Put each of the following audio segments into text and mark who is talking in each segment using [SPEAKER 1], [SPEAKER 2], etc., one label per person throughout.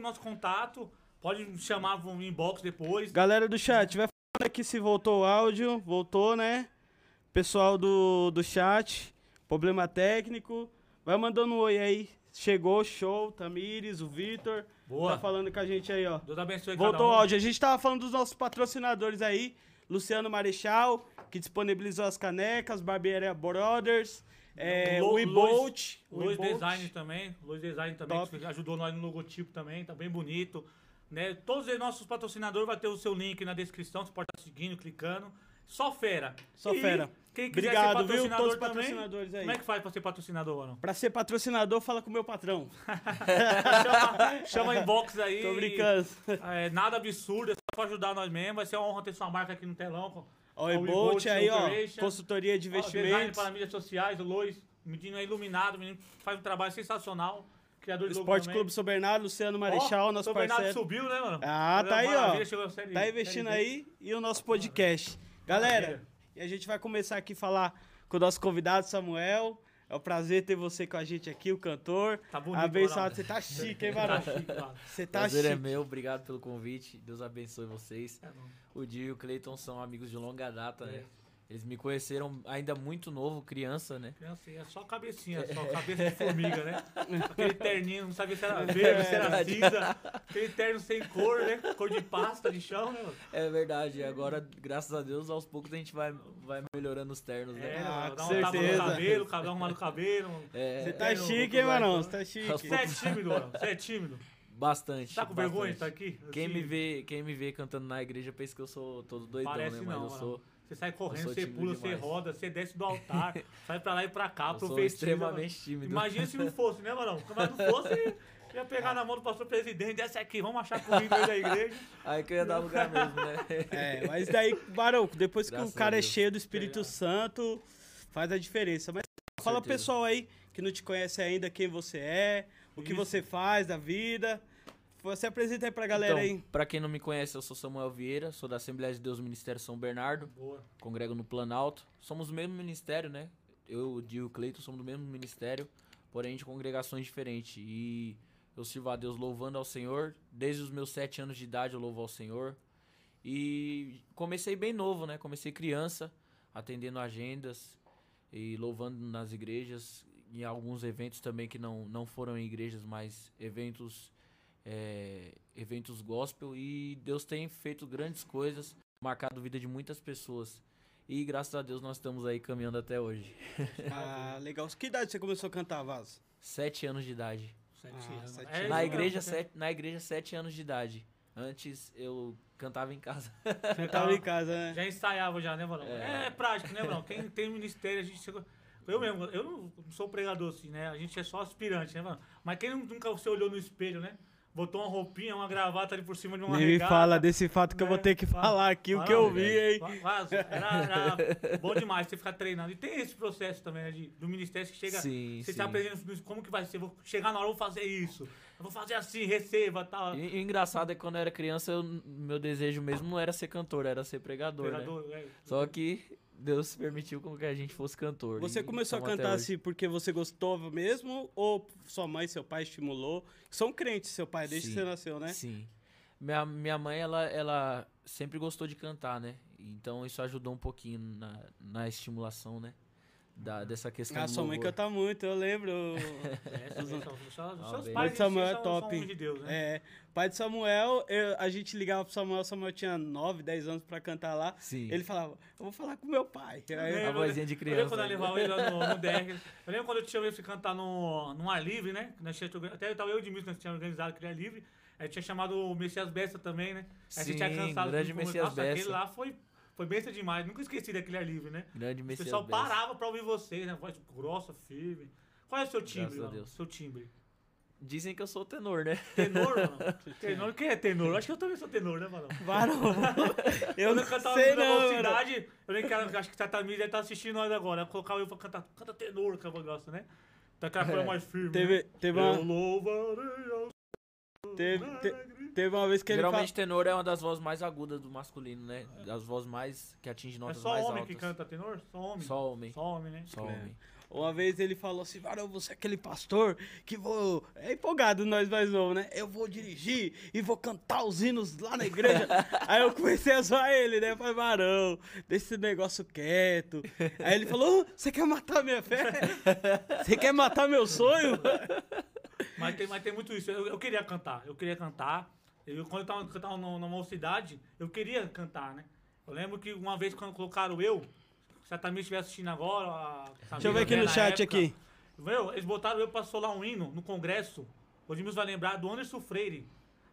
[SPEAKER 1] nosso contato. Pode chamar no inbox depois.
[SPEAKER 2] Galera do chat, vai falando aqui se voltou o áudio. Voltou, né? Pessoal do, do chat, problema técnico. Vai mandando um oi aí. Chegou, show, Tamires, o Vitor.
[SPEAKER 1] Boa.
[SPEAKER 2] Tá falando com a gente aí, ó.
[SPEAKER 1] Deus abençoe cada
[SPEAKER 2] Voltou o
[SPEAKER 1] um.
[SPEAKER 2] áudio. A gente tava falando dos nossos patrocinadores aí. Luciano Marechal, que disponibilizou as canecas, Barbearia Brothers, é,
[SPEAKER 1] Lo-
[SPEAKER 2] o Ibolt. o
[SPEAKER 1] Luz
[SPEAKER 2] Ibolt.
[SPEAKER 1] Design também. Luz Design também
[SPEAKER 2] Top.
[SPEAKER 1] que ajudou nós no logotipo também, tá bem bonito. Né? Todos os nossos patrocinadores vai ter o seu link na descrição, você pode estar seguindo, clicando. Só fera.
[SPEAKER 2] Só
[SPEAKER 1] E
[SPEAKER 2] fera.
[SPEAKER 1] Quem quiser
[SPEAKER 2] Obrigado,
[SPEAKER 1] ser
[SPEAKER 2] viu?
[SPEAKER 1] patrocinador
[SPEAKER 2] Todos os
[SPEAKER 1] também,
[SPEAKER 2] patrocinadores aí.
[SPEAKER 1] Como é que faz pra ser patrocinador, Arão?
[SPEAKER 2] Pra ser patrocinador, fala com o meu patrão.
[SPEAKER 1] chama, chama a inbox aí.
[SPEAKER 2] Tô brincando.
[SPEAKER 1] É, nada absurdo, é só pra ajudar nós mesmo. Vai ser uma honra ter sua marca aqui no telão. com-
[SPEAKER 2] Ó, o
[SPEAKER 1] com
[SPEAKER 2] Ibolt aí, ó.
[SPEAKER 1] Operation.
[SPEAKER 2] Consultoria de
[SPEAKER 1] Ó, Design
[SPEAKER 2] investimentos.
[SPEAKER 1] para mídias sociais, o Lois, o menino é iluminado, o menino faz um trabalho sensacional. Criador de logo
[SPEAKER 2] Esporte
[SPEAKER 1] também.
[SPEAKER 2] Clube São Bernardo, Luciano Marechal,
[SPEAKER 1] Ó,
[SPEAKER 2] nosso
[SPEAKER 1] São Bernardo
[SPEAKER 2] parceiro.
[SPEAKER 1] subiu, né, mano?
[SPEAKER 2] Ah, tá aí,
[SPEAKER 1] Maravilha,
[SPEAKER 2] ó.
[SPEAKER 1] chegou a série-
[SPEAKER 2] Tá investindo
[SPEAKER 1] série B.
[SPEAKER 2] aí e o nosso podcast. Galera,
[SPEAKER 1] Maravilha.
[SPEAKER 2] e a gente vai começar aqui a falar com o nosso convidado Samuel. É um prazer ter você com a gente aqui, o cantor.
[SPEAKER 1] Tá bonito,
[SPEAKER 2] Abençoado,
[SPEAKER 1] Barão.
[SPEAKER 2] você tá chique, hein,
[SPEAKER 1] Tá
[SPEAKER 2] Varão?
[SPEAKER 1] chique, mano.
[SPEAKER 2] Você tá
[SPEAKER 3] Prazer é
[SPEAKER 2] chique.
[SPEAKER 3] meu, obrigado pelo convite. Deus abençoe vocês.
[SPEAKER 1] É,
[SPEAKER 3] O Dio e o Cleiton são amigos de longa data, né? Eles me conheceram ainda muito novo, criança, né?
[SPEAKER 1] Criança, É só cabecinha, só cabeça de formiga, né? Aquele terninho, não sabia se
[SPEAKER 2] É
[SPEAKER 1] era verde, se era cinza. Aquele terno sem cor, né? Cor de pasta, de chão, né? mano?
[SPEAKER 3] É verdade. E agora, graças a Deus, aos poucos a gente vai, vai melhorando os ternos,
[SPEAKER 1] É,
[SPEAKER 3] né?
[SPEAKER 2] Ah,
[SPEAKER 1] mano,
[SPEAKER 2] com
[SPEAKER 1] dá um tapa no
[SPEAKER 2] certeza.
[SPEAKER 1] cabelo, cabelo arrumar no cabelo. mano.
[SPEAKER 3] É,
[SPEAKER 2] Você tá
[SPEAKER 1] É,
[SPEAKER 2] chique,
[SPEAKER 1] eu-
[SPEAKER 2] hein, Varão? Você tá chique.
[SPEAKER 1] Você é tímido, mano. Você é tímido.
[SPEAKER 3] bastante.
[SPEAKER 1] Tá com
[SPEAKER 3] bastante.
[SPEAKER 1] vergonha de estar aqui?
[SPEAKER 3] Quem
[SPEAKER 1] Assim,
[SPEAKER 3] me, vê, quem me vê cantando na igreja pensa que eu sou todo doidão,
[SPEAKER 1] Parece
[SPEAKER 3] né? Mas
[SPEAKER 1] não,
[SPEAKER 3] eu
[SPEAKER 1] mano.
[SPEAKER 3] sou,
[SPEAKER 1] Você sai correndo,
[SPEAKER 3] sou
[SPEAKER 1] você
[SPEAKER 3] tímido
[SPEAKER 1] pula, você
[SPEAKER 3] demais.
[SPEAKER 1] roda, você desce do altar, sai pra lá e pra cá,
[SPEAKER 3] eu
[SPEAKER 1] pro
[SPEAKER 3] sou
[SPEAKER 1] festival,
[SPEAKER 3] extremamente tímido.
[SPEAKER 1] Imagina se não fosse, né, Marão? Mas não fosse, ia pegar na mão do pastor presidente, essa aqui, vamos achar comigo aí da igreja.
[SPEAKER 3] Aí que eu ia dar lugar mesmo, né?
[SPEAKER 2] É, mas daí, Varão, depois que
[SPEAKER 3] Graças
[SPEAKER 2] o cara
[SPEAKER 3] a
[SPEAKER 2] é
[SPEAKER 3] Deus.
[SPEAKER 2] cheio do Espírito
[SPEAKER 1] Obrigado.
[SPEAKER 2] Santo, faz a diferença. Mas fala pro
[SPEAKER 3] certeza.
[SPEAKER 2] pessoal aí que não te conhece ainda quem você é, o que
[SPEAKER 1] Isso.
[SPEAKER 2] você faz da vida. Você apresenta aí pra galera
[SPEAKER 3] então,
[SPEAKER 2] aí.
[SPEAKER 3] Pra quem não me conhece, eu sou Samuel Vieira, sou da Assembleia de Deus Ministério São Bernardo,
[SPEAKER 1] Boa.
[SPEAKER 3] congrego no Planalto. Somos do mesmo ministério, né? Eu, o Dio e o Cleiton somos do mesmo ministério, porém de congregações diferentes. E eu sirvo a Deus louvando ao Senhor. Desde os meus sete anos de idade eu louvo ao Senhor. E comecei bem novo, né? Comecei criança, atendendo agendas e louvando nas igrejas, em alguns eventos também que não, não foram em igrejas, mas eventos é, eventos gospel. E Deus tem feito grandes coisas, marcado a vida de muitas pessoas. E graças a Deus nós estamos aí caminhando até hoje.
[SPEAKER 2] Ah, legal. Que idade você começou a cantar, Vaso?
[SPEAKER 3] Sete anos de idade.
[SPEAKER 1] Sete
[SPEAKER 2] Ah,
[SPEAKER 1] anos.
[SPEAKER 2] sete
[SPEAKER 1] É,
[SPEAKER 2] anos.
[SPEAKER 3] Na
[SPEAKER 1] isso
[SPEAKER 3] igreja,
[SPEAKER 1] mesmo,
[SPEAKER 3] sete, na igreja, sete anos de idade. Antes eu cantava em casa.
[SPEAKER 1] você tá
[SPEAKER 2] Eu tava em casa, né?
[SPEAKER 1] Já ensaiava já, né, Marão? É,
[SPEAKER 3] É.
[SPEAKER 1] prático, né, Marão? Quem tem ministério, a gente chegou... Eu mesmo, eu não não sou pregador assim, né? A gente é só aspirante, né, mano? Mas quem nunca se olhou no espelho, né? Botou uma roupinha, uma gravata ali por cima de um uma
[SPEAKER 2] Nem me
[SPEAKER 1] regata.
[SPEAKER 2] fala desse fato que eu vou
[SPEAKER 1] né?
[SPEAKER 2] ter que
[SPEAKER 1] Fala-
[SPEAKER 2] falar aqui o
[SPEAKER 1] fala,
[SPEAKER 2] que eu vi,
[SPEAKER 1] velho. Fa-
[SPEAKER 2] hein?
[SPEAKER 1] faz. Era, era bom demais você ficar treinando. E tem esse processo também, né, de, do ministério que chega.
[SPEAKER 3] Sim,
[SPEAKER 1] você
[SPEAKER 3] sim.
[SPEAKER 1] tá aprendendo como que vai ser. Vou chegar na hora, eu vou fazer isso. Eu vou fazer assim, receba tal.
[SPEAKER 3] E, e o engraçado é que quando eu era criança, eu- meu desejo mesmo não era ser cantor, era ser pregador. né?
[SPEAKER 1] Pregador, é.
[SPEAKER 3] Só que Deus permitiu com que a gente fosse cantor.
[SPEAKER 2] Você
[SPEAKER 3] e
[SPEAKER 2] começou a
[SPEAKER 3] estamos até
[SPEAKER 2] cantar
[SPEAKER 3] hoje.
[SPEAKER 2] assim porque você gostou mesmo? Ou sua mãe, seu pai estimulou? São crentes, seu pai, desde que
[SPEAKER 3] Sim,
[SPEAKER 2] você nasceu, né?
[SPEAKER 3] Sim. Minha, minha mãe, ela, ela sempre gostou de cantar, né? Então isso ajudou um pouquinho na, na estimulação, né? Da, dessa questão
[SPEAKER 2] Ah,
[SPEAKER 3] do
[SPEAKER 2] sua mãe
[SPEAKER 3] louvor.
[SPEAKER 2] canta muito, eu lembro.
[SPEAKER 1] É, são- são- são-
[SPEAKER 3] Ah,
[SPEAKER 1] seus
[SPEAKER 3] bem.
[SPEAKER 1] pais
[SPEAKER 2] Mas Samuel
[SPEAKER 1] em si
[SPEAKER 2] é
[SPEAKER 1] são-
[SPEAKER 2] top.
[SPEAKER 1] são uns de Deus, né?
[SPEAKER 2] É, pai de Samuel, eu- a gente ligava pro Samuel, Samuel tinha 9, 10 anos pra cantar lá.
[SPEAKER 3] Sim.
[SPEAKER 2] Ele falava, eu vou falar com meu pai.
[SPEAKER 1] Eu
[SPEAKER 2] Aí,
[SPEAKER 3] É.
[SPEAKER 1] lembro,
[SPEAKER 3] vozinha de
[SPEAKER 1] né?
[SPEAKER 3] criança,
[SPEAKER 1] Eu lembro quando eu
[SPEAKER 3] né?
[SPEAKER 1] levava ele lá no, no DR. Eu lembro quando eu te chamei pra você cantar no, no Ar Livre, né? Que nós tinha- até eu tava eu e o Edmilson, nós tínhamos organizado aquele Ar Livre. Aí tinha chamado o Messias Besta também, né? Aí
[SPEAKER 3] Sim,
[SPEAKER 1] tinha cansado
[SPEAKER 3] grande
[SPEAKER 1] de comer-
[SPEAKER 3] Messias
[SPEAKER 1] Nossa, aquele
[SPEAKER 3] Bessa.
[SPEAKER 1] lá foi, foi besta demais. Nunca esqueci daquele Ar Livre, né?
[SPEAKER 3] Grande
[SPEAKER 1] O
[SPEAKER 3] Messias
[SPEAKER 1] pessoal
[SPEAKER 3] Bessa.
[SPEAKER 1] parava pra ouvir vocês, né? Voz grossa, firme. Qual é o seu timbre,
[SPEAKER 3] Graças a
[SPEAKER 1] mano?
[SPEAKER 3] Deus.
[SPEAKER 1] Seu timbre.
[SPEAKER 3] Dizem que eu sou tenor, né?
[SPEAKER 1] Tenor, mano? tenor? Quem é tenor? Acho que eu também sou tenor, né, mano?
[SPEAKER 2] varão, eu não
[SPEAKER 1] Quando cantava
[SPEAKER 2] sei
[SPEAKER 1] na
[SPEAKER 2] não, mano.
[SPEAKER 1] velocidade, eu nem quero, acho que Tatami deve estar assistindo nós agora. Colocava eu pra cantar, canta tenor, que eu gosto, né? Então aquela coisa mais firme.
[SPEAKER 2] É, Teve,
[SPEAKER 1] né?
[SPEAKER 2] teve
[SPEAKER 1] Eu
[SPEAKER 2] uma...
[SPEAKER 1] louvarei ao
[SPEAKER 2] Teve, te-
[SPEAKER 1] Senhor.
[SPEAKER 2] teve uma vez que ele
[SPEAKER 3] Geralmente tenor é uma das vozes mais agudas do masculino, né? Das vozes mais que atinge
[SPEAKER 1] É
[SPEAKER 3] notas
[SPEAKER 1] só
[SPEAKER 3] mais
[SPEAKER 1] homem
[SPEAKER 3] altas.
[SPEAKER 1] que canta tenor? Só homem?
[SPEAKER 3] Só homem.
[SPEAKER 1] Só homem, né?
[SPEAKER 3] Só
[SPEAKER 2] É.
[SPEAKER 3] homem.
[SPEAKER 2] falou, uma vez ele falou assim, Varão, você é aquele pastor que vou... É empolgado nós mais novo, né? Eu vou dirigir e vou cantar os hinos lá na igreja. Aí eu comecei a zoar ele, né? Falei, Varão, deixa esse negócio quieto. Aí ele falou, "Ô, você quer matar minha fé? Você quer matar meu sonho?
[SPEAKER 1] Mas tem, mas tem muito isso. Eu, eu queria cantar, eu queria cantar. Eu, quando eu tava, que eu tava no- na mocidade, eu queria cantar, né? Eu lembro que uma vez quando colocaram eu, se a Tamir estiver assistindo agora, a
[SPEAKER 2] Deixa eu
[SPEAKER 1] Tamir,
[SPEAKER 2] ver aqui
[SPEAKER 1] né,
[SPEAKER 2] no
[SPEAKER 1] na
[SPEAKER 2] chat
[SPEAKER 1] época,
[SPEAKER 2] aqui.
[SPEAKER 1] Meu, eles botaram eu pra solar um hino no congresso. O Edmilson vai lembrar do Anderson Freire.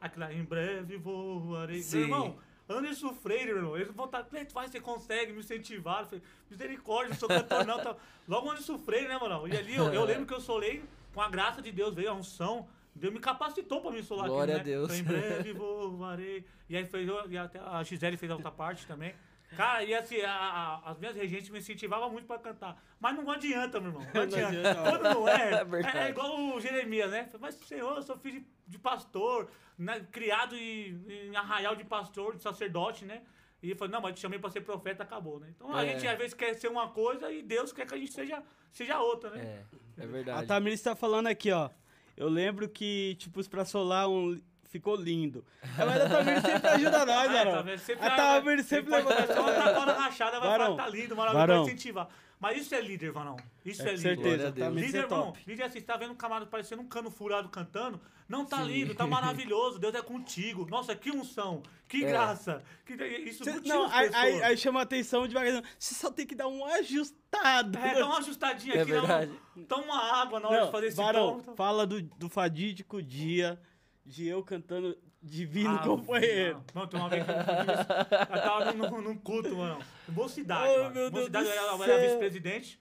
[SPEAKER 1] Aquela, em breve voarei.
[SPEAKER 3] Sim.
[SPEAKER 1] Meu irmão, Anderson Freire, meu irmão. Eles botaram, Cleiton, vai, você consegue, me incentivaram. Eu Falei, misericórdia, não sou cantor não. Tá. Logo o Anderson Freire, né, mano? E ali eu, eu lembro que eu solei, com a graça de Deus, veio a unção. Deus me capacitou pra me solar
[SPEAKER 3] Glória
[SPEAKER 1] aquilo,
[SPEAKER 3] a Deus.
[SPEAKER 1] Né? Falei, em breve voarei. E aí fez, eu- e até a Gisele fez a outra parte também. Cara, e assim, a- a- as minhas regentes me incentivavam muito pra cantar. Mas não adianta, meu irmão. Não adianta.
[SPEAKER 2] adianta, ó.
[SPEAKER 1] Quando não é,
[SPEAKER 3] É verdade.
[SPEAKER 1] é, igual o Jeremias, né? Mas, senhor, eu sou filho de, de pastor, né? criado em, em arraial de pastor, de sacerdote, né? E ele falou, não, mas te chamei pra ser profeta, acabou, né? Então a
[SPEAKER 3] É.
[SPEAKER 1] gente às vezes quer ser uma coisa e Deus quer que a gente seja, seja outra, né?
[SPEAKER 3] É,
[SPEAKER 2] A
[SPEAKER 3] é
[SPEAKER 1] tá
[SPEAKER 3] verdade.
[SPEAKER 2] Tamir está falando aqui, ó. Eu lembro que, tipo, pra solar um. Ficou lindo. É, Mas a Tamir sempre ajuda nós,
[SPEAKER 1] Ah,
[SPEAKER 2] Varão.
[SPEAKER 1] vendo?
[SPEAKER 2] A Tamir sempre
[SPEAKER 1] pode
[SPEAKER 2] levanta.
[SPEAKER 1] dar só uma tapona rachada, vai
[SPEAKER 2] Varão,
[SPEAKER 1] falar, tá lindo, maravilhoso,
[SPEAKER 2] Varão.
[SPEAKER 1] vai incentivar. Mas isso é líder, Varão. Isso é,
[SPEAKER 2] Com
[SPEAKER 1] líder.
[SPEAKER 2] certeza,
[SPEAKER 3] Glória a
[SPEAKER 2] a
[SPEAKER 3] Deus.
[SPEAKER 2] Tamir
[SPEAKER 1] Líder,
[SPEAKER 2] é
[SPEAKER 1] irmão,
[SPEAKER 2] top.
[SPEAKER 1] líder assim, tá vendo um camarada parecendo um cano furado cantando? Não tá
[SPEAKER 3] Sim.
[SPEAKER 1] lindo, tá maravilhoso, Deus é contigo. Nossa, que unção, que
[SPEAKER 3] É.
[SPEAKER 1] graça. Que, isso
[SPEAKER 2] Cê-
[SPEAKER 1] motiva
[SPEAKER 2] não,
[SPEAKER 1] as
[SPEAKER 2] aí, aí-
[SPEAKER 1] pessoas.
[SPEAKER 2] aí chama a atenção devagarzinho. Você só tem que dar um ajustado.
[SPEAKER 1] É, dá uma ajustadinha
[SPEAKER 3] É
[SPEAKER 1] aqui, dá uma-
[SPEAKER 3] verdade.
[SPEAKER 1] toma uma água na hora
[SPEAKER 2] Não,
[SPEAKER 1] de fazer esse
[SPEAKER 2] Varão,
[SPEAKER 1] ponto.
[SPEAKER 2] fala do, do fadídico dia de eu cantando Divino
[SPEAKER 1] Ah,
[SPEAKER 2] Companheiro.
[SPEAKER 1] Não, não, tem uma vez que eu eu tava num, num culto, mano. Mocidade,
[SPEAKER 2] Ô,
[SPEAKER 1] mano.
[SPEAKER 2] meu Deus
[SPEAKER 1] Mocidade,
[SPEAKER 2] do
[SPEAKER 1] eu era, eu
[SPEAKER 2] céu.
[SPEAKER 1] era vice-presidente.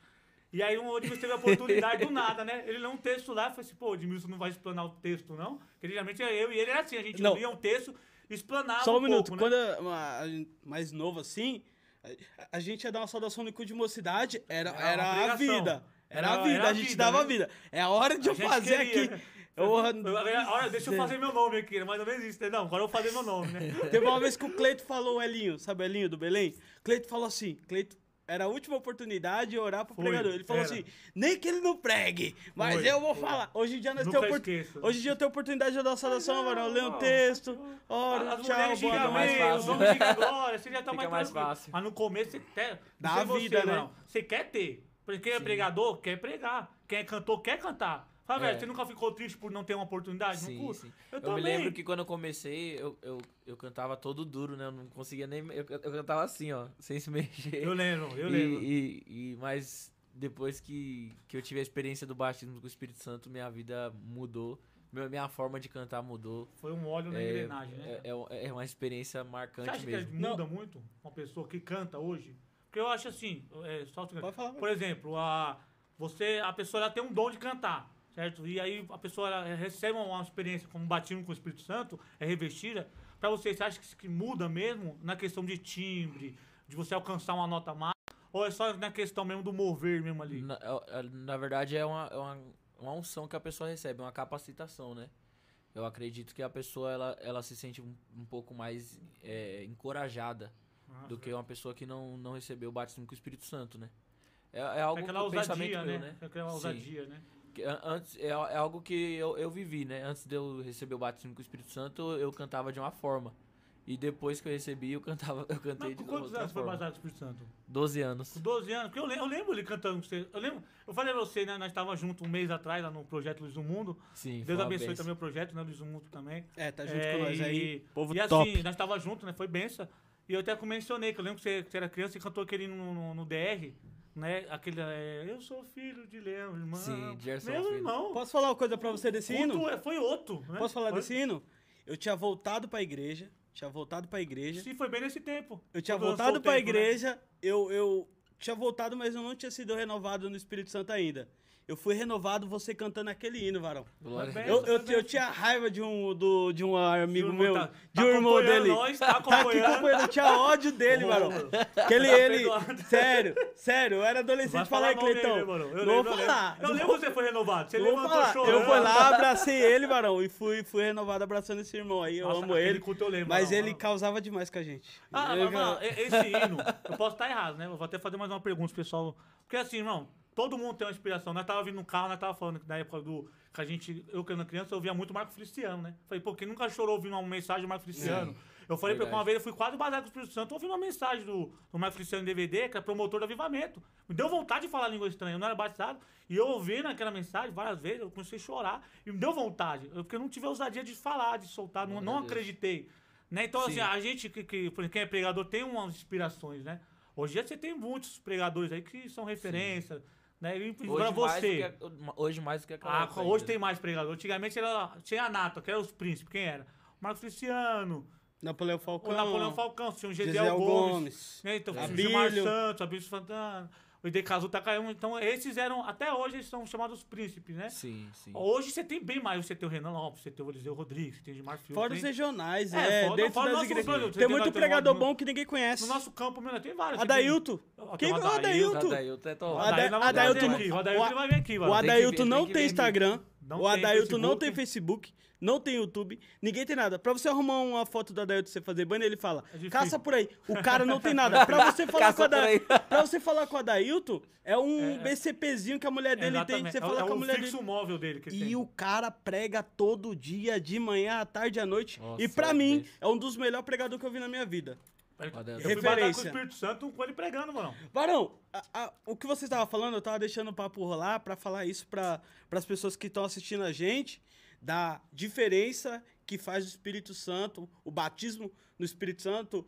[SPEAKER 1] E aí um Odmilson teve a oportunidade do nada, né? Ele leu um texto lá e falou assim, pô, o Odmilson não vai explanar o texto, não? Porque geralmente eu e ele era assim, a gente
[SPEAKER 2] Não.
[SPEAKER 1] lia um texto, explanava
[SPEAKER 2] Só um, minuto,
[SPEAKER 1] pouco, né?
[SPEAKER 2] quando eu- uma- a gente- mais novo assim, a- a gente ia dar uma saudação no cu de mocidade, era,
[SPEAKER 1] Era
[SPEAKER 2] era,
[SPEAKER 1] uma
[SPEAKER 2] a
[SPEAKER 1] obrigação.
[SPEAKER 2] vida. Era,
[SPEAKER 1] Era-
[SPEAKER 2] a vida,
[SPEAKER 1] era
[SPEAKER 2] a
[SPEAKER 1] a
[SPEAKER 2] gente
[SPEAKER 1] vida,
[SPEAKER 2] dava a
[SPEAKER 1] né?
[SPEAKER 2] vida. É a hora de
[SPEAKER 1] A
[SPEAKER 2] eu
[SPEAKER 1] gente
[SPEAKER 2] fazer
[SPEAKER 1] queria.
[SPEAKER 2] aqui. Porra,
[SPEAKER 1] Eu- agora- Olha, deixa eu fazer meu nome aqui, mais ou menos isso, né? Não, agora eu vou fazer meu nome, né?
[SPEAKER 2] Teve uma vez que o Cleito falou o Elinho, sabe o Elinho do Belém? Cleito falou assim, Cleito, era a última oportunidade de orar pro
[SPEAKER 1] Foi,
[SPEAKER 2] pregador. Ele falou
[SPEAKER 1] era.
[SPEAKER 2] assim, nem que ele não pregue, mas
[SPEAKER 1] Foi,
[SPEAKER 2] eu vou
[SPEAKER 1] foi.
[SPEAKER 2] falar. Hoje em dia nós
[SPEAKER 1] Nunca
[SPEAKER 2] temos oportunidade.
[SPEAKER 1] esqueço.
[SPEAKER 2] Hoje em dia eu tenho oportunidade de dar saudação, mano. Eu leio um texto, oro,
[SPEAKER 1] As
[SPEAKER 2] tchau,
[SPEAKER 1] mulheres
[SPEAKER 2] boa
[SPEAKER 1] xingam
[SPEAKER 2] noite.
[SPEAKER 3] mais
[SPEAKER 1] mais
[SPEAKER 3] fácil.
[SPEAKER 1] fácil. Os homens xingam agora, você já tá
[SPEAKER 3] Fica
[SPEAKER 1] mais,
[SPEAKER 3] mais
[SPEAKER 1] tranquilo.
[SPEAKER 3] fácil.
[SPEAKER 1] Mas no começo você quer.
[SPEAKER 2] Dá
[SPEAKER 1] não sei
[SPEAKER 2] a
[SPEAKER 1] você,
[SPEAKER 2] vida, né?
[SPEAKER 1] Varão, Você quer ter. Porque quem é pregador, quer pregar. Quem é cantor, quer cantar. Fala,
[SPEAKER 3] É.
[SPEAKER 1] velho, você nunca ficou triste por não ter uma oportunidade no
[SPEAKER 3] Sim,
[SPEAKER 1] curso?
[SPEAKER 3] sim.
[SPEAKER 1] Eu
[SPEAKER 3] Eu, me
[SPEAKER 1] também.
[SPEAKER 3] lembro que quando eu comecei, eu, eu, eu cantava todo duro, né? Eu não conseguia nem. Eu, eu cantava assim, ó, sem se mexer.
[SPEAKER 1] Eu lembro, eu
[SPEAKER 3] E-
[SPEAKER 1] lembro.
[SPEAKER 3] E, e- mas depois que, que eu tive a experiência do batismo com o Espírito Santo, minha vida mudou. Meu- minha forma de cantar mudou.
[SPEAKER 1] Foi um óleo na
[SPEAKER 3] É,
[SPEAKER 1] engrenagem, né?
[SPEAKER 3] é- é- é uma experiência
[SPEAKER 1] Você
[SPEAKER 3] marcante
[SPEAKER 1] acha
[SPEAKER 3] mesmo.
[SPEAKER 1] que muda muito uma pessoa que canta hoje? Porque eu acho assim, é, só um segundo.
[SPEAKER 2] Pode falar.
[SPEAKER 1] por exemplo, a, você, a pessoa ela tem um dom de cantar, certo? E aí a pessoa ela recebe uma experiência como batismo com o Espírito Santo, é revestida. Pra você, você acha que, que muda mesmo na questão de timbre, de você alcançar uma nota mais? Ou é só na questão mesmo do mover mesmo ali?
[SPEAKER 3] Na, a- a- na verdade, é uma, é uma, uma unção que a pessoa recebe, uma capacitação, né? Eu acredito que a pessoa ela, ela se sente um, um pouco mais é, encorajada
[SPEAKER 1] Ah,
[SPEAKER 3] do que uma pessoa que não, não recebeu o batismo com o Espírito Santo, né? É, é algo
[SPEAKER 1] é
[SPEAKER 3] que
[SPEAKER 1] aquela
[SPEAKER 3] o pensamento
[SPEAKER 1] ousadia,
[SPEAKER 3] meu,
[SPEAKER 1] né?
[SPEAKER 3] né?
[SPEAKER 1] É aquela
[SPEAKER 3] Sim.
[SPEAKER 1] ousadia, né?
[SPEAKER 3] Que an- Antes, é, é algo que eu, eu vivi, né? Antes de eu receber o batismo com o Espírito Santo, eu cantava de uma forma. E depois que eu recebi, eu cantava, eu cantei
[SPEAKER 1] Mas
[SPEAKER 3] de
[SPEAKER 1] com
[SPEAKER 3] outra
[SPEAKER 1] quantos anos foi
[SPEAKER 3] forma.
[SPEAKER 1] batizado com o Espírito Santo?
[SPEAKER 3] 12 anos.
[SPEAKER 1] Com 12 anos, porque eu, le- eu lembro ele cantando com você. Eu lembro, eu falei pra você, né? Nós estávamos juntos um mês atrás lá no projeto Luiz do Mundo.
[SPEAKER 3] Sim, foi
[SPEAKER 1] Deus
[SPEAKER 3] uma
[SPEAKER 1] abençoe
[SPEAKER 3] bênção.
[SPEAKER 1] também o projeto, né? Luiz do Mundo também.
[SPEAKER 2] É, tá junto
[SPEAKER 1] É,
[SPEAKER 2] com nós aí.
[SPEAKER 1] e-
[SPEAKER 2] Povo
[SPEAKER 1] e assim,
[SPEAKER 2] top.
[SPEAKER 1] nós tava junto, né? Foi benção. E eu até mencionei, que eu lembro que você, que você era criança e cantou aquele no, no- no DR, né? Aquele. é, eu sou filho de Leão, irmão.
[SPEAKER 3] Sim, de Gerson
[SPEAKER 1] Meu
[SPEAKER 3] Filho.
[SPEAKER 1] irmão.
[SPEAKER 2] Posso falar uma coisa pra você desse hino?
[SPEAKER 1] outro, é, foi outro. Né?
[SPEAKER 2] Posso falar
[SPEAKER 1] foi,
[SPEAKER 2] desse hino? Eu tinha voltado pra igreja, tinha voltado pra igreja.
[SPEAKER 1] Sim, foi bem nesse tempo.
[SPEAKER 2] Eu tinha
[SPEAKER 1] Quando lançou
[SPEAKER 2] voltado
[SPEAKER 1] o
[SPEAKER 2] pra
[SPEAKER 1] tempo, né?
[SPEAKER 2] igreja, eu, eu tinha voltado, mas eu não tinha sido renovado no Espírito Santo ainda. Eu fui renovado você cantando aquele hino, varão.
[SPEAKER 3] Glória a
[SPEAKER 1] Amém.
[SPEAKER 3] Deus.
[SPEAKER 2] Eu, eu, eu tinha raiva de um, do, de um amigo meu,
[SPEAKER 1] tá-
[SPEAKER 2] de
[SPEAKER 1] tá
[SPEAKER 2] um irmão
[SPEAKER 1] acompanhando
[SPEAKER 2] dele.
[SPEAKER 1] Nós, tá
[SPEAKER 2] Tá aqui
[SPEAKER 1] acompanhando.
[SPEAKER 2] acompanhando, eu tinha ódio dele,
[SPEAKER 1] Ô,
[SPEAKER 2] varão.
[SPEAKER 1] mano.
[SPEAKER 2] Que ele, ele.
[SPEAKER 1] perdoado.
[SPEAKER 2] Sério, sério, eu era adolescente.
[SPEAKER 1] Vai
[SPEAKER 2] Fala aí,
[SPEAKER 1] mal dele,
[SPEAKER 2] Cleitão.
[SPEAKER 1] mano. Eu
[SPEAKER 2] então. Não
[SPEAKER 1] lembro,
[SPEAKER 2] vou
[SPEAKER 1] eu
[SPEAKER 2] falar.
[SPEAKER 1] lembro. Eu lembro que você foi renovado. Você
[SPEAKER 2] Não vou
[SPEAKER 1] levantou
[SPEAKER 2] falar.
[SPEAKER 1] chorando.
[SPEAKER 2] Eu fui lá, abracei ele, varão, e fui, fui renovado abraçando esse irmão aí. Eu
[SPEAKER 1] Nossa,
[SPEAKER 2] amo
[SPEAKER 1] aquele
[SPEAKER 2] ele.
[SPEAKER 1] culto eu lembro,
[SPEAKER 2] mas
[SPEAKER 1] varão,
[SPEAKER 2] ele
[SPEAKER 1] varão.
[SPEAKER 2] causava demais com a gente.
[SPEAKER 1] Ah,
[SPEAKER 2] Ele-
[SPEAKER 1] mas, mano, e- esse hino, eu posso estar errado, né? Eu vou até fazer mais uma pergunta pro pessoal. Porque assim, irmão, todo mundo tem uma inspiração. Nós tava vindo no carro, nós tava falando que na época do. Que a gente, eu que era criança, eu via muito Marco Feliciano, né? Falei, pô, quem nunca chorou ouvindo uma mensagem do Marco Feliciano? Eu falei pra ele que uma
[SPEAKER 3] Verdade.
[SPEAKER 1] vez, eu fui quase bazar com o Espírito Santo, ouvindo uma mensagem do, do Marco Feliciano em DVD, que é promotor do avivamento. Me deu vontade de falar língua estranha, eu não era batizado. E eu ouvindo aquela mensagem várias vezes, eu comecei a chorar. E me deu vontade, eu- porque eu não tive a ousadia de falar, de soltar, não,
[SPEAKER 3] Glória
[SPEAKER 1] não
[SPEAKER 3] a Deus.
[SPEAKER 1] acreditei. Né? Então, assim,
[SPEAKER 3] Sim.
[SPEAKER 1] a gente que, que, por exemplo, quem é pregador tem umas inspirações, né? Hoje em dia você tem muitos pregadores aí que são referência, né? E agora
[SPEAKER 3] mais do
[SPEAKER 1] você.
[SPEAKER 3] que a- hoje mais do que aquela
[SPEAKER 1] Ah,
[SPEAKER 3] época
[SPEAKER 1] hoje
[SPEAKER 3] ainda.
[SPEAKER 1] tem mais pregador. Antigamente era, tinha a Nata, que era os príncipes, quem era? Marcos Feliciano,
[SPEAKER 2] Napoleão Falcão.
[SPEAKER 1] o Napoleão Falcão, tinha o Gesiel
[SPEAKER 2] Gesiel
[SPEAKER 1] Gomes,
[SPEAKER 2] Gomes.
[SPEAKER 1] né? Então,
[SPEAKER 2] É.
[SPEAKER 1] o Gilmar
[SPEAKER 2] Abílio.
[SPEAKER 1] Santos, Abílio Santana, o Ide Cazu Takayama. Então, esses eram, até hoje, eles são chamados príncipes, né?
[SPEAKER 3] Sim, sim.
[SPEAKER 1] Hoje você tem bem mais. Você tem o Renan Lopes, você tem o Eliseu Rodrigues, você tem o Gilmar Filho.
[SPEAKER 2] Fora
[SPEAKER 1] tem...
[SPEAKER 2] os regionais,
[SPEAKER 1] É,
[SPEAKER 2] é,
[SPEAKER 1] fora-
[SPEAKER 2] dentro
[SPEAKER 1] fora
[SPEAKER 2] das
[SPEAKER 1] nossos
[SPEAKER 2] igrejas.
[SPEAKER 1] planos,
[SPEAKER 2] Tem
[SPEAKER 1] 89,
[SPEAKER 2] muito pregador
[SPEAKER 1] no-
[SPEAKER 2] bom que ninguém conhece.
[SPEAKER 1] um No nosso campo, mesmo, tem vários. você tem-
[SPEAKER 2] Adailton.
[SPEAKER 1] Ó,
[SPEAKER 2] Quem
[SPEAKER 1] tem
[SPEAKER 2] que é o
[SPEAKER 1] o Adailton.
[SPEAKER 2] Adailton?
[SPEAKER 3] Adailton é top.
[SPEAKER 1] O Adailton vai
[SPEAKER 2] Adailton-
[SPEAKER 1] fazer aqui, O Adailton
[SPEAKER 2] o-
[SPEAKER 1] vai vir aqui,
[SPEAKER 2] O
[SPEAKER 1] mano.
[SPEAKER 3] Adailton-
[SPEAKER 2] Adailton
[SPEAKER 3] tem
[SPEAKER 2] não
[SPEAKER 3] que
[SPEAKER 2] tem,
[SPEAKER 3] ver
[SPEAKER 2] Instagram.
[SPEAKER 1] Não
[SPEAKER 2] o
[SPEAKER 1] tem
[SPEAKER 2] Adailton não
[SPEAKER 1] Facebook.
[SPEAKER 2] tem Facebook. Não tem YouTube. Ninguém tem nada. Pra você arrumar uma foto do Adailton e você fazer banner, ele fala:
[SPEAKER 1] É difícil.
[SPEAKER 2] caça por aí. O cara não tem nada. Pra você falar,
[SPEAKER 3] Caça
[SPEAKER 2] com, o Ada-
[SPEAKER 3] por aí.
[SPEAKER 2] pra você falar com o Adailton, é um BCPzinho que a mulher dele tem. Que você
[SPEAKER 1] É o-
[SPEAKER 2] fala
[SPEAKER 1] é
[SPEAKER 2] com a
[SPEAKER 1] o
[SPEAKER 2] mulher
[SPEAKER 1] fixo
[SPEAKER 2] dele.
[SPEAKER 1] móvel dele que tem.
[SPEAKER 2] E o cara prega todo dia, de manhã, à tarde, à noite.
[SPEAKER 3] Nossa,
[SPEAKER 2] e pra
[SPEAKER 3] é
[SPEAKER 2] mim,
[SPEAKER 3] desse.
[SPEAKER 2] é um dos melhores pregadores que eu vi na minha vida.
[SPEAKER 1] Eu fui
[SPEAKER 3] Adailton.
[SPEAKER 1] batalhar com o
[SPEAKER 2] Referência.
[SPEAKER 1] Espírito Santo com ele pregando, mano.
[SPEAKER 2] Varão, a- a- o que você estava falando, eu estava deixando o papo rolar para falar isso para as pessoas que estão assistindo a gente, da diferença que faz o Espírito Santo, o batismo no Espírito Santo,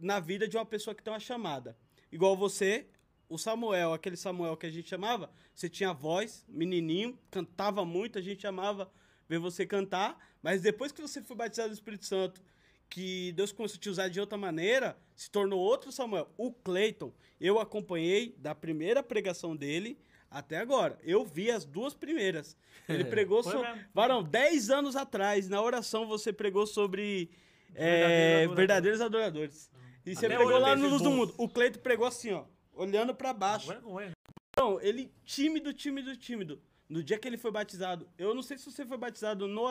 [SPEAKER 2] na vida de uma pessoa que tem uma chamada. Igual você, o Samuel, aquele Samuel que a gente chamava, você tinha voz, menininho, cantava muito, a gente amava ver você cantar, mas depois que você foi batizado no Espírito Santo que Deus começou a te usar de outra maneira, se tornou outro Samuel. O Cleiton, eu acompanhei da primeira pregação dele até agora. Eu vi as duas primeiras. Ele pregou
[SPEAKER 1] Foi
[SPEAKER 2] sobre.
[SPEAKER 1] mesmo.
[SPEAKER 2] Varão, 10 anos atrás, na oração, você pregou sobre
[SPEAKER 1] Verdadeiros
[SPEAKER 2] eh,
[SPEAKER 1] adoradores.
[SPEAKER 2] verdadeiros adoradores. E você
[SPEAKER 1] Até
[SPEAKER 2] pregou
[SPEAKER 1] hoje
[SPEAKER 2] lá
[SPEAKER 1] eu
[SPEAKER 2] no
[SPEAKER 1] vejo
[SPEAKER 2] Luz do
[SPEAKER 1] bons.
[SPEAKER 2] Mundo. O Cleiton pregou assim, ó, olhando pra baixo.
[SPEAKER 1] Vergonha.
[SPEAKER 2] Não, ele tímido, tímido, tímido. No dia que ele foi batizado, eu não sei se você foi batizado no,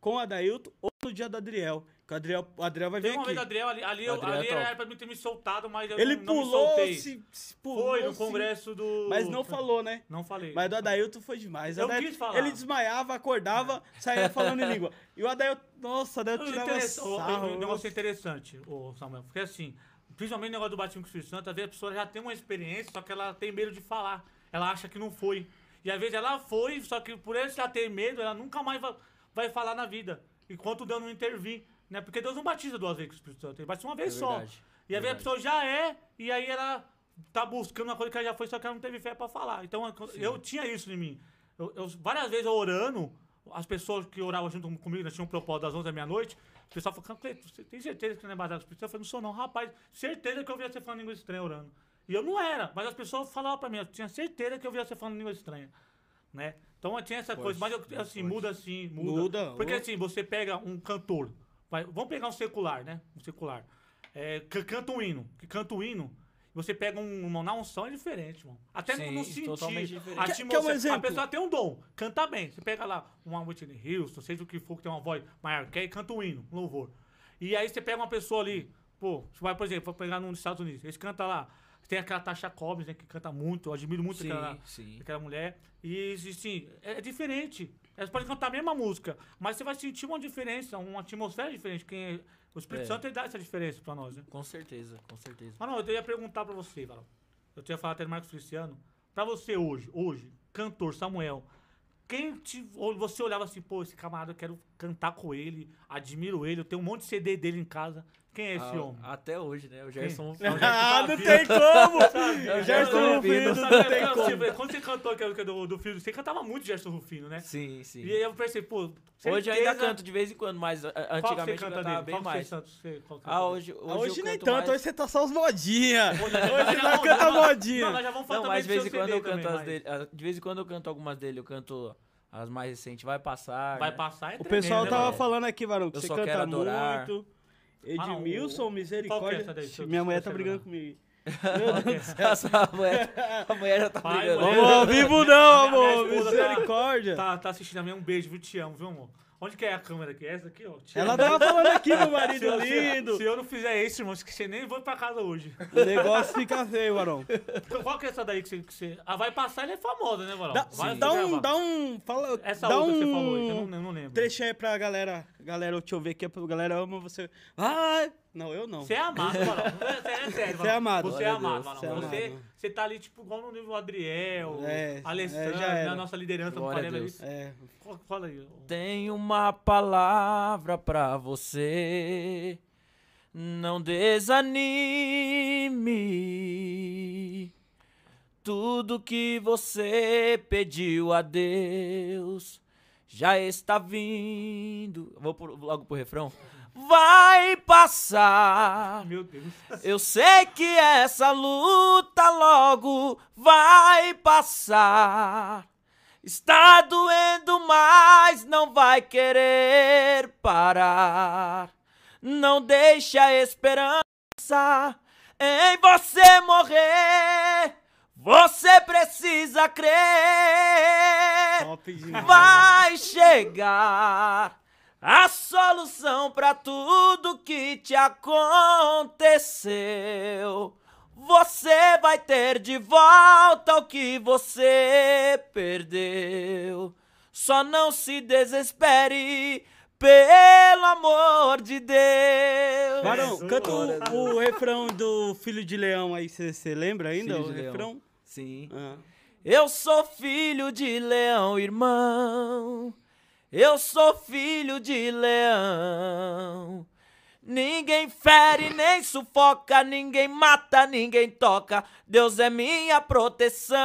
[SPEAKER 2] com o Adailton ou no dia do Adriel. Que o Adriel, o Adriel vai
[SPEAKER 1] Tem
[SPEAKER 2] vir
[SPEAKER 1] uma
[SPEAKER 2] aqui.
[SPEAKER 1] vez o Adriel ali, ali, eu-
[SPEAKER 3] Adriel é
[SPEAKER 1] ali
[SPEAKER 3] top.
[SPEAKER 1] era pra mim ter me soltado, mas eu
[SPEAKER 2] Ele
[SPEAKER 1] não, não me
[SPEAKER 2] pulou,
[SPEAKER 1] soltei.
[SPEAKER 2] se, se pulou.
[SPEAKER 1] Foi no
[SPEAKER 2] se-
[SPEAKER 1] congresso do...
[SPEAKER 2] Mas não falou, né?
[SPEAKER 1] Não falei.
[SPEAKER 2] Mas do Adailton foi demais.
[SPEAKER 1] Eu
[SPEAKER 2] Adailton-
[SPEAKER 1] quis falar.
[SPEAKER 2] Ele desmaiava, acordava, saía falando em língua. E o Adailton, nossa, o Adailton tirava
[SPEAKER 1] Interessa- o-
[SPEAKER 2] sarro.
[SPEAKER 1] o- o negócio é interessante, ô Samuel, porque assim, principalmente o negócio do batismo com o Espírito Santo, às vezes a pessoa já tem uma experiência, só que ela tem medo de falar. Ela acha que não foi. E às vezes ela foi, só que por ela ter medo, ela nunca mais va- vai, falar na vida. Enquanto Deus não intervir. Né? Porque Deus não batiza duas vezes com o Espírito Santo, ele batiza uma vez
[SPEAKER 3] É
[SPEAKER 1] só.
[SPEAKER 3] verdade,
[SPEAKER 1] E às vezes a
[SPEAKER 3] verdade.
[SPEAKER 1] pessoa já é, e aí ela tá buscando uma coisa que ela já foi, só que ela não teve fé pra falar. Então eu- eu tinha isso em mim. Eu, eu- várias vezes eu orando, as pessoas que oravam junto comigo, nós tínhamos um propósito das 11 da meia-noite, o pessoal falou, Cleiton, você tem certeza que não é baseado no Espírito Santo? Eu falei, não sou não, rapaz, certeza que eu via você falando língua estranha orando. E eu não era, mas as pessoas falavam pra mim, eu tinha certeza que eu via você falando língua estranha. Né? Então eu tinha essa coisa, mas eu, assim, muda assim, muda.
[SPEAKER 2] Muda,
[SPEAKER 1] Porque
[SPEAKER 2] ô.
[SPEAKER 1] assim, você pega um cantor, vai- vamos pegar um secular, né? Um secular. É, que canta um hino, que canta um hino, você pega um, uma, na unção é diferente, mano. Até
[SPEAKER 3] Sim,
[SPEAKER 1] não no sentir.
[SPEAKER 3] totalmente diferente.
[SPEAKER 1] A,
[SPEAKER 2] Quer-
[SPEAKER 1] atmosfera-
[SPEAKER 2] quer um
[SPEAKER 1] a
[SPEAKER 2] exemplo?
[SPEAKER 1] pessoa tem um dom, canta bem. Você pega lá uma Whitney Houston, seja o que for, que tem uma voz maior que é, e canta um hino, um louvor. E aí você pega uma pessoa ali, pô, você vai, por exemplo, vai pegar nos Estados Unidos, eles cantam lá. Tem aquela Tasha Cobbs, né, que canta muito, eu admiro muito
[SPEAKER 3] Sim,
[SPEAKER 1] aquela,
[SPEAKER 3] sim.
[SPEAKER 1] aquela mulher. E, assim, é, é diferente. Elas podem cantar a mesma música, mas você vai sentir uma diferença, uma atmosfera diferente. Quem é- o Espírito
[SPEAKER 3] É.
[SPEAKER 1] Santo ele dá essa diferença pra nós, né?
[SPEAKER 3] Com certeza, com certeza.
[SPEAKER 1] Mas não, eu ia perguntar pra você, Varão. Eu tinha falado até do Marcos Feliciano. Pra você hoje, hoje, cantor Samuel, quem te, ou você olhava assim, pô, esse camarada eu quero cantar com ele, admiro ele, eu tenho um monte de CD dele em casa. Quem Quem é esse
[SPEAKER 3] Ah,
[SPEAKER 1] homem?
[SPEAKER 3] Até hoje, né? O Gerson.
[SPEAKER 2] Ah, não tem como!
[SPEAKER 1] Sabe?
[SPEAKER 2] Gerson
[SPEAKER 1] Eu- eu-
[SPEAKER 2] Rufino,
[SPEAKER 1] sabe,
[SPEAKER 2] não tem
[SPEAKER 1] eu-
[SPEAKER 2] como.
[SPEAKER 1] sempre- Quando você cantou aquela música do, do filho, você cantava muito Gerson Rufino, né?
[SPEAKER 3] Sim, sim.
[SPEAKER 1] E aí eu pensei, pô,
[SPEAKER 3] Hoje eu ainda
[SPEAKER 1] certeza-
[SPEAKER 3] canto de vez em quando, mas ah, ah,
[SPEAKER 1] Qual que você
[SPEAKER 3] antigamente eu
[SPEAKER 1] canta
[SPEAKER 3] cantava
[SPEAKER 1] dele?
[SPEAKER 3] bem
[SPEAKER 1] Qual que você
[SPEAKER 3] mais.
[SPEAKER 1] canta- você- qual que é você
[SPEAKER 3] Ah,
[SPEAKER 1] canta?
[SPEAKER 3] hoje, hoje,
[SPEAKER 2] Hoje
[SPEAKER 3] eu
[SPEAKER 2] nem
[SPEAKER 3] canto
[SPEAKER 2] tanto,
[SPEAKER 3] mais.
[SPEAKER 2] hoje você tá só os
[SPEAKER 1] Hoje
[SPEAKER 2] modinha.
[SPEAKER 1] nós
[SPEAKER 2] nós cantamos modinha.
[SPEAKER 1] Não, nós já vamos falar
[SPEAKER 3] Não,
[SPEAKER 1] também
[SPEAKER 3] mas
[SPEAKER 1] do
[SPEAKER 3] de vez
[SPEAKER 1] seu
[SPEAKER 3] em quando
[SPEAKER 1] CD
[SPEAKER 3] eu canto
[SPEAKER 1] também,
[SPEAKER 3] as
[SPEAKER 1] mas
[SPEAKER 3] dele. ah, De vez em quando eu canto algumas dele, eu canto as mais recentes. Vai passar.
[SPEAKER 1] Vai
[SPEAKER 3] né?
[SPEAKER 1] passar, é
[SPEAKER 2] O
[SPEAKER 1] tremendo,
[SPEAKER 2] pessoal
[SPEAKER 1] né,
[SPEAKER 2] tava
[SPEAKER 1] mano?
[SPEAKER 2] falando aqui, Varão, que
[SPEAKER 3] Eu
[SPEAKER 2] você
[SPEAKER 3] só quero
[SPEAKER 2] canta
[SPEAKER 3] adorar.
[SPEAKER 2] muito.
[SPEAKER 1] Ah, não,
[SPEAKER 2] Edmilson,
[SPEAKER 1] o-
[SPEAKER 2] misericórdia.
[SPEAKER 1] qual que é essa daí? Deixa eu-
[SPEAKER 2] Minha mulher
[SPEAKER 1] deixa
[SPEAKER 2] tá
[SPEAKER 1] eu
[SPEAKER 2] brigando
[SPEAKER 1] ver.
[SPEAKER 2] comigo.
[SPEAKER 3] a, mulher, a mulher já tá
[SPEAKER 1] Vai,
[SPEAKER 3] brigando.
[SPEAKER 1] mulher.
[SPEAKER 2] Vamos ao vivo não,
[SPEAKER 1] A minha- a minha
[SPEAKER 2] amor.
[SPEAKER 1] esposa tá-
[SPEAKER 2] Misericórdia.
[SPEAKER 1] Tá, tá assistindo a mim, um beijo, viu? Te amo, viu, amor? Onde que é a câmera aqui? Essa aqui, ó. Te
[SPEAKER 2] Ela
[SPEAKER 1] amo.
[SPEAKER 2] tava falando aqui, meu
[SPEAKER 1] Se
[SPEAKER 2] marido
[SPEAKER 1] eu- se eu-
[SPEAKER 2] lindo.
[SPEAKER 1] Se eu não fizer esse, irmão, esqueci, nem vou pra casa hoje.
[SPEAKER 2] O negócio fica feio, Varão.
[SPEAKER 1] Então, Qual que é essa daí que você. que você- Ah, vai passar, ele é famosa, né, Valão?
[SPEAKER 2] Dá,
[SPEAKER 1] vai
[SPEAKER 2] dá
[SPEAKER 1] vai
[SPEAKER 2] um,
[SPEAKER 1] gravar.
[SPEAKER 2] dá um, fala,
[SPEAKER 1] Essa
[SPEAKER 2] dá
[SPEAKER 1] outra
[SPEAKER 2] um
[SPEAKER 1] que você falou aí, que eu não, eu não lembro.
[SPEAKER 2] trecho aí pra galera. Galera, deixa eu ver aqui, a galera ama você. Ai, não, eu não.
[SPEAKER 1] Você é amado, Valão. Você é sério,
[SPEAKER 2] Você é amado.
[SPEAKER 1] Você é
[SPEAKER 2] Glória a
[SPEAKER 1] amado, Valão.
[SPEAKER 2] Deus, você é
[SPEAKER 1] Você,
[SPEAKER 2] amado.
[SPEAKER 1] você tá ali, tipo, igual no nível Adriel,
[SPEAKER 2] É, é,
[SPEAKER 1] Alessandro,
[SPEAKER 2] já era.
[SPEAKER 1] né, a nossa liderança
[SPEAKER 3] Glória a
[SPEAKER 1] no Panela ali.
[SPEAKER 3] Deus.
[SPEAKER 2] É,
[SPEAKER 1] Qual- Fala aí. ô.
[SPEAKER 3] Tem uma palavra pra você. Não desanime. Tudo que você pediu a Deus já está vindo. Vou pro- logo pro refrão. Vai
[SPEAKER 2] É.
[SPEAKER 3] passar.
[SPEAKER 1] Meu Deus.
[SPEAKER 3] Eu sei que essa luta logo vai passar. Está doendo, mas não vai querer parar. Não deixe a esperança em você morrer. Você precisa crer.
[SPEAKER 2] top demais.
[SPEAKER 3] Vai chegar a solução pra tudo que te aconteceu. Você vai ter de volta o que você perdeu. Só não se desespere, pelo amor de Deus.
[SPEAKER 2] Varão,
[SPEAKER 1] Jesus,
[SPEAKER 2] canta
[SPEAKER 1] glória a
[SPEAKER 2] o, o refrão do Filho de Leão aí, você lembra ainda
[SPEAKER 3] Filho
[SPEAKER 2] o
[SPEAKER 3] de Leão.
[SPEAKER 2] refrão?
[SPEAKER 3] Sim.
[SPEAKER 2] Ah.
[SPEAKER 3] Eu sou filho de leão, irmão. Eu sou filho de leão. Ninguém fere, nem sufoca, ninguém mata, ninguém toca. Deus é minha proteção.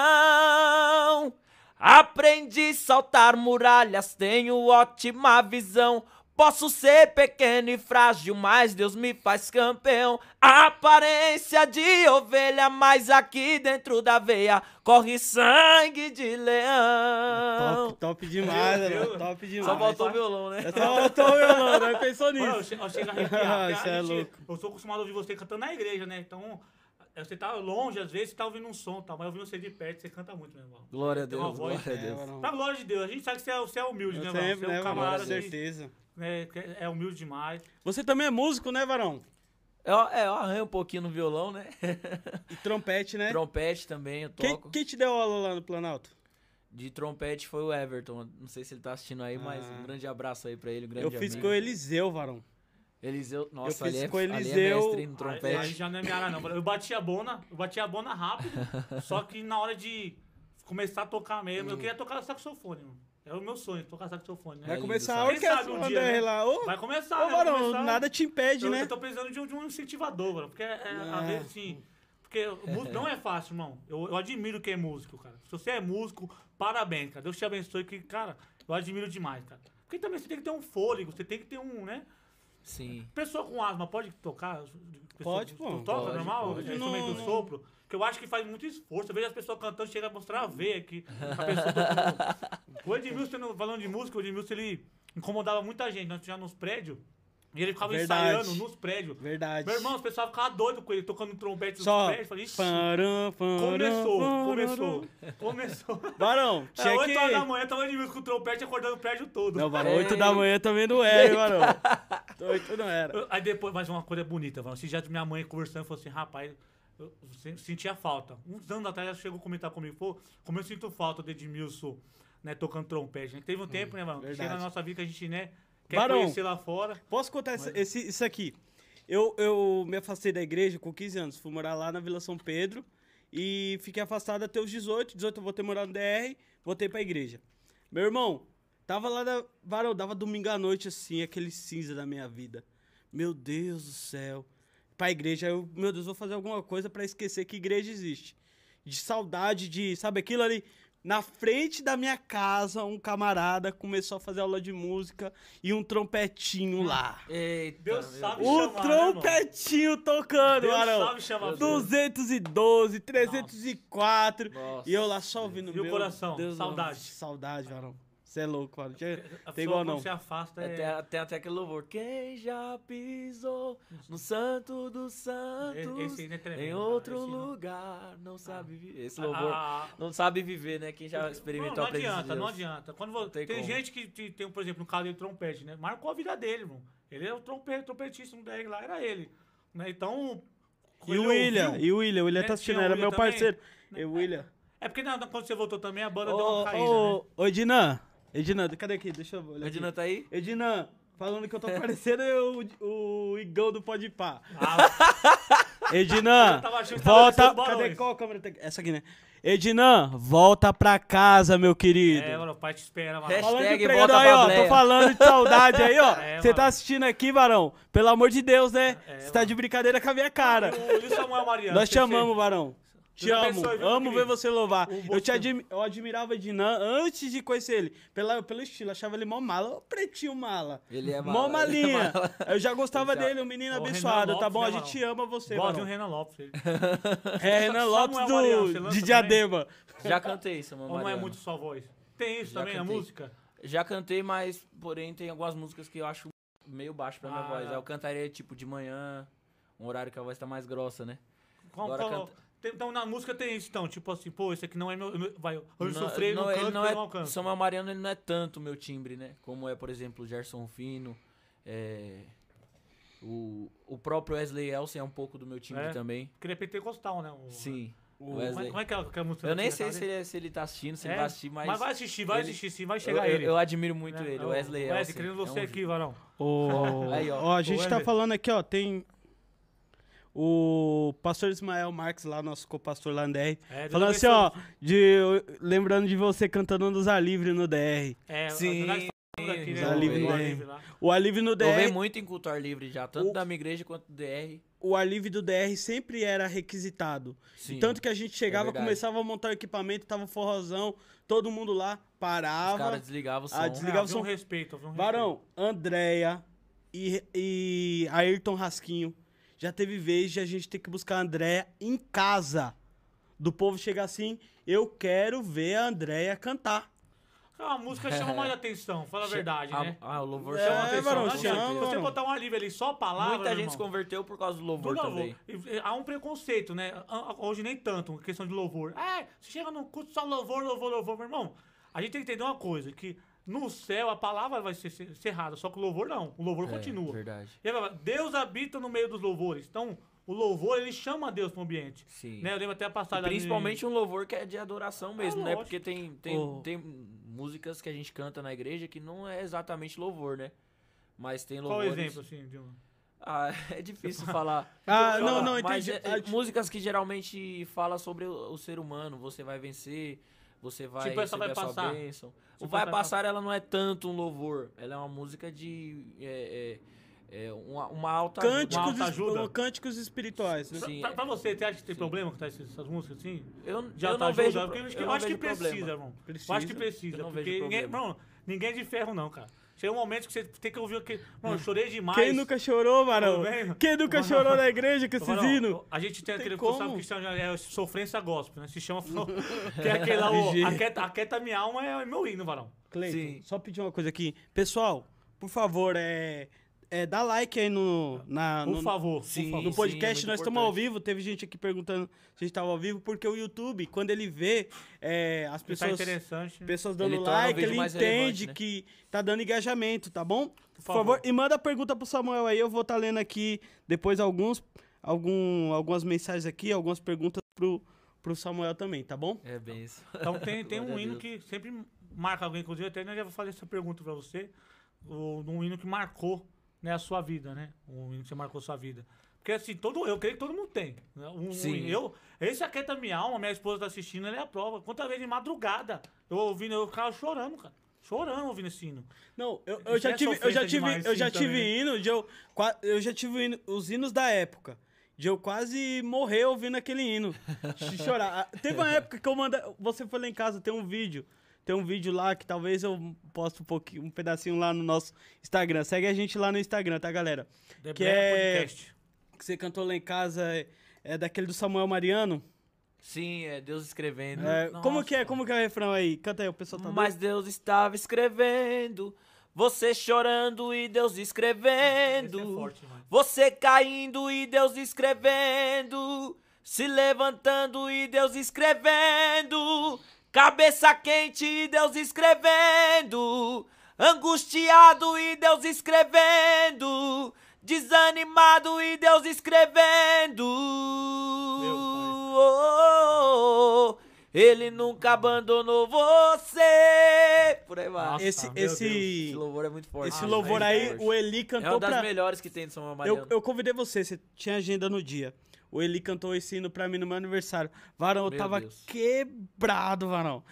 [SPEAKER 3] Aprendi saltar muralhas, tenho ótima visão. Posso ser pequeno e frágil, mas Deus me faz campeão. A aparência de ovelha, mas aqui dentro da veia corre sangue de
[SPEAKER 2] É
[SPEAKER 3] leão.
[SPEAKER 2] Top, Ah, top demais,
[SPEAKER 1] Meu
[SPEAKER 2] mano,
[SPEAKER 1] Deus.
[SPEAKER 2] top demais.
[SPEAKER 3] Só faltou o violão, né?
[SPEAKER 2] Só faltou o violão, não pensou
[SPEAKER 1] Mano,
[SPEAKER 2] nisso.
[SPEAKER 1] eu che- eu chego a arrepiar.
[SPEAKER 2] Isso
[SPEAKER 1] porque
[SPEAKER 2] é
[SPEAKER 1] a gente-
[SPEAKER 2] louco.
[SPEAKER 1] Eu sou acostumado a ouvir você cantando na igreja, né? Então, eh, você tá longe, às vezes, você tá ouvindo um som, tá? mas ouvindo você de perto, você canta muito, meu irmão.
[SPEAKER 3] Glória a
[SPEAKER 1] Tem uma
[SPEAKER 3] Deus,
[SPEAKER 1] voz- né?
[SPEAKER 3] glória a
[SPEAKER 2] É,
[SPEAKER 3] Deus.
[SPEAKER 2] Varão.
[SPEAKER 1] Pra glória de Deus, a gente sabe que você é, você é humilde, né,
[SPEAKER 2] Eu
[SPEAKER 1] mano? Você
[SPEAKER 2] sempre,
[SPEAKER 1] é
[SPEAKER 2] né,
[SPEAKER 1] um
[SPEAKER 2] Varão?
[SPEAKER 1] camarada
[SPEAKER 2] Com
[SPEAKER 1] que,
[SPEAKER 2] certeza.
[SPEAKER 1] né, que é humilde demais.
[SPEAKER 2] Você também é músico, né, Varão?
[SPEAKER 3] Eu, é, eu arranho um pouquinho no violão, né?
[SPEAKER 2] E trompete, né?
[SPEAKER 3] trompete também, eu
[SPEAKER 2] É. Quem,
[SPEAKER 3] toco.
[SPEAKER 2] quem te deu aula lá no Planalto?
[SPEAKER 3] De trompete foi o Everton. Não sei se ele tá assistindo aí, mas
[SPEAKER 2] Ah.
[SPEAKER 3] um grande abraço aí pra ele, um grande
[SPEAKER 2] Eu fiz
[SPEAKER 3] amigo.
[SPEAKER 2] com o Eliseu, Varão.
[SPEAKER 3] Eliseu, nossa,
[SPEAKER 2] fiz
[SPEAKER 3] ali é,
[SPEAKER 2] com o
[SPEAKER 3] ali é
[SPEAKER 2] Eliseu.
[SPEAKER 3] mestre no
[SPEAKER 1] Aí, aí
[SPEAKER 3] trompete.
[SPEAKER 1] já não é minha área, não. Eu bati a bona, eu bati a bona rápido, só que na hora de começar a tocar mesmo,
[SPEAKER 2] Hum.
[SPEAKER 1] eu queria tocar saxofone, mano. É o meu sonho, tocar saxofone, né?
[SPEAKER 2] Vai
[SPEAKER 3] lindo,
[SPEAKER 2] começar a
[SPEAKER 3] sabe?
[SPEAKER 1] Quem
[SPEAKER 2] orquestra
[SPEAKER 1] sabe um
[SPEAKER 2] André
[SPEAKER 1] dia, né?
[SPEAKER 2] lá. Ô,
[SPEAKER 1] Vai começar,
[SPEAKER 2] ô
[SPEAKER 1] né? Vai
[SPEAKER 2] Varão,
[SPEAKER 1] começar.
[SPEAKER 2] nada te impede,
[SPEAKER 1] eu,
[SPEAKER 2] né?
[SPEAKER 1] eu tô precisando de um, de um incentivador, mano, porque é, é,
[SPEAKER 2] Ah.
[SPEAKER 1] às vezes assim. Porque música não é fácil, irmão. Eu, eu admiro quem é músico, cara. Se você é músico, parabéns, cara. Deus te abençoe, que, cara, eu admiro demais, cara. Porque também você tem que ter um fôlego, você tem que ter um, né?
[SPEAKER 3] Sim.
[SPEAKER 1] Pessoa com asma pode tocar? Pessoa
[SPEAKER 2] Pode,
[SPEAKER 1] que
[SPEAKER 2] pô.
[SPEAKER 1] Toca pode,
[SPEAKER 3] Pode,
[SPEAKER 1] normal?
[SPEAKER 3] pode.
[SPEAKER 1] Instrumento
[SPEAKER 2] Não,
[SPEAKER 1] de
[SPEAKER 2] não.
[SPEAKER 1] sopro? Porque eu acho que faz muito esforço. Eu vejo as pessoas cantando, chega a mostrar a veia aqui. A pessoa tá tocando. o Edmilson, no- falando de música, o Edmilson, ele incomodava muita gente. Nós já nos prédios, e ele ficava
[SPEAKER 2] Verdade.
[SPEAKER 1] ensaiando nos prédios.
[SPEAKER 2] Verdade.
[SPEAKER 1] Meu irmão, os pessoal ficavam doido com ele, tocando trompete nos
[SPEAKER 2] Só.
[SPEAKER 1] prédios. Eu falei, "Ixi,
[SPEAKER 2] Param, param,
[SPEAKER 1] começou,
[SPEAKER 2] param.
[SPEAKER 1] começou, começou.
[SPEAKER 2] Varão,
[SPEAKER 1] É,
[SPEAKER 2] tinha
[SPEAKER 1] 8 horas da
[SPEAKER 2] que...
[SPEAKER 1] manhã, É. tava o Edmilson com o trompete acordando o prédio todo.
[SPEAKER 2] Não, Varão, 8 da
[SPEAKER 3] Ei.
[SPEAKER 2] manhã também não era, hein, Varão? 8 não era.
[SPEAKER 1] Eu- Aí depois, mas uma coisa bonita, mano. Esse dia minha mãe conversando falou assim, rapaz, eu sen- sentia falta. Uns anos atrás ela chegou a comentar comigo, pô, como eu sinto falta do Edmilson, né, tocando trompete. né? Teve um tempo, né, mano, que
[SPEAKER 2] Hum, verdade.
[SPEAKER 1] chega na nossa vida que a gente, né, quer
[SPEAKER 2] Barão.
[SPEAKER 1] conhecer lá fora.
[SPEAKER 2] Posso contar essa- esse, isso aqui? Eu, eu me afastei da igreja com 15 anos, fui morar lá na Vila São Pedro e fiquei afastado até os 18. 18 eu voltei a morar no DR, voltei pra igreja. Meu irmão, tava lá na. Varão, dava domingo à noite assim, aquele cinza da minha vida. Meu Deus do céu. Pra igreja, eu, meu Deus, vou fazer alguma coisa pra esquecer que igreja existe. De saudade de, sabe aquilo ali? Na frente da minha casa, um camarada começou a fazer aula de música e um trompetinho lá.
[SPEAKER 3] Eita,
[SPEAKER 1] Deus
[SPEAKER 3] meu
[SPEAKER 1] sabe
[SPEAKER 2] O
[SPEAKER 1] chamar, né,
[SPEAKER 2] trompetinho tocando,
[SPEAKER 1] Deus
[SPEAKER 2] Arão.
[SPEAKER 1] sabe chamar. filho.
[SPEAKER 3] Deus.
[SPEAKER 2] 212, 304.
[SPEAKER 3] Nossa.
[SPEAKER 2] E eu lá só ouvindo
[SPEAKER 1] E o
[SPEAKER 2] meu
[SPEAKER 1] coração?
[SPEAKER 2] Deus,
[SPEAKER 1] Saudade.
[SPEAKER 2] Saudade, Varão. Você é louco, Varão. Tinha-
[SPEAKER 1] A
[SPEAKER 2] Tem
[SPEAKER 1] pessoa
[SPEAKER 2] igual
[SPEAKER 1] quando
[SPEAKER 2] não.
[SPEAKER 1] se afasta
[SPEAKER 3] É,
[SPEAKER 1] é...
[SPEAKER 3] tem, a- tem até aquele louvor. Quem já pisou no santo dos santos,
[SPEAKER 1] Esse ainda é tremendo,
[SPEAKER 3] em
[SPEAKER 1] cara,
[SPEAKER 3] outro
[SPEAKER 1] esse não. Ah.
[SPEAKER 3] lugar, não sabe viver. Esse
[SPEAKER 1] a-
[SPEAKER 3] louvor
[SPEAKER 1] a-
[SPEAKER 3] não sabe viver, né? Quem já experimentou
[SPEAKER 1] ah. não, não
[SPEAKER 3] a presença
[SPEAKER 1] adianta,
[SPEAKER 3] de Deus.
[SPEAKER 1] não adianta. Quando vo-
[SPEAKER 3] tem
[SPEAKER 1] tem
[SPEAKER 3] como.
[SPEAKER 1] gente que te- tem, por exemplo, no caso dele, trompete, né? Marcou a vida dele, irmão. Ele é o trompe- trompetista, um DEG lá, era ele. Né? Então.
[SPEAKER 2] E
[SPEAKER 1] ele
[SPEAKER 2] o William,
[SPEAKER 1] ouviu-
[SPEAKER 2] e o William, o William
[SPEAKER 1] Né,
[SPEAKER 2] tá
[SPEAKER 1] tinha
[SPEAKER 2] assistindo,
[SPEAKER 1] o
[SPEAKER 2] era
[SPEAKER 1] William
[SPEAKER 2] meu
[SPEAKER 1] também.
[SPEAKER 2] parceiro.
[SPEAKER 1] Né?
[SPEAKER 2] E o William.
[SPEAKER 1] É porque na- quando você voltou também, a banda deu uma caída. né? tá
[SPEAKER 2] Ô, ô, ô, Ednan. Ednan, cadê aqui? Deixa eu olhar.
[SPEAKER 3] Não
[SPEAKER 2] aqui.
[SPEAKER 3] adianta aí?
[SPEAKER 2] Ednan, falando que eu tô parecendo o, o Igão do Pode Pá.
[SPEAKER 1] Ah,
[SPEAKER 2] Ednan,
[SPEAKER 1] Eu tava achando que tava
[SPEAKER 2] volta.
[SPEAKER 1] parecendo balões.
[SPEAKER 2] Cadê qual câmera? tem- Essa aqui, né? Ednan, volta pra casa, meu querido.
[SPEAKER 1] é, mano, o pai te espera, mano.
[SPEAKER 3] Hashtag
[SPEAKER 2] Falando de
[SPEAKER 3] volta
[SPEAKER 2] pregador
[SPEAKER 3] pra
[SPEAKER 2] aí, ó.
[SPEAKER 3] Bleia.
[SPEAKER 2] Tô falando de saudade aí, ó.
[SPEAKER 1] É,
[SPEAKER 2] Você tá
[SPEAKER 1] mano.
[SPEAKER 2] assistindo aqui, varão? Pelo amor de Deus, né?
[SPEAKER 1] É,
[SPEAKER 2] Você tá de brincadeira com a minha cara.
[SPEAKER 1] O Luiz Samuel Mariano.
[SPEAKER 2] Nós
[SPEAKER 1] você-
[SPEAKER 2] te amamos, varão. Te
[SPEAKER 1] Deus
[SPEAKER 2] amo.
[SPEAKER 1] abençoe, viu,
[SPEAKER 2] amo ver
[SPEAKER 1] querido?
[SPEAKER 2] você louvar.
[SPEAKER 1] O
[SPEAKER 2] Eu, te
[SPEAKER 1] você-
[SPEAKER 2] admi- eu admirava o Dinan antes de conhecer ele. Pela, pelo estilo, achava ele mó mala. Ô, pretinho mala.
[SPEAKER 3] Ele é
[SPEAKER 2] Mó
[SPEAKER 3] mala, ele é
[SPEAKER 2] malinha.
[SPEAKER 3] mala.
[SPEAKER 2] Eu já gostava
[SPEAKER 3] Ele já-
[SPEAKER 2] dele, um menino
[SPEAKER 1] Ô, Renan
[SPEAKER 2] abençoado, tá
[SPEAKER 1] Lopes,
[SPEAKER 2] bom?
[SPEAKER 1] né,
[SPEAKER 2] a gente ama você, um
[SPEAKER 1] Bota o
[SPEAKER 2] varão.
[SPEAKER 1] Renan Lopes. Ele.
[SPEAKER 2] É, Renan
[SPEAKER 1] Samuel
[SPEAKER 2] Lopes
[SPEAKER 1] Mariano, você
[SPEAKER 2] do,
[SPEAKER 1] lança
[SPEAKER 2] de
[SPEAKER 1] também?
[SPEAKER 2] Diadema.
[SPEAKER 3] Já cantei, Samuel
[SPEAKER 1] Ou não é
[SPEAKER 3] Mariano.
[SPEAKER 1] muito sua voz? Tem isso
[SPEAKER 3] Já
[SPEAKER 1] também na
[SPEAKER 3] cantei.
[SPEAKER 1] música?
[SPEAKER 3] Já cantei, mas porém tem algumas músicas que eu acho meio baixo pra minha
[SPEAKER 1] Ah.
[SPEAKER 3] voz. Aí Eu cantaria tipo de manhã, um horário que a voz tá mais grossa, né?
[SPEAKER 1] Qual-
[SPEAKER 3] Agora
[SPEAKER 1] qual-
[SPEAKER 3] canta-
[SPEAKER 1] tem- Então, na música tem isso, então. Tipo assim, pô, esse aqui não é meu... meu- Vai, eu
[SPEAKER 3] Não-
[SPEAKER 1] sofri, não,
[SPEAKER 3] não, ele
[SPEAKER 1] canto,
[SPEAKER 3] não
[SPEAKER 1] eu
[SPEAKER 3] é-
[SPEAKER 1] não alcanço.
[SPEAKER 3] Samuel Mariano ele não é tanto o meu timbre, né? Como é, por exemplo, o Gerson Fino, é, o, o próprio Wesley Elson é um pouco do meu timbre
[SPEAKER 1] É?
[SPEAKER 3] também.
[SPEAKER 1] Porque ele é pentecostal, né? o-
[SPEAKER 3] Sim.
[SPEAKER 2] O-
[SPEAKER 1] Como é,
[SPEAKER 3] Wesley.
[SPEAKER 1] como é que é aquela música?
[SPEAKER 3] Eu nem
[SPEAKER 1] daquele
[SPEAKER 3] sei
[SPEAKER 1] cara
[SPEAKER 3] se ele, é- se ele tá assistindo, se
[SPEAKER 1] É,
[SPEAKER 3] ele vai assistir, mas.
[SPEAKER 1] vai assistir, vai
[SPEAKER 3] ele-
[SPEAKER 1] assistir sim, vai
[SPEAKER 3] eu-
[SPEAKER 1] chegar
[SPEAKER 3] eu,
[SPEAKER 1] ele.
[SPEAKER 3] eu admiro muito
[SPEAKER 1] Né?
[SPEAKER 3] ele,
[SPEAKER 1] É
[SPEAKER 3] o Wesley Elson.
[SPEAKER 1] Wesley, querendo você
[SPEAKER 3] é um
[SPEAKER 1] aqui, Varão.
[SPEAKER 2] Ô,
[SPEAKER 3] Aí, ó.
[SPEAKER 2] ó, a gente
[SPEAKER 1] Ô,
[SPEAKER 2] tá
[SPEAKER 1] Ever.
[SPEAKER 2] falando aqui, ó, tem o pastor Ismael Marques lá, nosso co-pastor lá no DR,
[SPEAKER 1] É, Deus
[SPEAKER 2] falando assim,
[SPEAKER 1] abençoe.
[SPEAKER 2] ó, de, lembrando de você cantando nos Alivre no DR.
[SPEAKER 1] É,
[SPEAKER 3] Sim,
[SPEAKER 1] o Alex tá falando aqui,
[SPEAKER 3] sim,
[SPEAKER 1] né,
[SPEAKER 2] Ali
[SPEAKER 1] do- do
[SPEAKER 2] vem.
[SPEAKER 1] Alive lá.
[SPEAKER 2] O Alivre no
[SPEAKER 3] Eu venho
[SPEAKER 2] DR,
[SPEAKER 3] muito em culto ao ar livre já, tanto
[SPEAKER 2] O-
[SPEAKER 3] da minha igreja quanto do DR.
[SPEAKER 2] o Alivre do DR sempre era requisitado.
[SPEAKER 3] Sim. É
[SPEAKER 2] Tanto que a gente chegava,
[SPEAKER 3] verdade.
[SPEAKER 2] começava a montar o equipamento, tava um forrozão, todo mundo lá
[SPEAKER 3] Os
[SPEAKER 2] parava.
[SPEAKER 3] caras desligavam o som.
[SPEAKER 2] Ah,
[SPEAKER 1] É,
[SPEAKER 2] Desligava o
[SPEAKER 1] havia
[SPEAKER 2] som.
[SPEAKER 1] um respeito, havia um respeito.
[SPEAKER 2] Varão, Andréia e, e Ayrton Rasquinho. Já teve vez de a gente ter que buscar a Andréia em casa. Do povo chegar assim, eu quero ver a Andréia cantar.
[SPEAKER 1] A É música chama mais atenção, fala a verdade,
[SPEAKER 3] Ah,
[SPEAKER 1] né?
[SPEAKER 3] Ah, o louvor
[SPEAKER 2] É,
[SPEAKER 3] chama
[SPEAKER 1] Chama
[SPEAKER 3] atenção.
[SPEAKER 2] varão,
[SPEAKER 1] não
[SPEAKER 3] com
[SPEAKER 2] chama,
[SPEAKER 1] adianta. Se
[SPEAKER 3] certeza.
[SPEAKER 1] você
[SPEAKER 2] varão.
[SPEAKER 1] botar um alívio ali só a palavra,
[SPEAKER 3] Muita gente se
[SPEAKER 1] irmão,
[SPEAKER 3] converteu por causa do louvor
[SPEAKER 1] do
[SPEAKER 3] também.
[SPEAKER 1] louvor. E- e Há um preconceito, né? Ah, ah, Hoje nem tanto, uma questão de louvor. É, você chega num culto só louvor, louvor, louvor, meu irmão. A gente tem que entender uma coisa, que no céu a palavra vai ser ser cerrada, só que o louvor não. O louvor
[SPEAKER 3] É,
[SPEAKER 1] continua.
[SPEAKER 3] Verdade.
[SPEAKER 1] E agora, Deus habita no meio dos louvores. Então, o louvor, ele chama Deus pro ambiente.
[SPEAKER 3] Sim.
[SPEAKER 1] Né? Eu lembro até a
[SPEAKER 3] E
[SPEAKER 1] passagem... ali-
[SPEAKER 3] principalmente um louvor que é de adoração mesmo, né?
[SPEAKER 1] lógico.
[SPEAKER 3] Porque tem, tem,
[SPEAKER 2] Ô.
[SPEAKER 3] tem músicas que a gente canta na igreja que não é exatamente louvor, né? Mas tem
[SPEAKER 1] Qual o
[SPEAKER 3] louvores...
[SPEAKER 1] exemplo, assim, de um...
[SPEAKER 3] Ah, é difícil falar.
[SPEAKER 2] Ah,
[SPEAKER 1] não,
[SPEAKER 2] não,
[SPEAKER 3] Mas
[SPEAKER 2] entendi.
[SPEAKER 3] é- é
[SPEAKER 2] Ah,
[SPEAKER 3] músicas que geralmente fala sobre o, o ser humano. Você vai vencer, você vai
[SPEAKER 1] Tipo, essa
[SPEAKER 3] receber
[SPEAKER 1] vai
[SPEAKER 3] a sua
[SPEAKER 1] passar.
[SPEAKER 3] bênção. O
[SPEAKER 1] Tipo,
[SPEAKER 3] Vai
[SPEAKER 1] essa vai
[SPEAKER 3] Passar, ela não é tanto um louvor. Ela é uma música de... é- é- é uma, uma
[SPEAKER 1] Tá
[SPEAKER 3] alta...
[SPEAKER 2] Cânticos,
[SPEAKER 1] Uma
[SPEAKER 2] es-
[SPEAKER 1] ajuda.
[SPEAKER 2] cânticos espirituais, né?
[SPEAKER 1] Pra,
[SPEAKER 3] Sim,
[SPEAKER 1] pra-
[SPEAKER 3] é.
[SPEAKER 1] pra você, você acho que tem
[SPEAKER 3] Sim.
[SPEAKER 1] problema com essas, essas músicas assim?
[SPEAKER 3] Eu,
[SPEAKER 1] Já
[SPEAKER 3] eu
[SPEAKER 1] tá
[SPEAKER 3] não
[SPEAKER 1] ajudando? Porque
[SPEAKER 3] vejo...
[SPEAKER 1] eu acho que,
[SPEAKER 3] eu
[SPEAKER 1] eu
[SPEAKER 3] não
[SPEAKER 1] acho que
[SPEAKER 3] vejo problema.
[SPEAKER 1] precisa, irmão. Eu acho que
[SPEAKER 2] Precisa.
[SPEAKER 1] precisa.
[SPEAKER 3] Eu não
[SPEAKER 1] porque
[SPEAKER 3] vejo
[SPEAKER 1] ninguém,
[SPEAKER 3] problema.
[SPEAKER 1] irmão, ninguém é de ferro, não, cara. Chega um momento que você tem que ouvir aquele. Mano, eu chorei demais.
[SPEAKER 2] Quem nunca chorou, varão?
[SPEAKER 1] Tudo bem?
[SPEAKER 2] Quem nunca
[SPEAKER 1] Varão.
[SPEAKER 2] chorou na igreja com
[SPEAKER 1] Ô,
[SPEAKER 2] esses
[SPEAKER 1] Varão,
[SPEAKER 2] hinos?
[SPEAKER 1] A gente tem,
[SPEAKER 2] Não tem
[SPEAKER 1] aquele.
[SPEAKER 2] como.
[SPEAKER 1] Sabe que se chama, é sofrência gospel, né? Se chama. que é aquele lá, ô,
[SPEAKER 2] Gente.
[SPEAKER 1] aquieta, aquieta minha alma é meu hino, varão.
[SPEAKER 2] Cleiton,
[SPEAKER 3] Sim.
[SPEAKER 2] só pedir uma coisa aqui. Pessoal, por favor, é, é, dá like aí no, na,
[SPEAKER 1] Por
[SPEAKER 2] no,
[SPEAKER 1] favor. por
[SPEAKER 3] Sim.
[SPEAKER 1] favor.
[SPEAKER 2] No podcast
[SPEAKER 3] muito
[SPEAKER 2] nós estamos
[SPEAKER 3] importante.
[SPEAKER 2] ao vivo, teve gente aqui perguntando se a gente tava ao vivo, porque o YouTube, quando ele vê é, as
[SPEAKER 1] Isso é
[SPEAKER 2] pessoas,
[SPEAKER 1] interessante.
[SPEAKER 2] pessoas dando
[SPEAKER 3] tá Ele torna o
[SPEAKER 2] like,
[SPEAKER 3] vídeo
[SPEAKER 2] ele
[SPEAKER 3] mais relevante,
[SPEAKER 2] entende
[SPEAKER 3] né?
[SPEAKER 2] que tá dando engajamento, tá bom? Por favor.
[SPEAKER 1] favor.
[SPEAKER 2] e manda a pergunta pro Samuel aí, eu vou estar lendo aqui depois alguns, algum, algumas mensagens aqui, algumas perguntas pro, pro Samuel também, tá bom?
[SPEAKER 3] É bem isso.
[SPEAKER 1] Então tem, tem um
[SPEAKER 3] Glória a
[SPEAKER 1] hino
[SPEAKER 3] Deus.
[SPEAKER 1] que sempre marca alguém, inclusive até eu já vou fazer essa pergunta pra você, o- um hino que marcou né, a sua vida, né? Um hino que você marcou a sua vida. Porque assim, todo, eu creio que todo mundo tem. né? Um, um
[SPEAKER 3] Sim.
[SPEAKER 1] hino. eu, esse aqui é da minha alma, minha esposa tá assistindo, ela é a prova. Quantas vezes de madrugada, eu ouvindo, eu ficava chorando, cara. chorando ouvindo esse hino.
[SPEAKER 2] Não, eu,
[SPEAKER 1] Isso
[SPEAKER 2] eu já
[SPEAKER 1] é
[SPEAKER 2] tive, eu já
[SPEAKER 1] sofrência
[SPEAKER 2] tive,
[SPEAKER 1] demais,
[SPEAKER 2] eu
[SPEAKER 1] sim,
[SPEAKER 2] já tive
[SPEAKER 1] também.
[SPEAKER 2] hino de eu, qua- eu já tive hino- os hinos da época. De eu quase morrer ouvindo aquele hino. de chorar. Ah, Teve uma época que eu mandei. Você foi lá em casa, tem um vídeo. Tem um vídeo lá que talvez eu poste um pouquinho, um pedacinho lá no nosso Instagram. Segue a gente lá no Instagram, tá, galera?
[SPEAKER 1] Debreca
[SPEAKER 2] é-
[SPEAKER 1] Podcast.
[SPEAKER 2] Que você cantou lá em casa é, é daquele do Samuel Mariano.
[SPEAKER 3] Sim, é Deus escrevendo.
[SPEAKER 2] É, como que é?
[SPEAKER 3] Nossa.
[SPEAKER 2] Como que é o refrão aí? Canta aí, o pessoal tá
[SPEAKER 3] Mas Deus estava escrevendo, você chorando e Deus escrevendo.
[SPEAKER 1] Esse é forte, mano.
[SPEAKER 3] Você caindo e Deus escrevendo, se levantando e Deus escrevendo, cabeça quente e Deus escrevendo, angustiado e Deus escrevendo, desanimado e Deus escrevendo. Oh, oh, oh, ele nunca abandonou você. Por aí vai.
[SPEAKER 1] Nossa,
[SPEAKER 2] doido. Esse,
[SPEAKER 1] meu
[SPEAKER 2] esse,
[SPEAKER 3] Esse louvor é muito forte.
[SPEAKER 2] esse
[SPEAKER 1] Ah,
[SPEAKER 2] louvor
[SPEAKER 1] é
[SPEAKER 2] aí,
[SPEAKER 1] forte.
[SPEAKER 2] o Eli
[SPEAKER 3] É
[SPEAKER 2] cantou
[SPEAKER 3] uma das
[SPEAKER 2] pra.
[SPEAKER 3] melhores que tem de São Mariano.
[SPEAKER 2] Eu, eu convidei você, você tinha agenda no dia. O Eli cantou esse hino pra mim no meu aniversário. Varão, eu
[SPEAKER 3] Meu
[SPEAKER 2] tava
[SPEAKER 3] Deus.
[SPEAKER 2] quebrado, Varão.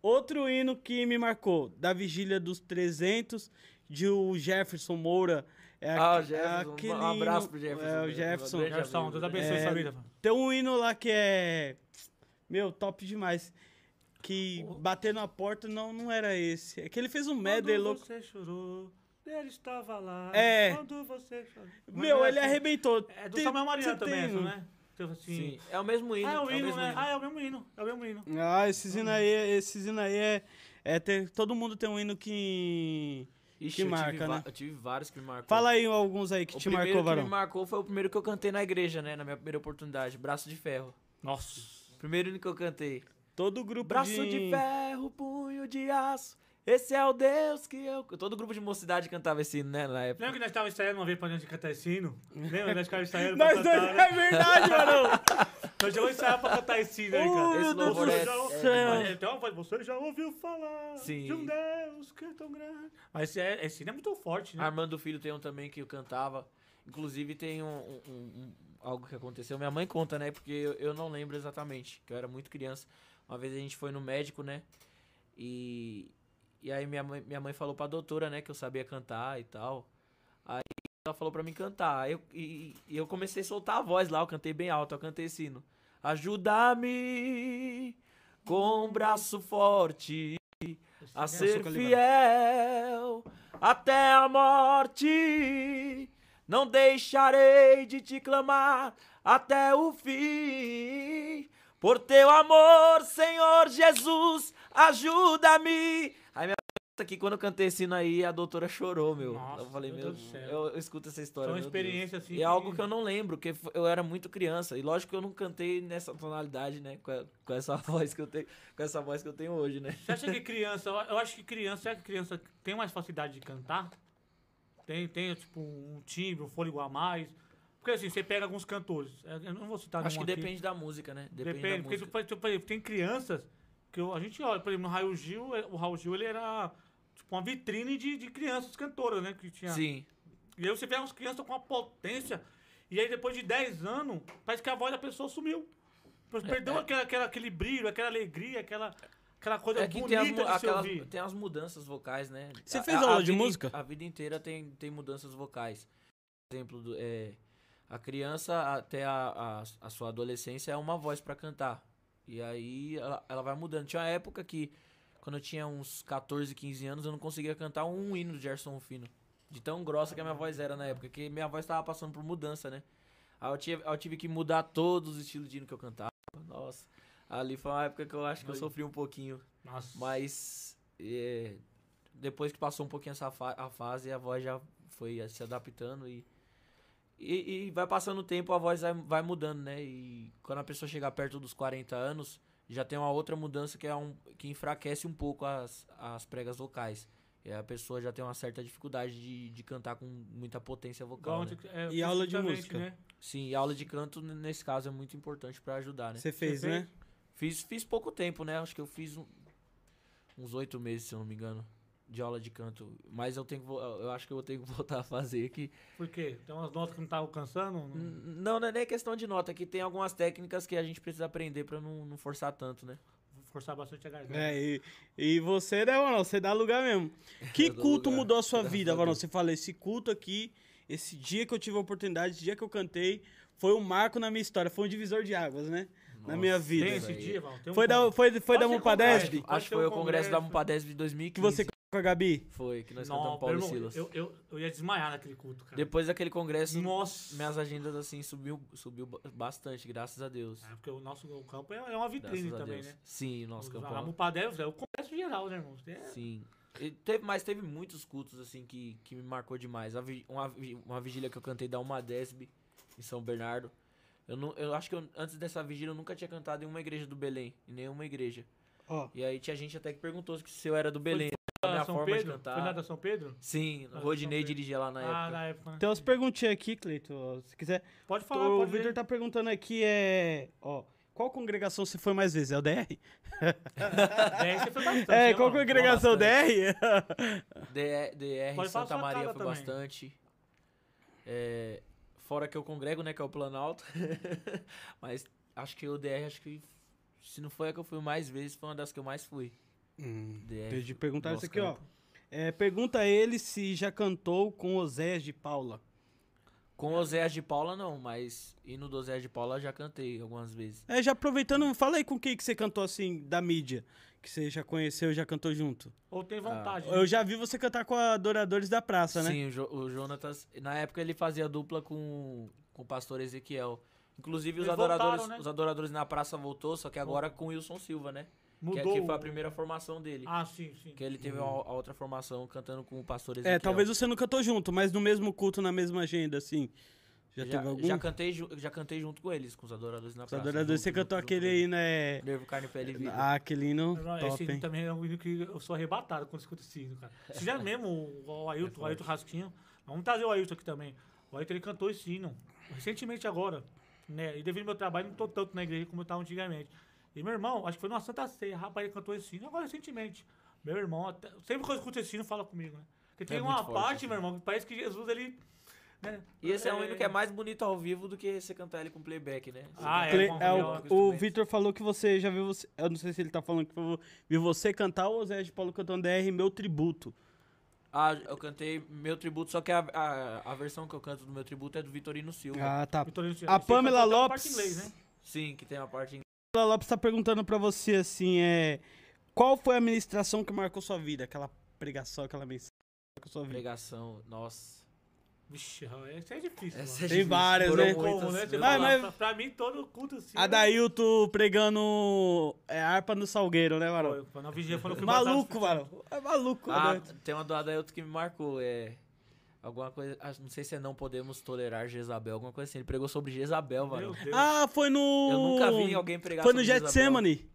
[SPEAKER 2] Outro hino que me marcou, da Vigília dos 300, de o Jefferson Moura. É
[SPEAKER 3] Ah, o
[SPEAKER 2] aque-
[SPEAKER 3] Jefferson.
[SPEAKER 2] aquele
[SPEAKER 3] um abraço
[SPEAKER 2] hino-
[SPEAKER 3] pro Jefferson.
[SPEAKER 2] É, o
[SPEAKER 3] mesmo, um
[SPEAKER 2] Jefferson.
[SPEAKER 3] grande
[SPEAKER 1] Gerson,
[SPEAKER 3] amigo,
[SPEAKER 1] Deus abençoe
[SPEAKER 2] É.
[SPEAKER 1] sua vida. mano.
[SPEAKER 2] Tem um hino lá que é. Meu, top demais. Que bater na porta não, não era esse. É que ele fez um medley
[SPEAKER 1] Quando
[SPEAKER 2] louco.
[SPEAKER 1] você chorou, ele estava lá.
[SPEAKER 2] É.
[SPEAKER 1] Quando você chorou.
[SPEAKER 2] Meu,
[SPEAKER 1] Mas
[SPEAKER 2] ele arrebentou.
[SPEAKER 1] É do
[SPEAKER 2] Tem-
[SPEAKER 1] Samuel Mariano
[SPEAKER 2] você
[SPEAKER 1] também,
[SPEAKER 2] tem
[SPEAKER 1] essa,
[SPEAKER 2] um-
[SPEAKER 1] né? Então, assim,
[SPEAKER 3] Sim, é o mesmo hino.
[SPEAKER 1] Ah, é o hino,
[SPEAKER 3] mesmo
[SPEAKER 1] né?
[SPEAKER 3] hino.
[SPEAKER 1] Ah, é o mesmo hino. É o mesmo hino.
[SPEAKER 2] Ah, esses hino aí, esses hino aí é. é ter, todo mundo tem um hino que.
[SPEAKER 3] Ixi,
[SPEAKER 2] que
[SPEAKER 3] eu tive
[SPEAKER 2] marca,
[SPEAKER 3] va-
[SPEAKER 2] né?
[SPEAKER 3] Eu tive vários que me marcou.
[SPEAKER 2] Fala aí alguns aí que
[SPEAKER 3] o
[SPEAKER 2] te
[SPEAKER 3] primeiro
[SPEAKER 2] marcou,
[SPEAKER 3] que
[SPEAKER 2] Varão.
[SPEAKER 3] me marcou foi o primeiro que eu cantei na igreja, né? Na minha primeira oportunidade. Braço de ferro.
[SPEAKER 1] Nossa.
[SPEAKER 3] Primeiro hino que eu cantei.
[SPEAKER 2] Todo grupo
[SPEAKER 3] Braço
[SPEAKER 2] de.
[SPEAKER 3] de ferro, punho de aço. Esse é o Deus que eu. Todo grupo de mocidade cantava esse hino, né? Na época.
[SPEAKER 1] Lembra que nós estávamos ensaiando uma vez pra gente cantar esse hino? Lembra? Nós ficávamos ensaiando pra
[SPEAKER 2] Nós dois,
[SPEAKER 1] cantar, né?
[SPEAKER 2] é verdade, Varão!
[SPEAKER 1] Nós já vamos ensaiar pra cantar esse hino aí,
[SPEAKER 2] Oh,
[SPEAKER 1] cara.
[SPEAKER 2] meu
[SPEAKER 3] Esse
[SPEAKER 2] Deus
[SPEAKER 3] louvor
[SPEAKER 2] do
[SPEAKER 3] é-
[SPEAKER 2] céu!
[SPEAKER 1] Mas, Então, mas você já ouviu falar
[SPEAKER 3] Sim.
[SPEAKER 1] de um Deus que é tão grande. Mas esse, é, esse hino é muito forte, né?
[SPEAKER 3] Armando Filho tem um também que eu cantava. Inclusive tem um, um- um- um- algo que aconteceu. Minha mãe conta, né? Porque eu, eu não lembro exatamente, que eu era muito criança. Uma vez a gente foi no médico, né? E, e aí minha mãe, minha mãe falou pra doutora, né? Que eu sabia cantar e tal. Aí ela falou pra mim cantar. Aí Eu, e, e eu comecei a soltar a voz lá. Eu cantei bem alto, eu cantei esse hino. Ajuda-me com o braço forte
[SPEAKER 1] Ah,
[SPEAKER 3] a
[SPEAKER 2] sou
[SPEAKER 3] ser
[SPEAKER 2] calibrado.
[SPEAKER 3] fiel até a morte. Não deixarei de te clamar até o fim. Por teu amor, Senhor Jesus, ajuda-me. Aí minha puta que quando eu cantei esse hino aí, a doutora chorou, meu.
[SPEAKER 1] Nossa,
[SPEAKER 3] eu falei,
[SPEAKER 1] meu
[SPEAKER 3] meu,
[SPEAKER 1] Deus do céu.
[SPEAKER 3] eu, eu escuto essa história.
[SPEAKER 1] Foi uma
[SPEAKER 3] meu Deus.
[SPEAKER 1] experiência, assim,
[SPEAKER 3] E
[SPEAKER 1] que-
[SPEAKER 3] é algo que eu não lembro, porque fo- eu era muito criança. E lógico que eu não cantei nessa tonalidade, né? Com, a- com essa voz que eu tenho, com essa voz que eu tenho hoje, né?
[SPEAKER 1] Você acha que criança, eu acho que criança, será que criança tem mais facilidade de cantar? Tem, tem tipo, um timbre, um fôlego a mais? Porque assim, você pega alguns cantores, eh, eu não vou citar
[SPEAKER 3] Acho
[SPEAKER 1] nenhum
[SPEAKER 3] que
[SPEAKER 1] aqui.
[SPEAKER 3] depende da música, né? Depende,
[SPEAKER 1] Depende,
[SPEAKER 3] da
[SPEAKER 1] porque
[SPEAKER 3] música.
[SPEAKER 1] tipo, tipo, por exemplo, tem crianças que eu- a gente olha, por exemplo, no Raul Gil, eh, o Raul Gil ele era tipo uma vitrine de, de crianças cantoras, né? Que tinha.
[SPEAKER 3] Sim.
[SPEAKER 1] E aí você pega umas crianças com uma potência, e aí depois de 10 anos, parece que a voz da pessoa sumiu.
[SPEAKER 3] É,
[SPEAKER 1] Perdeu aquela, aquela- aquele brilho, aquela alegria, aquela, aquela coisa
[SPEAKER 3] É que tem,
[SPEAKER 1] bonita
[SPEAKER 3] as mu-
[SPEAKER 1] de se
[SPEAKER 3] aquelas-
[SPEAKER 1] ouvir.
[SPEAKER 3] tem as mudanças vocais, né?
[SPEAKER 2] Você
[SPEAKER 3] A-
[SPEAKER 2] fez
[SPEAKER 3] a-
[SPEAKER 2] aula
[SPEAKER 3] a
[SPEAKER 2] de
[SPEAKER 3] vida in-
[SPEAKER 2] música?
[SPEAKER 3] A vida inteira tem, tem mudanças vocais. Por exemplo, do- é, a criança até a, a, a sua adolescência é uma voz pra cantar. E aí ela, ela vai mudando. Tinha uma época que, quando eu tinha uns 14, 15 anos, eu não conseguia cantar um hino de Gerson Fino. De tão grossa que a minha voz era na época, que minha voz tava passando por mudança, né? Aí eu tive, eu tive que mudar todos os estilos de hino que eu cantava. Nossa. Ali foi uma época que eu acho que eu sofri um pouquinho.
[SPEAKER 1] Nossa.
[SPEAKER 3] Mas é, depois que passou um pouquinho essa fa- a fase, a voz já foi é, se adaptando e, e, e vai passando o tempo, a voz vai, vai mudando, né? E quando a pessoa chegar perto dos 40 anos, já tem uma outra mudança que, é um, que enfraquece um pouco as, as pregas vocais. E a pessoa já tem uma certa dificuldade de, de cantar com muita potência
[SPEAKER 1] Igual
[SPEAKER 3] vocal. Né?
[SPEAKER 1] antes- é,
[SPEAKER 2] E aula de
[SPEAKER 1] justamente,
[SPEAKER 2] música?
[SPEAKER 1] né?
[SPEAKER 3] Sim, e a aula de canto, n- nesse caso, é muito importante pra ajudar, né?
[SPEAKER 2] Você fez,
[SPEAKER 1] Você
[SPEAKER 2] né?
[SPEAKER 3] Fiz, fiz pouco tempo, né? Acho que eu fiz um- uns oito meses, se eu não me engano, de aula de canto. Mas eu tenho que, vo- eu acho que eu vou ter que voltar a fazer aqui.
[SPEAKER 1] Por quê? Tem umas notas que não tá alcançando? Não-
[SPEAKER 3] N- Não, não é nem questão de nota, é que tem algumas técnicas que a gente precisa aprender pra não, não forçar tanto, né?
[SPEAKER 1] forçar bastante a garganta.
[SPEAKER 2] É, e, e você, né, Ronaldo? Você dá lugar mesmo. Que
[SPEAKER 3] Eu dou
[SPEAKER 2] culto
[SPEAKER 3] lugar.
[SPEAKER 2] mudou a sua
[SPEAKER 3] Eu dou
[SPEAKER 2] vida,
[SPEAKER 3] lugar.
[SPEAKER 2] Ronaldo? Você fala, esse culto aqui, esse dia que eu tive a oportunidade, esse dia que eu cantei, foi um marco na minha história, foi um divisor de águas, né? na minha
[SPEAKER 3] Nossa,
[SPEAKER 2] vida.
[SPEAKER 1] Tem esse
[SPEAKER 3] velho.
[SPEAKER 1] dia, Val? Tem um
[SPEAKER 2] Foi da,
[SPEAKER 1] ponto.
[SPEAKER 2] foi, foi da
[SPEAKER 1] Pode ser
[SPEAKER 2] Mupadesb
[SPEAKER 1] congresso.
[SPEAKER 3] Acho que
[SPEAKER 1] ter um
[SPEAKER 3] foi o congresso da
[SPEAKER 1] congresso.
[SPEAKER 3] Mupadesb de 2015.
[SPEAKER 2] que você cantou com a Gabi?
[SPEAKER 3] Foi, é que nós
[SPEAKER 1] Não,
[SPEAKER 3] cantamos Paulo e
[SPEAKER 1] meu irmão,
[SPEAKER 3] Silas.
[SPEAKER 1] eu, eu, eu ia desmaiar naquele culto, cara.
[SPEAKER 3] Depois daquele congresso,
[SPEAKER 1] Nossa.
[SPEAKER 3] minhas agendas assim subiu, subiu ba- bastante, graças a Deus.
[SPEAKER 1] É, porque o nosso o campo é, é uma
[SPEAKER 3] Graças
[SPEAKER 1] vitrine
[SPEAKER 3] a
[SPEAKER 1] também,
[SPEAKER 3] Deus.
[SPEAKER 1] né?
[SPEAKER 3] Sim, nosso
[SPEAKER 1] o, a
[SPEAKER 3] campeão.
[SPEAKER 1] Mupadesb é o congresso geral, né, irmão? É,
[SPEAKER 3] Sim. E teve, mas teve muitos cultos assim que, que me marcou demais. A vi- uma, vi- uma vigília que eu cantei da Uma Desb em São Bernardo. Eu, não, eu acho que eu- antes dessa vigília eu nunca tinha cantado em uma igreja do Belém, em nenhuma igreja.
[SPEAKER 2] Ó,
[SPEAKER 3] E aí tinha gente até que perguntou se eu era do Belém. a
[SPEAKER 1] da
[SPEAKER 3] minha
[SPEAKER 1] São
[SPEAKER 3] forma de
[SPEAKER 1] Pedro?
[SPEAKER 3] cantar.
[SPEAKER 1] Foi lá da São Pedro?
[SPEAKER 3] Sim,
[SPEAKER 1] Ah,
[SPEAKER 3] o Rodinei
[SPEAKER 1] São Pedro.
[SPEAKER 3] dirigia lá na
[SPEAKER 1] ah,
[SPEAKER 3] época.
[SPEAKER 1] na época. né?
[SPEAKER 2] tem umas perguntinhas aqui, Cleito, ó, se quiser.
[SPEAKER 1] Pode falar,
[SPEAKER 2] Então, o
[SPEAKER 1] pode
[SPEAKER 2] Vitor
[SPEAKER 1] ver.
[SPEAKER 2] tá perguntando aqui, é... Ó, qual congregação você foi mais vezes? É o DR?
[SPEAKER 1] É, você foi bastante,
[SPEAKER 2] É,
[SPEAKER 1] né,
[SPEAKER 2] qual
[SPEAKER 1] mano?
[SPEAKER 2] congregação? DR?
[SPEAKER 3] DR, DR
[SPEAKER 1] Pode falar
[SPEAKER 3] Santa
[SPEAKER 1] sua
[SPEAKER 3] Maria
[SPEAKER 1] cara
[SPEAKER 3] foi
[SPEAKER 1] também.
[SPEAKER 3] bastante. É, fora que eu congrego, né, que é o Planalto. Mas acho que o DR, acho que se não foi a que eu fui mais vezes, foi uma das que eu mais fui.
[SPEAKER 2] Hum,
[SPEAKER 3] DR,
[SPEAKER 2] Deixa eu te perguntar isso
[SPEAKER 3] nosso
[SPEAKER 2] aqui, ó.
[SPEAKER 3] campo.
[SPEAKER 2] É, pergunta a ele se já cantou com Oséias de Paula.
[SPEAKER 3] Com o Zé de Paula, não, mas hino do Zé de Paula eu já cantei algumas vezes.
[SPEAKER 2] É, já aproveitando, fala aí com quem que você cantou assim da mídia, que você já conheceu e já cantou junto.
[SPEAKER 1] Ou
[SPEAKER 3] Ah,
[SPEAKER 1] tem vontade. né?
[SPEAKER 2] Eu já vi você cantar com a Adoradores da Praça, né?
[SPEAKER 3] Sim, o, Jo- o Jonatas, na época ele fazia dupla com, com o pastor Ezequiel. Inclusive, os
[SPEAKER 1] Eles voltaram,
[SPEAKER 3] adoradores,
[SPEAKER 1] né?
[SPEAKER 3] os adoradores na praça voltou, só que agora com o Wilson Silva, né? Que,
[SPEAKER 1] Mudou.
[SPEAKER 3] que
[SPEAKER 1] o-
[SPEAKER 3] foi a primeira formação dele.
[SPEAKER 1] Ah, sim, sim.
[SPEAKER 3] Que ele teve a, a outra formação cantando com o pastor Ezequiel.
[SPEAKER 2] Uhum. É, talvez você não cantou junto, mas no mesmo culto, na mesma agenda, assim. Já, teve algum?
[SPEAKER 3] já cantei, ju- já cantei junto com eles, com os adoradores na
[SPEAKER 2] Os
[SPEAKER 3] praça.
[SPEAKER 2] Adoradores,
[SPEAKER 3] junto,
[SPEAKER 2] você
[SPEAKER 3] junto,
[SPEAKER 2] cantou
[SPEAKER 3] junto
[SPEAKER 2] aquele
[SPEAKER 3] com
[SPEAKER 2] aí,
[SPEAKER 3] eles.
[SPEAKER 2] né?
[SPEAKER 3] Nervo, carne, pele e vida.
[SPEAKER 2] Ah, aquele hino
[SPEAKER 1] Não,
[SPEAKER 2] top,
[SPEAKER 1] Esse
[SPEAKER 2] hein?
[SPEAKER 1] também é um hino que eu sou arrebatado quando escuto esse hino, cara. Esse já é mesmo, o, o Ailton, o Ailton Rasquinho. Vamos trazer o Ailton aqui também. O Ailton ele cantou esse hino recentemente agora, né? E devido ao meu trabalho, não tô tanto na igreja como eu tava antigamente. E meu irmão, acho que foi numa Santa Ceia, rapaz, ele cantou esse hino agora recentemente. Meu irmão, até- sempre que eu escuto esse hino, fala comigo, né? Porque tem uma
[SPEAKER 3] É muito forte
[SPEAKER 1] parte,
[SPEAKER 3] esse
[SPEAKER 1] meu irmão, que parece que Jesus, ele... né?
[SPEAKER 3] E esse é um hino que é mais bonito ao vivo do que você cantar ele com playback, né? Você
[SPEAKER 1] Ah,
[SPEAKER 3] canta
[SPEAKER 1] é,
[SPEAKER 2] Cle-
[SPEAKER 1] com
[SPEAKER 2] é,
[SPEAKER 1] o-
[SPEAKER 2] o, o Vitor falou que você já viu você. Eu não sei se ele tá falando que foi- viu você cantar ou Oséias de Paula cantando DR, meu tributo.
[SPEAKER 3] Ah, eu cantei meu tributo, só que a, a, a versão que eu canto do meu tributo é do Vitorino Silva.
[SPEAKER 2] Ah, tá.
[SPEAKER 1] Vitorino Silva.
[SPEAKER 2] A
[SPEAKER 1] Esse ele
[SPEAKER 2] Pamela
[SPEAKER 1] cantou até uma
[SPEAKER 2] Lopes.
[SPEAKER 1] parte em inglês, né?
[SPEAKER 3] Sim, que tem uma parte em...
[SPEAKER 2] Paula Lopes tá perguntando pra você assim, é qual foi a ministração que marcou sua vida? Aquela pregação, aquela mensagem que marcou sua vida.
[SPEAKER 3] pregação. Nossa.
[SPEAKER 1] Vixe, essa é difícil, mano.
[SPEAKER 3] Essa é
[SPEAKER 2] Tem
[SPEAKER 3] difícil,
[SPEAKER 2] várias,
[SPEAKER 3] foram
[SPEAKER 2] né?
[SPEAKER 3] muitas,
[SPEAKER 1] Como, né? Você
[SPEAKER 3] viu?
[SPEAKER 2] Vai,
[SPEAKER 1] vai,
[SPEAKER 2] mas-
[SPEAKER 1] pra, pra mim, todo culto sim. né?
[SPEAKER 2] Adailto pregando é, harpa no salgueiro, né, Varão?
[SPEAKER 1] Pô, na vigia, quando eu fui batado-
[SPEAKER 2] Maluco, Varão. É maluco,
[SPEAKER 3] Ah,
[SPEAKER 2] Adailto.
[SPEAKER 3] tem uma doada aí outra que me marcou, é. Alguma coisa. ah, Não sei se é não podemos tolerar Jezabel, alguma coisa assim. Ele pregou sobre Jezabel,
[SPEAKER 1] Meu
[SPEAKER 3] mano.
[SPEAKER 1] Deus.
[SPEAKER 2] Ah, foi no.
[SPEAKER 3] Eu nunca vi alguém pregar
[SPEAKER 2] Foi no
[SPEAKER 3] sobre Jezabel.
[SPEAKER 2] Getsemane.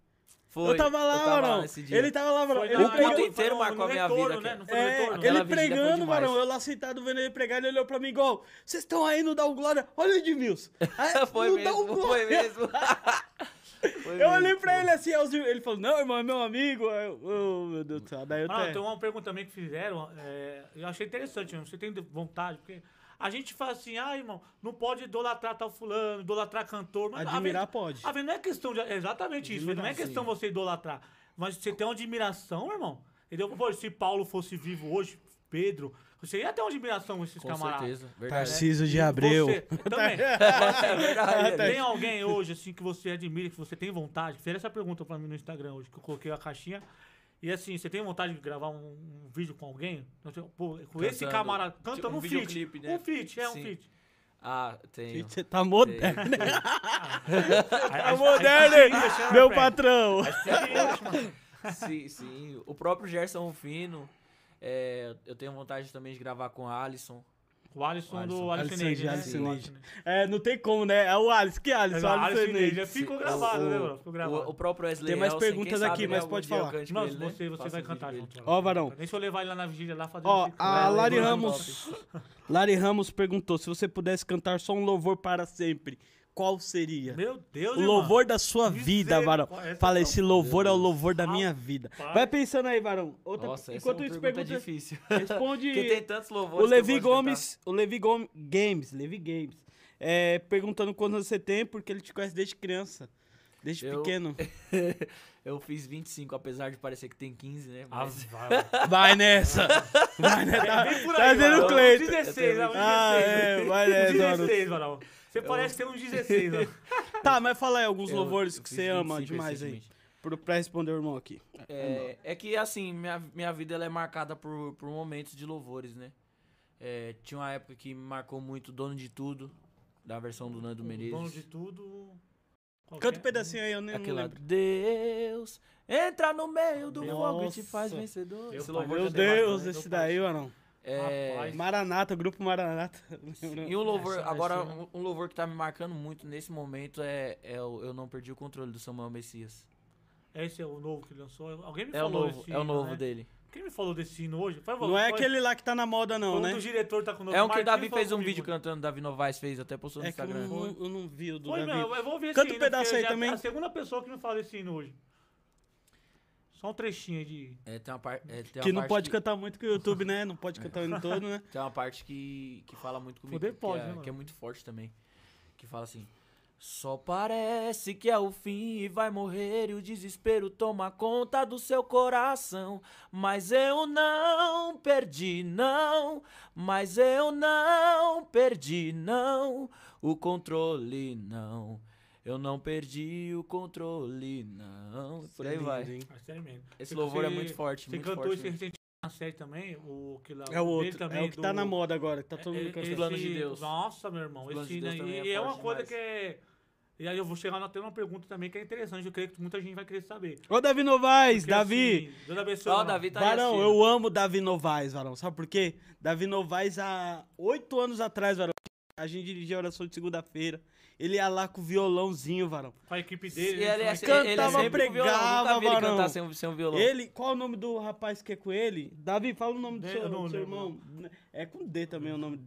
[SPEAKER 3] Foi.
[SPEAKER 2] Eu tava lá,
[SPEAKER 3] eu tava
[SPEAKER 2] Varão.
[SPEAKER 3] nesse dia.
[SPEAKER 2] Ele tava lá, Varão.
[SPEAKER 1] Foi
[SPEAKER 2] Ele
[SPEAKER 1] na-
[SPEAKER 3] O culto
[SPEAKER 2] pregou-
[SPEAKER 1] foi
[SPEAKER 3] inteiro
[SPEAKER 1] no-
[SPEAKER 3] marcou a
[SPEAKER 1] no
[SPEAKER 3] minha
[SPEAKER 1] retorno,
[SPEAKER 3] vida,
[SPEAKER 1] né?
[SPEAKER 3] cara.
[SPEAKER 1] Não foi no
[SPEAKER 2] É,
[SPEAKER 1] retorno.
[SPEAKER 2] ele
[SPEAKER 3] Aquela vigília foi
[SPEAKER 2] pregando,
[SPEAKER 3] demais.
[SPEAKER 2] Varão. Eu lá sentado vendo ele pregar, ele olhou pra mim igual: vocês estão aí no Dal Glória? Olha o Edmilson. Ah,
[SPEAKER 3] foi,
[SPEAKER 2] no
[SPEAKER 3] mesmo,
[SPEAKER 2] Dá o
[SPEAKER 3] foi
[SPEAKER 2] Glória.
[SPEAKER 3] mesmo, Foi
[SPEAKER 2] Eu
[SPEAKER 3] mesmo,
[SPEAKER 2] olhei pra
[SPEAKER 3] pô.
[SPEAKER 2] ele assim, aí os- ele falou, não, irmão, é meu amigo. Aí eu, oh, meu Deus do céu, daí eu
[SPEAKER 1] Ah,
[SPEAKER 2] até...
[SPEAKER 1] tem uma pergunta também que fizeram, é, eu achei interessante mesmo. Você tem vontade? Porque a gente fala assim, ah, irmão, não pode idolatrar tal fulano, idolatrar cantor. Mas a
[SPEAKER 2] Admirar
[SPEAKER 1] vez-
[SPEAKER 2] pode.
[SPEAKER 1] a vez não é questão de. é Exatamente isso. Não é questão você idolatrar. Mas você tem uma admiração, irmão. Entendeu? Pô, se Paulo fosse vivo hoje, Pedro, você ia ter uma admiração com esses
[SPEAKER 3] Com
[SPEAKER 1] camaradas.
[SPEAKER 3] certeza,
[SPEAKER 2] Tá
[SPEAKER 3] verdade.
[SPEAKER 2] Tarcísio de Tá.
[SPEAKER 1] E
[SPEAKER 2] Abreu.
[SPEAKER 1] Você, também.
[SPEAKER 3] É verdade.
[SPEAKER 2] tá.
[SPEAKER 1] Tem alguém hoje, assim, que você admira, que você tem vontade? Fizeram essa pergunta pra mim no Instagram hoje, que eu coloquei a caixinha. E assim, você tem vontade de gravar um, um vídeo com alguém? Não sei, pô, com esse
[SPEAKER 3] Cantando.
[SPEAKER 1] camarada
[SPEAKER 3] Tipo,
[SPEAKER 1] cantando
[SPEAKER 3] um
[SPEAKER 1] um, feat.
[SPEAKER 3] videoclipe, né?
[SPEAKER 1] Um feat, é
[SPEAKER 3] Sim.
[SPEAKER 1] um feat.
[SPEAKER 3] Ah, tem.
[SPEAKER 2] Você tá moderno,
[SPEAKER 1] Tá
[SPEAKER 2] É moderno, hein? meu patrão.
[SPEAKER 3] Sim, sim. O próprio Gerson Rufino. é, eu tenho vontade também de gravar com a Alisson.
[SPEAKER 1] O Alisson do Alisson
[SPEAKER 3] Alisson.
[SPEAKER 2] Alisson
[SPEAKER 1] Neide,
[SPEAKER 2] Neide,
[SPEAKER 1] né?
[SPEAKER 2] Alisson
[SPEAKER 1] Do
[SPEAKER 2] Neide.
[SPEAKER 1] Neide.
[SPEAKER 2] É, não tem como, né? É o Alisson, que Alisson?
[SPEAKER 1] Alisson
[SPEAKER 2] Alisson
[SPEAKER 1] Neide,
[SPEAKER 2] Neide.
[SPEAKER 1] já ficou
[SPEAKER 3] O-
[SPEAKER 1] gravado, né,
[SPEAKER 2] o-
[SPEAKER 1] mano? Ficou
[SPEAKER 3] O,
[SPEAKER 1] gravado.
[SPEAKER 3] o próprio Wesley
[SPEAKER 2] Tem mais
[SPEAKER 3] Elson, quem
[SPEAKER 2] perguntas
[SPEAKER 3] sabe,
[SPEAKER 2] aqui,
[SPEAKER 3] né,
[SPEAKER 2] mas
[SPEAKER 3] algum
[SPEAKER 2] pode
[SPEAKER 3] dia eu
[SPEAKER 2] falar.
[SPEAKER 3] cante com
[SPEAKER 1] Não,
[SPEAKER 3] ele, né?
[SPEAKER 1] você, você vai
[SPEAKER 3] Faça um vídeo
[SPEAKER 1] cantar
[SPEAKER 3] dele.
[SPEAKER 1] junto. Varão.
[SPEAKER 2] Ó, Varão.
[SPEAKER 1] Nem se eu levar ele lá na vigília, lá fazer um
[SPEAKER 2] Ó,
[SPEAKER 1] feat.
[SPEAKER 2] a
[SPEAKER 3] Vai,
[SPEAKER 2] Lari
[SPEAKER 3] vai,
[SPEAKER 2] Ramos...
[SPEAKER 3] vai.
[SPEAKER 2] Lari Ramos perguntou se você pudesse cantar só um louvor para sempre, qual seria?
[SPEAKER 1] Meu Deus,
[SPEAKER 2] O
[SPEAKER 1] irmão.
[SPEAKER 2] louvor da sua vida, Varão.
[SPEAKER 1] Misericórdia.
[SPEAKER 2] Fala, esse louvor é o louvor da minha vida.
[SPEAKER 1] Rapaz.
[SPEAKER 2] Vai pensando aí, Varão. Outra-
[SPEAKER 3] Nossa,
[SPEAKER 2] enquanto
[SPEAKER 3] essa é
[SPEAKER 2] isso,
[SPEAKER 3] uma pergunta
[SPEAKER 2] pergunta...
[SPEAKER 3] difícil.
[SPEAKER 2] Responde...
[SPEAKER 3] Porque tem tantos louvores.
[SPEAKER 2] O
[SPEAKER 3] que eu
[SPEAKER 2] Levi
[SPEAKER 3] gosto de
[SPEAKER 2] Gomes, o Levi Gomes Games, Levi Games, é, perguntando quantos anos você tem, porque ele te conhece desde criança. Desde
[SPEAKER 3] Eu-
[SPEAKER 2] pequeno.
[SPEAKER 3] Eu fiz 25, apesar de parecer que tem 15, né?
[SPEAKER 1] Ah,
[SPEAKER 3] Mas
[SPEAKER 1] vai.
[SPEAKER 2] Vai nessa! Vai
[SPEAKER 1] É,
[SPEAKER 2] nessa!
[SPEAKER 1] vem por
[SPEAKER 2] Tá
[SPEAKER 1] aí,
[SPEAKER 2] vendo
[SPEAKER 1] Varão.
[SPEAKER 2] o Cleiton?
[SPEAKER 1] 16, né? Um 16.
[SPEAKER 2] Ah, é, vai nessa, É
[SPEAKER 1] Um
[SPEAKER 2] mano.
[SPEAKER 1] 16, Varão. Você parece ter um 16, mano.
[SPEAKER 2] Tá, mas fala aí alguns
[SPEAKER 3] eu-
[SPEAKER 2] louvores
[SPEAKER 3] eu
[SPEAKER 2] que
[SPEAKER 3] fiz
[SPEAKER 2] você ama
[SPEAKER 3] 25
[SPEAKER 2] demais aí.
[SPEAKER 3] recentemente.
[SPEAKER 2] Pro, pra responder o irmão aqui.
[SPEAKER 3] É, é que, assim, minha, minha vida ela é marcada por, por momentos de louvores, né? É, tinha uma época que me marcou muito Dono de Tudo, da versão do Nando Menezes.
[SPEAKER 1] Dono de tudo. qual que
[SPEAKER 2] Canta um
[SPEAKER 1] é?
[SPEAKER 2] pedacinho aí, eu nem não
[SPEAKER 3] Aquela
[SPEAKER 2] lembro.
[SPEAKER 3] Deus entra no meio do
[SPEAKER 2] Meu
[SPEAKER 3] fogo e te faz
[SPEAKER 2] Nossa.
[SPEAKER 3] vencedor.
[SPEAKER 1] Meu
[SPEAKER 3] Esse
[SPEAKER 1] pai,
[SPEAKER 3] louvor
[SPEAKER 2] Meu
[SPEAKER 3] já tem né? bastante.
[SPEAKER 2] Deus, esse daí, mano.
[SPEAKER 3] É,
[SPEAKER 1] Rapaz.
[SPEAKER 2] Maranata, grupo Maranata.
[SPEAKER 3] e um louvor,
[SPEAKER 1] Essa-
[SPEAKER 3] agora
[SPEAKER 1] essa-
[SPEAKER 3] um- um louvor que tá me marcando muito nesse momento é, é o Eu Não Perdi o Controle do Samuel Messias.
[SPEAKER 1] Esse é o novo que lançou. Alguém me
[SPEAKER 3] É o
[SPEAKER 1] falou
[SPEAKER 3] novo,
[SPEAKER 1] desse
[SPEAKER 3] é o
[SPEAKER 1] hino,
[SPEAKER 3] novo
[SPEAKER 1] né?
[SPEAKER 3] dele.
[SPEAKER 1] Quem me falou desse hino hoje? Foi,
[SPEAKER 2] Não é aquele lá que tá na moda, não,
[SPEAKER 1] um
[SPEAKER 2] né?
[SPEAKER 1] dos diretores tá com o novo
[SPEAKER 3] É um que o
[SPEAKER 1] Marquinhos
[SPEAKER 3] Davi
[SPEAKER 1] falou
[SPEAKER 3] fez um
[SPEAKER 1] comigo.
[SPEAKER 3] vídeo cantando, Davi Novaes fez, até postou no
[SPEAKER 2] É que eu
[SPEAKER 3] Instagram.
[SPEAKER 2] não, eu não vi o do
[SPEAKER 1] Foi,
[SPEAKER 2] Davi.
[SPEAKER 1] meu, eu vou ver esse
[SPEAKER 2] Canta um
[SPEAKER 1] hino,
[SPEAKER 2] pedaço
[SPEAKER 1] porque
[SPEAKER 2] aí
[SPEAKER 1] já-
[SPEAKER 2] também.
[SPEAKER 1] É a segunda pessoa que me fala esse hino hoje. Só um trechinho aí de.
[SPEAKER 3] É, tem uma, par- é, tem uma
[SPEAKER 2] Que não
[SPEAKER 3] parte
[SPEAKER 2] pode cantar muito com o YouTube, né? Não pode cantar o hino todo, né?
[SPEAKER 3] Tem uma parte que, que fala muito comigo,
[SPEAKER 1] Poder
[SPEAKER 3] que,
[SPEAKER 1] pode,
[SPEAKER 3] é,
[SPEAKER 1] né, mano?
[SPEAKER 3] que é muito forte também. Que fala assim: Só parece que é o fim e vai morrer, e o desespero toma conta do seu coração. Mas eu não perdi, não. Mas eu não perdi, não. O controle, não. Eu não perdi o controle, não. Por aí vai.
[SPEAKER 2] é Lindo, hein?
[SPEAKER 1] Ah, sério mesmo.
[SPEAKER 3] Esse
[SPEAKER 1] Você-
[SPEAKER 3] louvor é muito forte,
[SPEAKER 1] Você
[SPEAKER 3] muito
[SPEAKER 1] cantou
[SPEAKER 3] forte.
[SPEAKER 1] esse
[SPEAKER 3] mesmo.
[SPEAKER 1] recentemente na série também? O que lá,
[SPEAKER 2] É o
[SPEAKER 1] dele
[SPEAKER 2] outro,
[SPEAKER 1] também,
[SPEAKER 2] é o que tá
[SPEAKER 1] do-
[SPEAKER 2] na moda agora, que tá todo
[SPEAKER 1] É,
[SPEAKER 2] mundo
[SPEAKER 1] é,
[SPEAKER 2] cantando.
[SPEAKER 3] esse- Planos de Deus.
[SPEAKER 1] Nossa, meu irmão.
[SPEAKER 3] Planos
[SPEAKER 1] Esse
[SPEAKER 3] de Deus
[SPEAKER 1] hino aí
[SPEAKER 3] também
[SPEAKER 1] é,
[SPEAKER 3] é
[SPEAKER 1] uma
[SPEAKER 3] forte
[SPEAKER 1] coisa
[SPEAKER 3] demais.
[SPEAKER 1] que é. E aí eu vou chegar lá, tem uma pergunta também que é interessante, eu creio que muita gente vai querer saber.
[SPEAKER 2] Ô, Davi Novaes,
[SPEAKER 1] Porque,
[SPEAKER 2] Davi!
[SPEAKER 1] assim, Deus abençoe,
[SPEAKER 3] Ó, o
[SPEAKER 1] irmão.
[SPEAKER 3] Davi tá aí
[SPEAKER 2] Varão,
[SPEAKER 3] assistindo.
[SPEAKER 2] eu amo Davi Novaes, Varão. Sabe por quê? Davi Novaes, há oito anos atrás, Varão, a gente dirigia a oração de segunda-feira. Ele ia lá com o violãozinho, Varão.
[SPEAKER 1] Com a equipe
[SPEAKER 3] E
[SPEAKER 1] dele.
[SPEAKER 3] ele,
[SPEAKER 1] né,
[SPEAKER 3] é- ele é
[SPEAKER 1] também.
[SPEAKER 2] Cantava,
[SPEAKER 3] sempre com violão, nunca vi ele
[SPEAKER 2] varão.
[SPEAKER 3] cantar sem, sem um violão.
[SPEAKER 2] Ele, qual é o nome do rapaz que é com ele? Davi, fala o nome do
[SPEAKER 1] Eu
[SPEAKER 2] seu,
[SPEAKER 1] não
[SPEAKER 2] do seu
[SPEAKER 1] lembro.
[SPEAKER 2] irmão. É com D também o nome.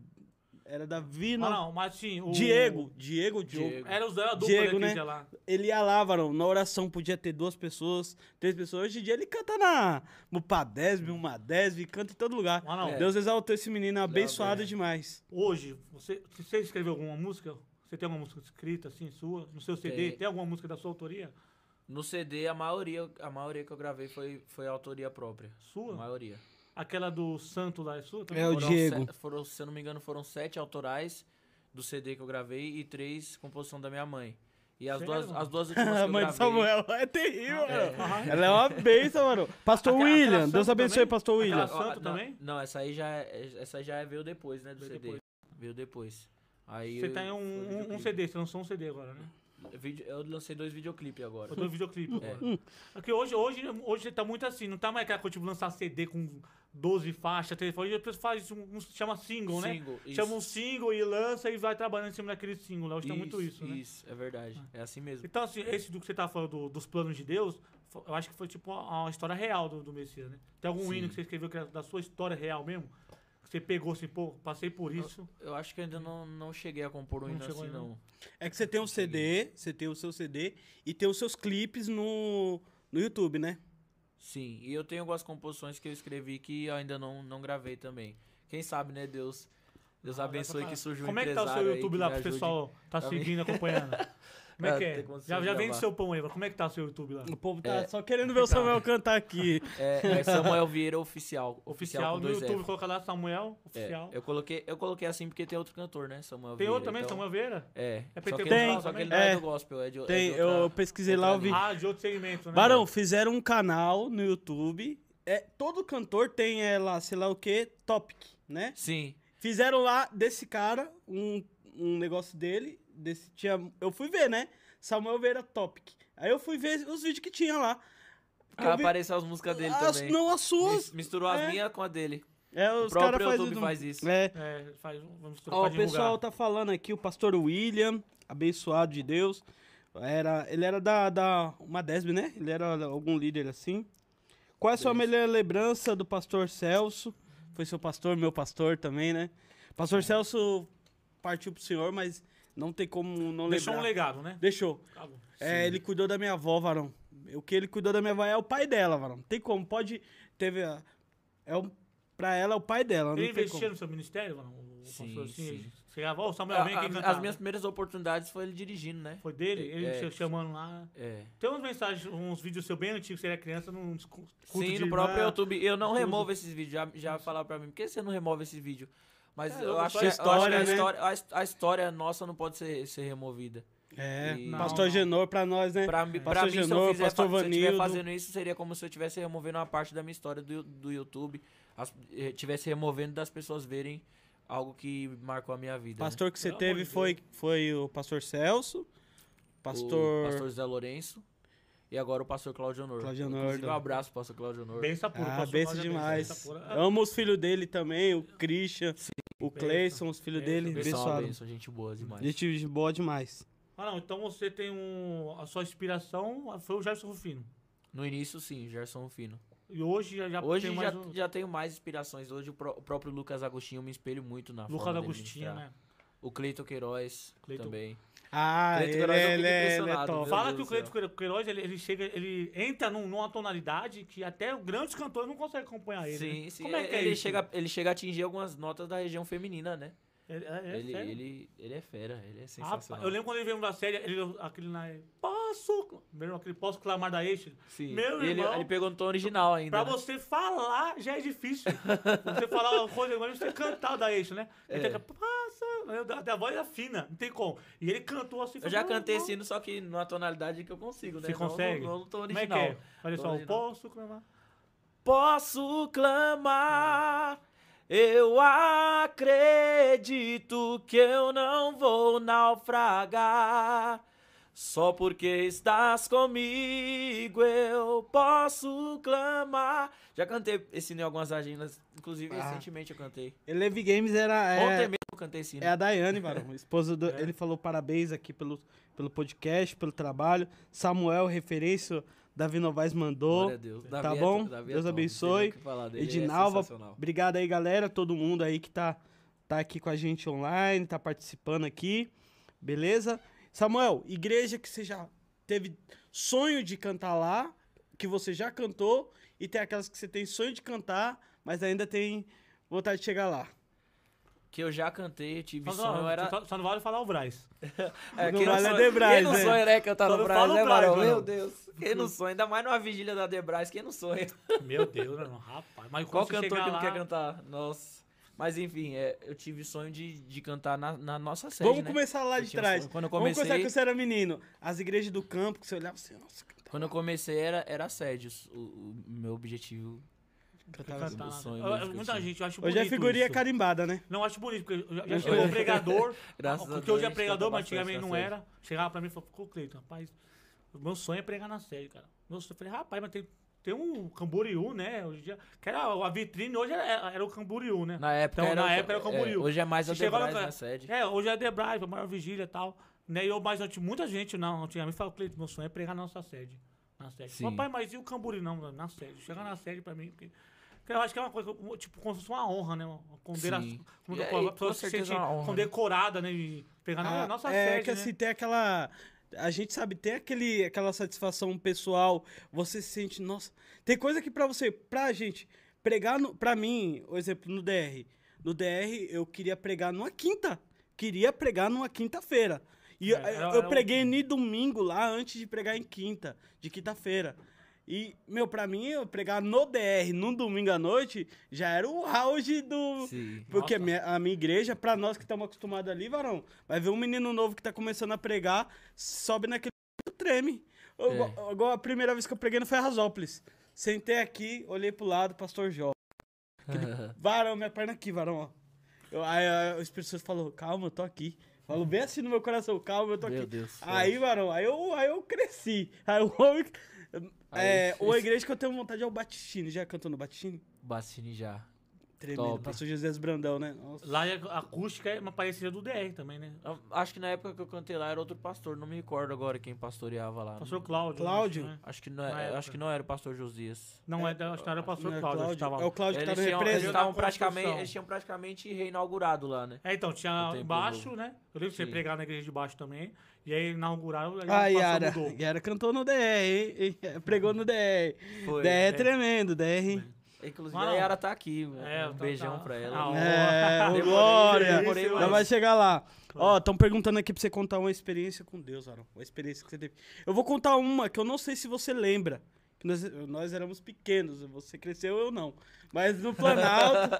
[SPEAKER 2] Era Davi,
[SPEAKER 1] Ah,
[SPEAKER 2] não.
[SPEAKER 1] não, mas assim, o.
[SPEAKER 2] Diego, Diego, Diogo.
[SPEAKER 3] Diego.
[SPEAKER 1] Era os era a dupla
[SPEAKER 2] Diego,
[SPEAKER 1] daquele
[SPEAKER 2] né?
[SPEAKER 1] dia lá.
[SPEAKER 2] Ele ia lá, varão, na oração podia ter duas pessoas, três pessoas. Hoje em dia ele canta na Mupadesb, uma Desb, canta em todo lugar.
[SPEAKER 1] Ah, não.
[SPEAKER 3] É.
[SPEAKER 2] Deus exaltou esse menino, abençoado
[SPEAKER 3] é.
[SPEAKER 2] demais.
[SPEAKER 1] Hoje, você, se você escreveu alguma música? Você tem alguma música escrita, assim, sua? No seu CD?
[SPEAKER 3] Tem.
[SPEAKER 1] Tem alguma música da sua autoria?
[SPEAKER 3] No CD, a maioria, a maioria que eu gravei foi, foi autoria própria. A
[SPEAKER 1] Sua?
[SPEAKER 3] maioria.
[SPEAKER 1] Aquela do Santo lá é sua? também?
[SPEAKER 2] É o
[SPEAKER 3] Foram
[SPEAKER 2] Diego.
[SPEAKER 3] se- foram, se eu não me engano, foram sete autorais do CD que eu gravei e três composição da minha mãe. E as,
[SPEAKER 1] Sério,
[SPEAKER 3] duas,
[SPEAKER 1] mano?
[SPEAKER 3] as duas últimas que
[SPEAKER 2] A
[SPEAKER 3] eu
[SPEAKER 2] mãe de
[SPEAKER 3] gravei...
[SPEAKER 2] Samuel é terrível, mano.
[SPEAKER 1] Aham.
[SPEAKER 2] Ela é uma bênção, mano. Pastor
[SPEAKER 1] Aquela- aquela
[SPEAKER 2] William, Deus
[SPEAKER 1] santa
[SPEAKER 2] abençoe,
[SPEAKER 1] também?
[SPEAKER 2] Pastor
[SPEAKER 1] Aquela
[SPEAKER 2] William.
[SPEAKER 1] santa- Santo
[SPEAKER 3] não,
[SPEAKER 1] também?
[SPEAKER 3] Não, essa aí já, é- essa aí já é- veio depois, né, do
[SPEAKER 1] Veio
[SPEAKER 3] CD.
[SPEAKER 1] depois.
[SPEAKER 3] Veio depois. Aí
[SPEAKER 1] Você
[SPEAKER 3] eu-
[SPEAKER 1] tem um,
[SPEAKER 3] foi
[SPEAKER 1] um- um
[SPEAKER 3] videoclipe.
[SPEAKER 1] CD, você lançou um CD agora, né?
[SPEAKER 3] Vídeo- eu lancei dois videoclipes agora.
[SPEAKER 1] Foi dois videoclipes
[SPEAKER 3] É.
[SPEAKER 1] agora. Porque hoje, hoje, hoje tá muito assim, não tá mais aquela coisa tipo lançar CD com 12 faixas, telefone, hoje a pessoa faz um, um- chama single, né?
[SPEAKER 3] Single, isso.
[SPEAKER 1] Chama um single e lança e vai trabalhando em cima daquele single. lá. Hoje tá muito isso, né?
[SPEAKER 3] Isso, é verdade. É assim mesmo.
[SPEAKER 1] Então, assim, esse do que você tá falando do- dos planos de Deus, fo- eu acho que foi tipo uma, uma história real do, do Messias, né? Tem algum
[SPEAKER 3] Sim.
[SPEAKER 1] hino que você escreveu que era da sua história real mesmo? Que você pegou assim, pô, passei por isso.
[SPEAKER 3] Eu acho que ainda não, não cheguei a compor um
[SPEAKER 1] Não
[SPEAKER 3] hino
[SPEAKER 1] chegou
[SPEAKER 3] assim,
[SPEAKER 1] ainda, né?
[SPEAKER 3] não.
[SPEAKER 2] É que você tem um CD, você tem o seu CD e tem os seus clipes no, no YouTube, né?
[SPEAKER 3] Sim, e eu tenho algumas composições que eu escrevi que eu ainda não, não gravei também. Quem sabe, né, Deus? Deus
[SPEAKER 1] Ah, dá
[SPEAKER 3] abençoe
[SPEAKER 1] pra-
[SPEAKER 3] que surja um
[SPEAKER 1] Como é que tá o seu
[SPEAKER 3] empresário aí
[SPEAKER 1] YouTube
[SPEAKER 3] que
[SPEAKER 1] lá
[SPEAKER 3] me
[SPEAKER 1] pro
[SPEAKER 3] ajude.
[SPEAKER 1] pessoal tá
[SPEAKER 3] Pra mim.
[SPEAKER 1] seguindo, acompanhando? Como é
[SPEAKER 3] Ah,
[SPEAKER 1] que
[SPEAKER 3] tem
[SPEAKER 1] é?
[SPEAKER 3] condições
[SPEAKER 1] Já,
[SPEAKER 3] de
[SPEAKER 1] já vende
[SPEAKER 3] gravar.
[SPEAKER 1] seu pão aí, como é que tá o seu YouTube lá?
[SPEAKER 2] O povo tá
[SPEAKER 3] É.
[SPEAKER 2] só querendo ver o Samuel cantar aqui.
[SPEAKER 3] É, é Samuel Vieira Oficial.
[SPEAKER 1] Oficial,
[SPEAKER 3] Oficial, com
[SPEAKER 1] no
[SPEAKER 3] dois
[SPEAKER 1] YouTube,
[SPEAKER 3] F.
[SPEAKER 1] coloca lá Samuel,
[SPEAKER 3] É,
[SPEAKER 1] oficial.
[SPEAKER 3] eu, coloquei, eu coloquei assim porque tem outro cantor, né, Samuel
[SPEAKER 1] Tem
[SPEAKER 3] Vieira.
[SPEAKER 1] outro também,
[SPEAKER 3] então-
[SPEAKER 1] Samuel Vieira?
[SPEAKER 3] É,
[SPEAKER 1] É
[SPEAKER 3] só que, ele
[SPEAKER 1] tem
[SPEAKER 3] não, só que ele não
[SPEAKER 2] também?
[SPEAKER 3] é,
[SPEAKER 2] É.
[SPEAKER 3] do gogospel, é de, é de
[SPEAKER 2] Tem, eu
[SPEAKER 3] outra-
[SPEAKER 2] pesquisei
[SPEAKER 3] outra
[SPEAKER 2] lá, eu vi.
[SPEAKER 3] linha.
[SPEAKER 1] Ah, de outro segmento, né?
[SPEAKER 2] Barão, fizeram um canal no YouTube. É, todo cantor tem é, lá, sei lá o que, topic, né?
[SPEAKER 3] Sim,
[SPEAKER 2] Fizeram lá desse cara um, um negócio dele. Desse, tinha, eu fui ver, né? Samuel Vieira Topic. Aí eu fui ver os vídeos que tinha lá. Porque eu
[SPEAKER 3] ah,
[SPEAKER 2] vi-
[SPEAKER 3] apareceu as músicas dele
[SPEAKER 2] as-
[SPEAKER 3] também.
[SPEAKER 2] Não as suas.
[SPEAKER 3] Mis- Misturou
[SPEAKER 2] É.
[SPEAKER 3] as minhas com a dele.
[SPEAKER 2] É,
[SPEAKER 3] O
[SPEAKER 2] os caras
[SPEAKER 3] próprio
[SPEAKER 2] fazem.
[SPEAKER 3] YouTube faz isso.
[SPEAKER 2] É.
[SPEAKER 1] É, faz, vamos trocar
[SPEAKER 2] Ó, o
[SPEAKER 1] de lugar.
[SPEAKER 2] pessoal tá falando aqui, o pastor William, abençoado de Deus. Era, ele era da, da uma desbe, né? Ele era algum líder assim. Qual é a sua melhor lembrança do pastor Celso? Foi seu pastor, meu pastor também, né? Pastor Celso partiu pro senhor, mas não tem como não
[SPEAKER 1] Deixou um
[SPEAKER 2] lembrar.
[SPEAKER 1] legado, né?
[SPEAKER 2] Deixou.
[SPEAKER 1] Acabou.
[SPEAKER 2] É, ele cuidou da minha avó, varão. O que ele cuidou da minha avó é o pai dela, varão. Tem como, pode... Teve a... É o, pra ela é o pai dela, não
[SPEAKER 1] Ele
[SPEAKER 2] tem como.
[SPEAKER 1] investia no seu ministério, mano? O
[SPEAKER 3] Sim,
[SPEAKER 1] pastor, assim,
[SPEAKER 3] sim.
[SPEAKER 1] ele- Chegava, ô, Samuel, vem aqui
[SPEAKER 3] A- a-
[SPEAKER 1] cantar.
[SPEAKER 3] As minhas primeiras oportunidades foi ele dirigindo, né?
[SPEAKER 1] Foi dele? Ele
[SPEAKER 3] É,
[SPEAKER 1] che-
[SPEAKER 3] é.
[SPEAKER 1] chamando lá.
[SPEAKER 3] É.
[SPEAKER 1] Tem umas mensagens, uns vídeos seu bem antigos, você era criança, num culto
[SPEAKER 3] Sim,
[SPEAKER 1] de
[SPEAKER 3] no próprio
[SPEAKER 1] irmã.
[SPEAKER 3] YouTube. Eu não
[SPEAKER 1] tudo.
[SPEAKER 3] removo esses vídeos. Já, já falaram pra mim, por que você não remove esses vídeos? Mas
[SPEAKER 1] É,
[SPEAKER 3] eu
[SPEAKER 1] só
[SPEAKER 3] acho,
[SPEAKER 1] a
[SPEAKER 3] que- eu acho
[SPEAKER 2] história,
[SPEAKER 3] que
[SPEAKER 2] né?
[SPEAKER 3] a história, a his- a história nossa não pode ser, ser removida.
[SPEAKER 2] É,
[SPEAKER 3] E-
[SPEAKER 2] pastor
[SPEAKER 1] Não.
[SPEAKER 2] Genor pra nós, né?
[SPEAKER 3] Pra, mim- pra
[SPEAKER 2] Pastor
[SPEAKER 3] mim, se eu,
[SPEAKER 2] Genor,
[SPEAKER 3] fizer,
[SPEAKER 2] pastor
[SPEAKER 3] fa- se eu estiver
[SPEAKER 2] Vanildo.
[SPEAKER 3] fazendo isso, seria como se eu estivesse removendo uma parte da minha história do, do YouTube. as- eh, Estivesse removendo das pessoas verem algo que marcou a minha
[SPEAKER 2] O
[SPEAKER 3] vida. né?
[SPEAKER 2] pastor que você
[SPEAKER 1] Pelo amor
[SPEAKER 2] teve
[SPEAKER 1] de
[SPEAKER 2] foi, foi o pastor Celso, pastor... Ah,
[SPEAKER 3] O pastor Zé Lourenço. E agora o pastor Cláudio Honor.
[SPEAKER 2] Cláudio Honor,
[SPEAKER 3] Inclusive,
[SPEAKER 2] do-
[SPEAKER 3] um abraço, pastor Cláudio Honor.
[SPEAKER 1] Benção pura.
[SPEAKER 2] Ah,
[SPEAKER 1] pastor
[SPEAKER 2] benção
[SPEAKER 1] Roger, é benção
[SPEAKER 2] demais.
[SPEAKER 1] pura.
[SPEAKER 2] Amo os filhos dele também, o Christian, o
[SPEAKER 1] benção.
[SPEAKER 2] Cleison, os filhos dele,
[SPEAKER 3] Pessoal,
[SPEAKER 2] abençoado.
[SPEAKER 3] benção, gente boa demais.
[SPEAKER 2] Gente boa demais.
[SPEAKER 1] Ah, não, então você tem um... A sua inspiração foi o Gerson Rufino.
[SPEAKER 3] No início, sim, Gerson Fino.
[SPEAKER 1] E hoje já, já
[SPEAKER 3] Hoje
[SPEAKER 1] tem
[SPEAKER 3] já,
[SPEAKER 1] mais um...
[SPEAKER 3] já tenho mais inspirações. Hoje o, pró- o próprio Lucas Agostinho eu me espelho muito na forma
[SPEAKER 1] Lucas
[SPEAKER 3] dele
[SPEAKER 1] Agostinho,
[SPEAKER 3] ministrar.
[SPEAKER 1] né?
[SPEAKER 3] O Cleiton Queiroz
[SPEAKER 1] Cleiton-
[SPEAKER 3] também.
[SPEAKER 2] Ah,
[SPEAKER 3] Cleiton
[SPEAKER 2] ele,
[SPEAKER 3] Queiroz, eu
[SPEAKER 2] é-
[SPEAKER 3] fico
[SPEAKER 2] ele é- ele é
[SPEAKER 3] impressionado,
[SPEAKER 2] top.
[SPEAKER 3] viu?
[SPEAKER 1] Fala
[SPEAKER 3] Deus
[SPEAKER 1] que o
[SPEAKER 3] do céu.
[SPEAKER 1] Cleito Queiro- Queiroz, ele, ele chega, ele entra num- numa tonalidade que até grandes cantores não conseguem acompanhar ele.
[SPEAKER 3] Sim,
[SPEAKER 1] né?
[SPEAKER 3] sim.
[SPEAKER 1] Como é que é
[SPEAKER 3] ele
[SPEAKER 1] isso?
[SPEAKER 3] Chega, ele chega a atingir algumas notas da região feminina, né?
[SPEAKER 1] Ele, é, é
[SPEAKER 3] ele,
[SPEAKER 1] sério.
[SPEAKER 3] ele, ele é fera, ele é
[SPEAKER 1] Rapaz,
[SPEAKER 3] sensacional.
[SPEAKER 1] eu lembro quando ele veio da série, ele, aquele na. Posso! cl- Mesmo aquele posso clamar da Eixe.
[SPEAKER 3] Sim.
[SPEAKER 1] Meu
[SPEAKER 3] E ele,
[SPEAKER 1] irmão-
[SPEAKER 3] ele pegou no tom original ainda.
[SPEAKER 1] Pra
[SPEAKER 3] né?
[SPEAKER 1] você falar já é difícil. você falar uma coisa, mas você cantar da Eixe, né? Ele
[SPEAKER 3] É.
[SPEAKER 1] tem que. Passa! Até a voz era fina, não tem como. E ele cantou assim.
[SPEAKER 3] Eu
[SPEAKER 1] falou,
[SPEAKER 3] já
[SPEAKER 1] "Não,
[SPEAKER 3] cantei
[SPEAKER 1] não."
[SPEAKER 3] esse hino, só que numa tonalidade que eu consigo, né?
[SPEAKER 1] Você
[SPEAKER 3] Não-
[SPEAKER 1] consegue?
[SPEAKER 3] Não, não no tom
[SPEAKER 1] Como é que
[SPEAKER 3] original.
[SPEAKER 1] é? Olha
[SPEAKER 3] Tom
[SPEAKER 1] só,
[SPEAKER 3] original.
[SPEAKER 1] posso é clamar.
[SPEAKER 3] Posso clamar, eu acredito que eu não vou naufragar. Só porque estás comigo eu posso clamar. Já cantei esse hino em algumas agendas, inclusive
[SPEAKER 2] Ah.
[SPEAKER 3] recentemente eu cantei.
[SPEAKER 2] Eleve é Games era...
[SPEAKER 3] Ontem
[SPEAKER 2] É,
[SPEAKER 3] mesmo eu cantei esse hino.
[SPEAKER 2] é a Daiane, varão, esposa
[SPEAKER 3] É.
[SPEAKER 2] do... Ele falou parabéns aqui pelo, pelo podcast, pelo trabalho. Samuel, referência, Davi Novaes mandou.
[SPEAKER 3] Glória a Deus.
[SPEAKER 2] tá
[SPEAKER 3] Davi é
[SPEAKER 2] bom?
[SPEAKER 3] to- Davi é
[SPEAKER 2] Deus
[SPEAKER 3] top, não tem
[SPEAKER 2] abençoe.
[SPEAKER 3] nem o que falar dele, é
[SPEAKER 2] Edinalva,
[SPEAKER 3] sensacional.
[SPEAKER 2] obrigado aí, galera, todo mundo aí que tá, tá aqui com a gente online, tá participando aqui, beleza? Samuel, igreja que você já teve sonho de cantar lá, que você já cantou, e tem aquelas que você tem sonho de cantar, mas ainda tem vontade de chegar lá.
[SPEAKER 3] Que eu já cantei, eu tive
[SPEAKER 1] Só,
[SPEAKER 3] sonho,
[SPEAKER 1] só,
[SPEAKER 3] era
[SPEAKER 1] só- só não vale falar o Braz.
[SPEAKER 3] É,
[SPEAKER 2] Não
[SPEAKER 3] quem
[SPEAKER 2] vale a
[SPEAKER 3] sonha-
[SPEAKER 2] Debrais,
[SPEAKER 3] Quem não
[SPEAKER 2] né?
[SPEAKER 3] sonha, né? Cantar
[SPEAKER 1] Só
[SPEAKER 3] no
[SPEAKER 1] não
[SPEAKER 3] Brás,
[SPEAKER 1] fala o
[SPEAKER 3] né,
[SPEAKER 1] Brás,
[SPEAKER 3] Marão?
[SPEAKER 1] não.
[SPEAKER 3] Meu Deus. Quem não sonha? Ainda mais numa vigília da Debrais, quem não sonha?
[SPEAKER 1] Meu Deus, né, rapaz. Mas
[SPEAKER 3] Qual
[SPEAKER 1] quando você
[SPEAKER 3] cantor que
[SPEAKER 1] chegar
[SPEAKER 3] não
[SPEAKER 1] lá,
[SPEAKER 3] quer cantar? Nossa. Mas enfim, é, eu tive sonho de, de cantar na, na nossa série,
[SPEAKER 2] Vamos
[SPEAKER 3] né?
[SPEAKER 2] começar lá
[SPEAKER 3] Eu
[SPEAKER 2] de
[SPEAKER 3] tinha
[SPEAKER 2] trás.
[SPEAKER 3] sonho. Quando eu
[SPEAKER 2] Vamos começar
[SPEAKER 3] comecei-
[SPEAKER 2] que você era menino. As igrejas do campo, que você olhava assim, nossa,
[SPEAKER 3] Quando eu comecei era, era a sede, os- o, o meu objetivo.
[SPEAKER 1] quer
[SPEAKER 2] cantava assim.
[SPEAKER 1] cantar
[SPEAKER 3] Meu
[SPEAKER 1] nada.
[SPEAKER 3] sonho,
[SPEAKER 1] Eu- eu-
[SPEAKER 3] meu
[SPEAKER 1] Muita
[SPEAKER 3] sonho.
[SPEAKER 1] gente, eu acho bonito
[SPEAKER 2] Hoje é figurinha
[SPEAKER 1] isso.
[SPEAKER 2] carimbada, né?
[SPEAKER 1] Não, acho bonito, porque eu já- já
[SPEAKER 2] Eu-
[SPEAKER 1] chegou o pregador,
[SPEAKER 3] Graças a
[SPEAKER 1] porque
[SPEAKER 3] Deus,
[SPEAKER 1] hoje
[SPEAKER 3] a
[SPEAKER 1] é
[SPEAKER 3] gente
[SPEAKER 1] pregador,
[SPEAKER 3] canta
[SPEAKER 1] mas
[SPEAKER 3] bastante
[SPEAKER 1] antigamente
[SPEAKER 3] na
[SPEAKER 1] não
[SPEAKER 3] sede.
[SPEAKER 1] era. Chegava pra mim e falava, pô, Cleiton, rapaz, o meu sonho é pregar na série, cara. Meu sonho, eu falei, rapaz, mas tem, tem um Camboriú, né? Hoje em dia, que era a vitrine, hoje era, era o Camboriú, né?
[SPEAKER 3] Na época
[SPEAKER 1] Então,
[SPEAKER 3] era,
[SPEAKER 1] na
[SPEAKER 3] o-
[SPEAKER 1] época era o Camboriú.
[SPEAKER 3] é, hoje é mais a
[SPEAKER 1] Se chegou
[SPEAKER 3] Debrais
[SPEAKER 1] no-
[SPEAKER 3] na sede.
[SPEAKER 1] É, hoje é a Debrai, a maior vigília e tal. Né? E eu, mas antes, muita gente não, antigamente falou, Cleiton, meu sonho é pregar na nossa sede. Na sede.
[SPEAKER 3] Sim.
[SPEAKER 1] Papai, mas e o Camboriú? Não, na sede. Chegar na sede pra mim, porque... porque Eu acho que é uma coisa, tipo, como se fosse uma honra, né? Uma
[SPEAKER 3] Sim.
[SPEAKER 1] condenação. Como
[SPEAKER 3] E
[SPEAKER 1] a
[SPEAKER 3] aí,
[SPEAKER 1] pessoa
[SPEAKER 3] com
[SPEAKER 1] se
[SPEAKER 3] certeza
[SPEAKER 1] sente
[SPEAKER 3] é uma honra, né?
[SPEAKER 1] condecorada, né? E pegar na
[SPEAKER 2] Ah,
[SPEAKER 1] nossa
[SPEAKER 2] é
[SPEAKER 1] sede,
[SPEAKER 2] que
[SPEAKER 1] né?
[SPEAKER 2] assim, tem aquela. A gente sabe, tem aquele, aquela satisfação pessoal. Você se sente, nossa. Tem coisa que pra você, pra gente, pregar no, pra mim, por exemplo, no DR. No DR, eu queria pregar numa quinta. Queria pregar numa quinta-feira. E
[SPEAKER 1] É,
[SPEAKER 2] eu,
[SPEAKER 1] era-
[SPEAKER 2] eu
[SPEAKER 1] era o-
[SPEAKER 2] preguei no domingo lá antes de pregar em quinta, de quinta-feira. E, meu, pra mim, eu pregar no DR num domingo à noite já era o auge do,
[SPEAKER 3] Sim.
[SPEAKER 2] porque a
[SPEAKER 1] Nossa.
[SPEAKER 2] minha, a minha igreja, pra nós que estamos acostumados ali, varão, vai ver um menino novo que tá começando a pregar, sobe naquele treme. Eu-
[SPEAKER 3] É.
[SPEAKER 2] igual- Igual a primeira vez que eu preguei no Ferrazópolis. Sentei aqui, olhei pro lado, pastor Jó. Varão, minha perna aqui, varão, ó. Eu- aí, aí o Espírito Santo falou, calma, eu tô aqui. Falou bem assim no meu coração, calma, eu tô
[SPEAKER 3] Meu
[SPEAKER 2] aqui.
[SPEAKER 3] Deus.
[SPEAKER 2] Aí, varão, aí eu, aí eu cresci. Aí o homem. É,
[SPEAKER 3] Aí-
[SPEAKER 2] uma igreja que eu tenho vontade é o Batistini. Já cantou no Batistini?
[SPEAKER 3] Bastini já.
[SPEAKER 2] Tremendo.
[SPEAKER 3] Top.
[SPEAKER 2] Pastor José Brandão, né? Nossa.
[SPEAKER 1] Lá é a acústica é uma parecida do DR também, né?
[SPEAKER 3] Eu Acho que na época que eu cantei lá era outro pastor, não me recordo agora quem pastoreava lá.
[SPEAKER 1] Pastor Cláudio. eu
[SPEAKER 2] Hum. Cláudio?
[SPEAKER 1] acho, né?
[SPEAKER 3] Acho que não, é-
[SPEAKER 1] Na época.
[SPEAKER 3] acho que não era o pastor Josias.
[SPEAKER 1] Não, é, da- acho que não era o pastor
[SPEAKER 2] Não é
[SPEAKER 1] Cláudio. acho que
[SPEAKER 2] Cláudio?
[SPEAKER 1] tava-
[SPEAKER 2] É o Cláudio que tá no
[SPEAKER 3] Eles tinham, eles
[SPEAKER 2] represa?
[SPEAKER 1] da
[SPEAKER 3] estavam
[SPEAKER 1] construção.
[SPEAKER 3] praticamente, eles tinham praticamente reinaugurado lá, né?
[SPEAKER 1] É, então,
[SPEAKER 3] O
[SPEAKER 1] tinha
[SPEAKER 3] templo
[SPEAKER 1] embaixo,
[SPEAKER 3] novo.
[SPEAKER 1] né? Eu lembro que você
[SPEAKER 3] Sim.
[SPEAKER 1] pregava na igreja de baixo também. E aí inauguraram, aí
[SPEAKER 2] Ah,
[SPEAKER 1] a
[SPEAKER 2] Yara.
[SPEAKER 1] situação mudou.
[SPEAKER 2] Yara cantou no DR, hein? Pregou no DR.
[SPEAKER 3] Foi.
[SPEAKER 2] DR
[SPEAKER 3] né?
[SPEAKER 2] é tremendo, DR.
[SPEAKER 3] Inclusive,
[SPEAKER 1] Mano,
[SPEAKER 3] a Yara tá aqui.
[SPEAKER 1] é,
[SPEAKER 3] um
[SPEAKER 1] tá-
[SPEAKER 3] beijão
[SPEAKER 1] tá-
[SPEAKER 3] pra
[SPEAKER 1] Ah,
[SPEAKER 3] ela.
[SPEAKER 1] ó.
[SPEAKER 2] É, ô
[SPEAKER 3] Demorei,
[SPEAKER 2] Glória.
[SPEAKER 3] demorei,
[SPEAKER 2] Já
[SPEAKER 3] mas-
[SPEAKER 2] vai chegar lá. Ó,
[SPEAKER 1] Claro.
[SPEAKER 2] estão perguntando aqui pra você contar uma experiência com Deus, Arão. Uma experiência que você teve. Eu vou contar uma que eu não sei se você lembra. Que nós, nós éramos pequenos, você cresceu, eu não. Mas no Planalto,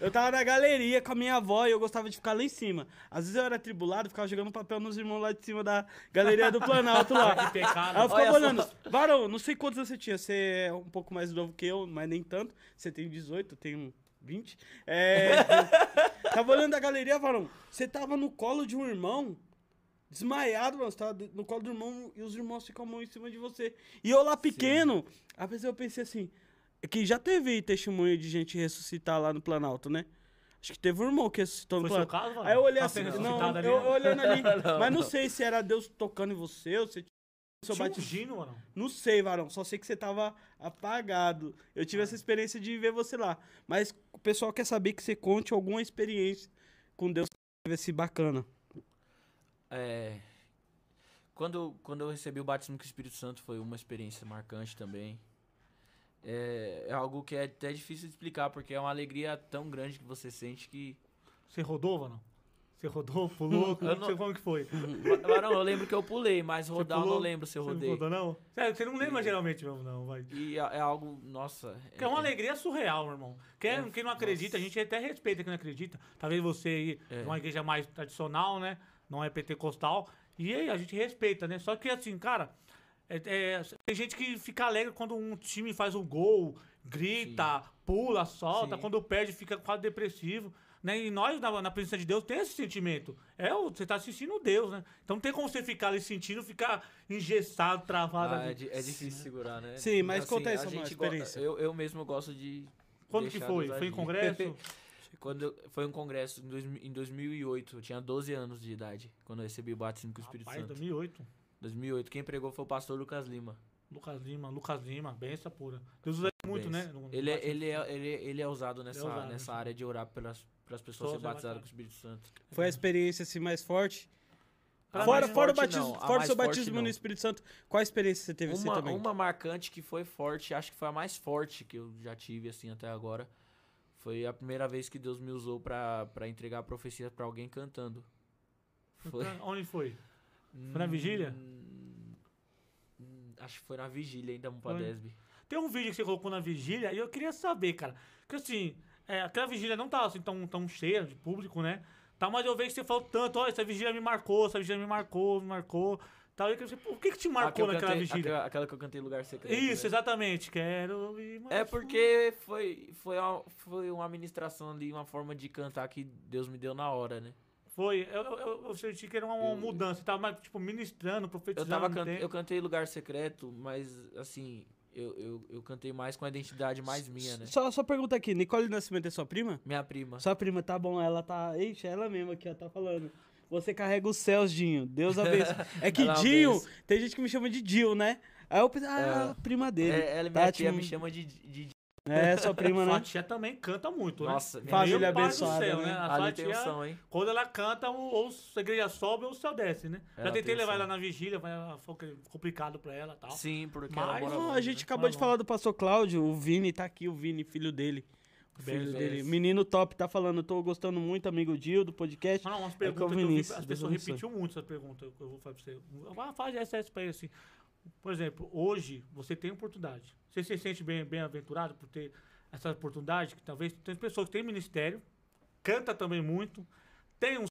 [SPEAKER 2] eu tava na galeria com a minha avó e eu gostava de ficar lá em cima. Às vezes eu era tribulado, ficava jogando papel nos irmãos lá de cima da galeria do Planalto lá.
[SPEAKER 1] Ah, Que pecado.
[SPEAKER 2] Aí eu ficava
[SPEAKER 3] Ah, Olha só.
[SPEAKER 2] olhando. Varão, não sei quantos anos você tinha. Você é um pouco mais novo que eu, mas nem tanto. Você tem 18, eu tenho 20. É... tava olhando a galeria, Varão. Você tava no colo de um irmão, desmaiado, mano. Você tava de- no colo do irmão e os irmãos ficam a mão em cima de você. E eu lá pequeno, às vezes eu pensei assim... Que já teve testemunho de gente ressuscitar lá no Planalto, né? Acho que teve um irmão que ressuscitou no
[SPEAKER 1] Foi seu
[SPEAKER 2] Planalto.
[SPEAKER 1] caso, mano?
[SPEAKER 2] Aí eu olhei
[SPEAKER 1] Tá
[SPEAKER 2] assim,
[SPEAKER 1] sendo
[SPEAKER 2] não,
[SPEAKER 1] ressuscitado ali,
[SPEAKER 2] eu
[SPEAKER 1] né?
[SPEAKER 2] olhando ali.
[SPEAKER 3] Não,
[SPEAKER 2] mas não,
[SPEAKER 3] não.
[SPEAKER 2] sei se era Deus tocando em você, ou se tinha seu
[SPEAKER 1] Tinha um
[SPEAKER 2] batismo.
[SPEAKER 1] gino, mano.
[SPEAKER 2] Não sei, Varão, só sei que você tava apagado. Eu
[SPEAKER 3] Ah.
[SPEAKER 2] tive essa experiência de ver você lá. Mas o pessoal quer saber que você conte alguma experiência com Deus que teve esse bacana.
[SPEAKER 3] É, quando, quando eu recebi o batismo com o Espírito Santo foi uma experiência marcante também. É, é algo que é até difícil de explicar, porque é uma alegria tão grande que você sente que.
[SPEAKER 1] Você rodou, mano? Você rodou, pulou,
[SPEAKER 3] Eu
[SPEAKER 1] não sei
[SPEAKER 3] não-
[SPEAKER 1] como que foi.
[SPEAKER 3] Varão, eu lembro que eu pulei, mas rodar eu não
[SPEAKER 1] pulou?
[SPEAKER 3] lembro se eu
[SPEAKER 1] Você não
[SPEAKER 3] rodei.
[SPEAKER 1] rodou, não? Sério, você não lembra geralmente mesmo, não, vai.
[SPEAKER 3] E é, é algo, nossa.
[SPEAKER 1] Que é uma alegria surreal, meu irmão. Quem,
[SPEAKER 3] É,
[SPEAKER 1] quem não acredita, a gente até respeita quem não acredita. Talvez você aí,
[SPEAKER 3] É.
[SPEAKER 1] numa igreja mais tradicional, né? Não é pentecostal. E aí a gente respeita, né? Só que assim, cara, é- é, tem gente que fica alegre quando um time faz um gol, grita, pula, solta.
[SPEAKER 3] Sim.
[SPEAKER 1] Quando perde, fica quase depressivo. Né? E nós, na, na presença de Deus, tem esse sentimento. É, o- você tá assistindo Deus, né? Então não tem como você ficar ali sentindo, ficar engessado, travado.
[SPEAKER 3] Ah, é,
[SPEAKER 1] ali.
[SPEAKER 3] di- é difícil segurar, né?
[SPEAKER 2] Sim, mas conta aí
[SPEAKER 3] a
[SPEAKER 2] sua maior
[SPEAKER 3] gente go-
[SPEAKER 2] experiência.
[SPEAKER 3] Eu, eu mesmo gosto de.
[SPEAKER 1] Quando que
[SPEAKER 3] deixar
[SPEAKER 1] foi?
[SPEAKER 3] Deus
[SPEAKER 1] Foi em
[SPEAKER 3] agir.
[SPEAKER 1] congresso?
[SPEAKER 3] Quando eu- foi um congresso em, dois, mil- em 2008, eu tinha 12 anos de idade, quando eu recebi o batismo com o Espírito
[SPEAKER 1] Rapaz,
[SPEAKER 3] Santo.
[SPEAKER 1] 2008.
[SPEAKER 3] 2008, quem pregou foi o pastor Lucas Lima.
[SPEAKER 1] Lucas Lima, Lucas Lima, benção pura. Deus usa ele muito, né?
[SPEAKER 3] Benção.
[SPEAKER 1] No- no
[SPEAKER 3] Ele, é,
[SPEAKER 1] batismo.
[SPEAKER 3] ele, é, ele, é- ele é usado nessa,
[SPEAKER 1] usado,
[SPEAKER 3] nessa
[SPEAKER 1] sim.
[SPEAKER 3] área de orar pelas, pelas
[SPEAKER 1] Pessoas
[SPEAKER 3] pessoas serem
[SPEAKER 1] batizadas.
[SPEAKER 3] batizadas com o Espírito Santo.
[SPEAKER 2] Foi a experiência assim mais forte?
[SPEAKER 3] A
[SPEAKER 2] fora
[SPEAKER 3] É. mais
[SPEAKER 2] fora o
[SPEAKER 3] forte,
[SPEAKER 2] batismo,
[SPEAKER 3] não. A
[SPEAKER 2] fora o
[SPEAKER 3] mais
[SPEAKER 2] seu
[SPEAKER 3] forte,
[SPEAKER 2] batismo
[SPEAKER 3] não.
[SPEAKER 2] no Espírito Santo, qual a experiência você teve assim
[SPEAKER 3] uma,
[SPEAKER 2] também?
[SPEAKER 3] uma marcante que foi forte, acho que foi a mais forte que eu já tive assim até agora. Foi a primeira vez que Deus me usou pra pra entregar a profecia pra alguém cantando. Foi
[SPEAKER 1] Então, Onde foi? Foi na vigília?
[SPEAKER 3] Hum, hum, Acho que foi na vigília ainda, um
[SPEAKER 1] Foi.
[SPEAKER 3] Padesb.
[SPEAKER 1] Tem um vídeo que você colocou na vigília e eu queria saber, cara. Que assim, é, aquela vigília não tá assim tão, tão cheia de público, né? Tá, mas eu vejo que você falou tanto, ó, essa vigília me marcou, essa vigília me marcou, me marcou. Tal, e eu queria saber, pô, o que que te
[SPEAKER 3] A Ah, que
[SPEAKER 1] marcou
[SPEAKER 3] eu
[SPEAKER 1] naquela
[SPEAKER 3] cantei-
[SPEAKER 1] vigília?
[SPEAKER 3] Aquela, aquela que eu cantei Lugar Secreto.
[SPEAKER 1] Isso,
[SPEAKER 3] né?
[SPEAKER 1] exatamente. Quero me mais
[SPEAKER 3] É porque foi, foi, uma, foi uma ministração ali, uma forma de cantar que Deus me deu na hora, né?
[SPEAKER 1] Foi, eu, eu, eu- eu senti que era uma, uma
[SPEAKER 3] Eu-
[SPEAKER 1] mudança. Você tava, mais, tipo, ministrando,
[SPEAKER 3] Eu,
[SPEAKER 1] profetizando.
[SPEAKER 3] tava
[SPEAKER 1] não
[SPEAKER 3] can...
[SPEAKER 1] tem?
[SPEAKER 3] eu cantei Lugar Secreto, mas assim, eu, eu, eu cantei mais com a identidade mais minha, né?
[SPEAKER 2] Só, só pergunta aqui, Nicole Nascimento é sua prima?
[SPEAKER 3] Minha prima.
[SPEAKER 2] Sua prima, tá bom, ela tá. Ixi, ela mesma aqui, ó, tá falando. Você carrega os céus, Dinho. Deus abençoe. É que
[SPEAKER 3] Ela
[SPEAKER 2] Dinho,
[SPEAKER 3] abençoe.
[SPEAKER 2] tem gente que me chama de Dio, né? Aí eu pensei, ah, é a prima dele.
[SPEAKER 3] É, ela e minha
[SPEAKER 2] Tá,
[SPEAKER 3] tia
[SPEAKER 2] tipo,
[SPEAKER 3] me chama de. de... de-
[SPEAKER 2] É, sua prima,
[SPEAKER 1] Sua
[SPEAKER 2] né?
[SPEAKER 1] tia também canta muito,
[SPEAKER 3] Nossa,
[SPEAKER 1] né?
[SPEAKER 3] minha
[SPEAKER 2] Família
[SPEAKER 1] Meu pai do
[SPEAKER 2] abençoada,
[SPEAKER 1] céu,
[SPEAKER 2] né?
[SPEAKER 1] A sua
[SPEAKER 3] Ali tem o
[SPEAKER 1] tia-
[SPEAKER 3] som, hein?
[SPEAKER 1] Quando ela canta, o- ou a igreja sobe ou o céu desce, né?
[SPEAKER 3] É, Ela
[SPEAKER 1] Já tentei
[SPEAKER 3] tem
[SPEAKER 1] levar
[SPEAKER 3] essa.
[SPEAKER 1] ela na vigília, mas ela- foi que- complicado pra ela e tal.
[SPEAKER 3] Sim, porque
[SPEAKER 1] Mas,
[SPEAKER 3] ela mora
[SPEAKER 1] ó,
[SPEAKER 2] Não,
[SPEAKER 3] longe,
[SPEAKER 2] a gente
[SPEAKER 3] né?
[SPEAKER 2] acabou de
[SPEAKER 1] Mano.
[SPEAKER 2] falar do pastor Cláudio, o Vini tá aqui, o Vini, filho dele. O
[SPEAKER 1] Bem,
[SPEAKER 2] filho
[SPEAKER 3] bem.
[SPEAKER 2] dele. Menino top, tá falando, tô gostando muito, amigo Dio, do podcast.
[SPEAKER 1] Mas não, umas
[SPEAKER 2] É que é o
[SPEAKER 1] perguntas que eu vi,
[SPEAKER 2] Vinícius,
[SPEAKER 1] as
[SPEAKER 2] Deus
[SPEAKER 1] pessoas
[SPEAKER 2] abençoe.
[SPEAKER 1] repetiam muito essa pergunta que eu vou falar pra você. Ah, faz essa, essa pra ele, assim. Por exemplo, hoje você tem oportunidade. Você se sente bem- bem-aventurado por ter essa oportunidade, que talvez tem pessoas que têm ministério, canta também muito, tem um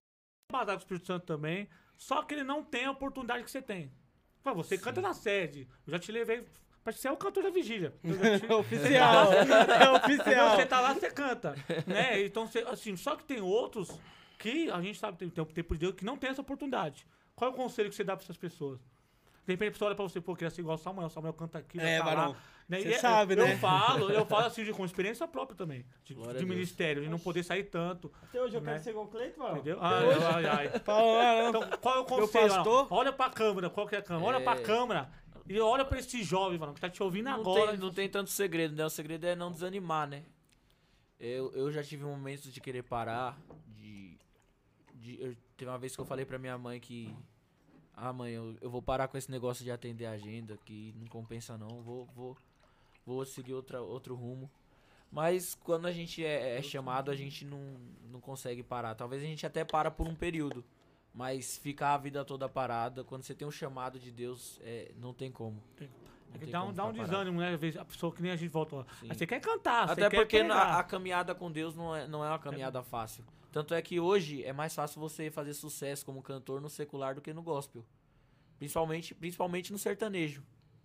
[SPEAKER 1] batalha com o Espírito Santo também, só que ele não tem a oportunidade que você tem. Pô, você canta na sede, eu já te levei, parece que você é o cantor da vigília. Eu já te-
[SPEAKER 2] É oficial, é oficial.
[SPEAKER 1] você tá lá, você canta. Né? Então, você- assim, só que tem outros que a gente sabe, tem, tem um tempo de Deus que não tem essa oportunidade. Qual é o conselho que você dá pra essas pessoas? De repente a pessoa olha pra você, pô, queria ser igual o Samuel, o Samuel canta aqui,
[SPEAKER 2] É,
[SPEAKER 1] tá lá,
[SPEAKER 2] varão.
[SPEAKER 1] né?
[SPEAKER 2] Você
[SPEAKER 1] E é-
[SPEAKER 2] sabe,
[SPEAKER 1] eu
[SPEAKER 2] né?
[SPEAKER 1] falo, eu falo assim de, com experiência própria também, de,
[SPEAKER 3] Glória
[SPEAKER 1] de
[SPEAKER 3] a Deus.
[SPEAKER 1] ministério, de não poder sair tanto,
[SPEAKER 2] Até hoje eu quero
[SPEAKER 1] né?
[SPEAKER 2] ser igual o Cleiton, mano.
[SPEAKER 1] entendeu? Ai, ai, ai.
[SPEAKER 2] Fala,
[SPEAKER 1] Então, qual é o conselho? varão?
[SPEAKER 2] pastor?
[SPEAKER 1] Olha pra câmera, qual que é a câmera? Olha pra
[SPEAKER 3] É.
[SPEAKER 1] câmera e olha pra esse jovem, mano, que tá te ouvindo
[SPEAKER 3] Não
[SPEAKER 1] agora.
[SPEAKER 3] tem, não tem tanto segredo, né? O segredo é não desanimar, né? Eu, eu já tive momentos de querer parar, de... de eu, teve uma vez que eu falei pra minha mãe que... Ah, mãe, eu, eu vou parar com esse negócio de atender a agenda, que não compensa não, vou, vou, vou seguir outra, outro rumo. Mas quando a gente é, é chamado, a gente não, não consegue parar. Talvez a gente até para por um período. Mas ficar a vida toda parada, quando você tem um chamado de Deus, é, não tem como. Não
[SPEAKER 1] É que
[SPEAKER 3] tem
[SPEAKER 1] dá um,
[SPEAKER 3] como
[SPEAKER 1] dá um
[SPEAKER 3] ficar parado.
[SPEAKER 1] desânimo, né? Às vezes a pessoa que nem a gente volta lá.
[SPEAKER 3] Sim.
[SPEAKER 1] Aí você quer cantar, Ah, você
[SPEAKER 3] Até
[SPEAKER 1] quer
[SPEAKER 3] porque na-
[SPEAKER 1] pregar.
[SPEAKER 3] a caminhada com Deus não é, não é uma caminhada fácil. Tanto é que hoje é mais fácil você fazer sucesso como cantor no secular do que no gospel. Principalmente, principalmente no sertanejo,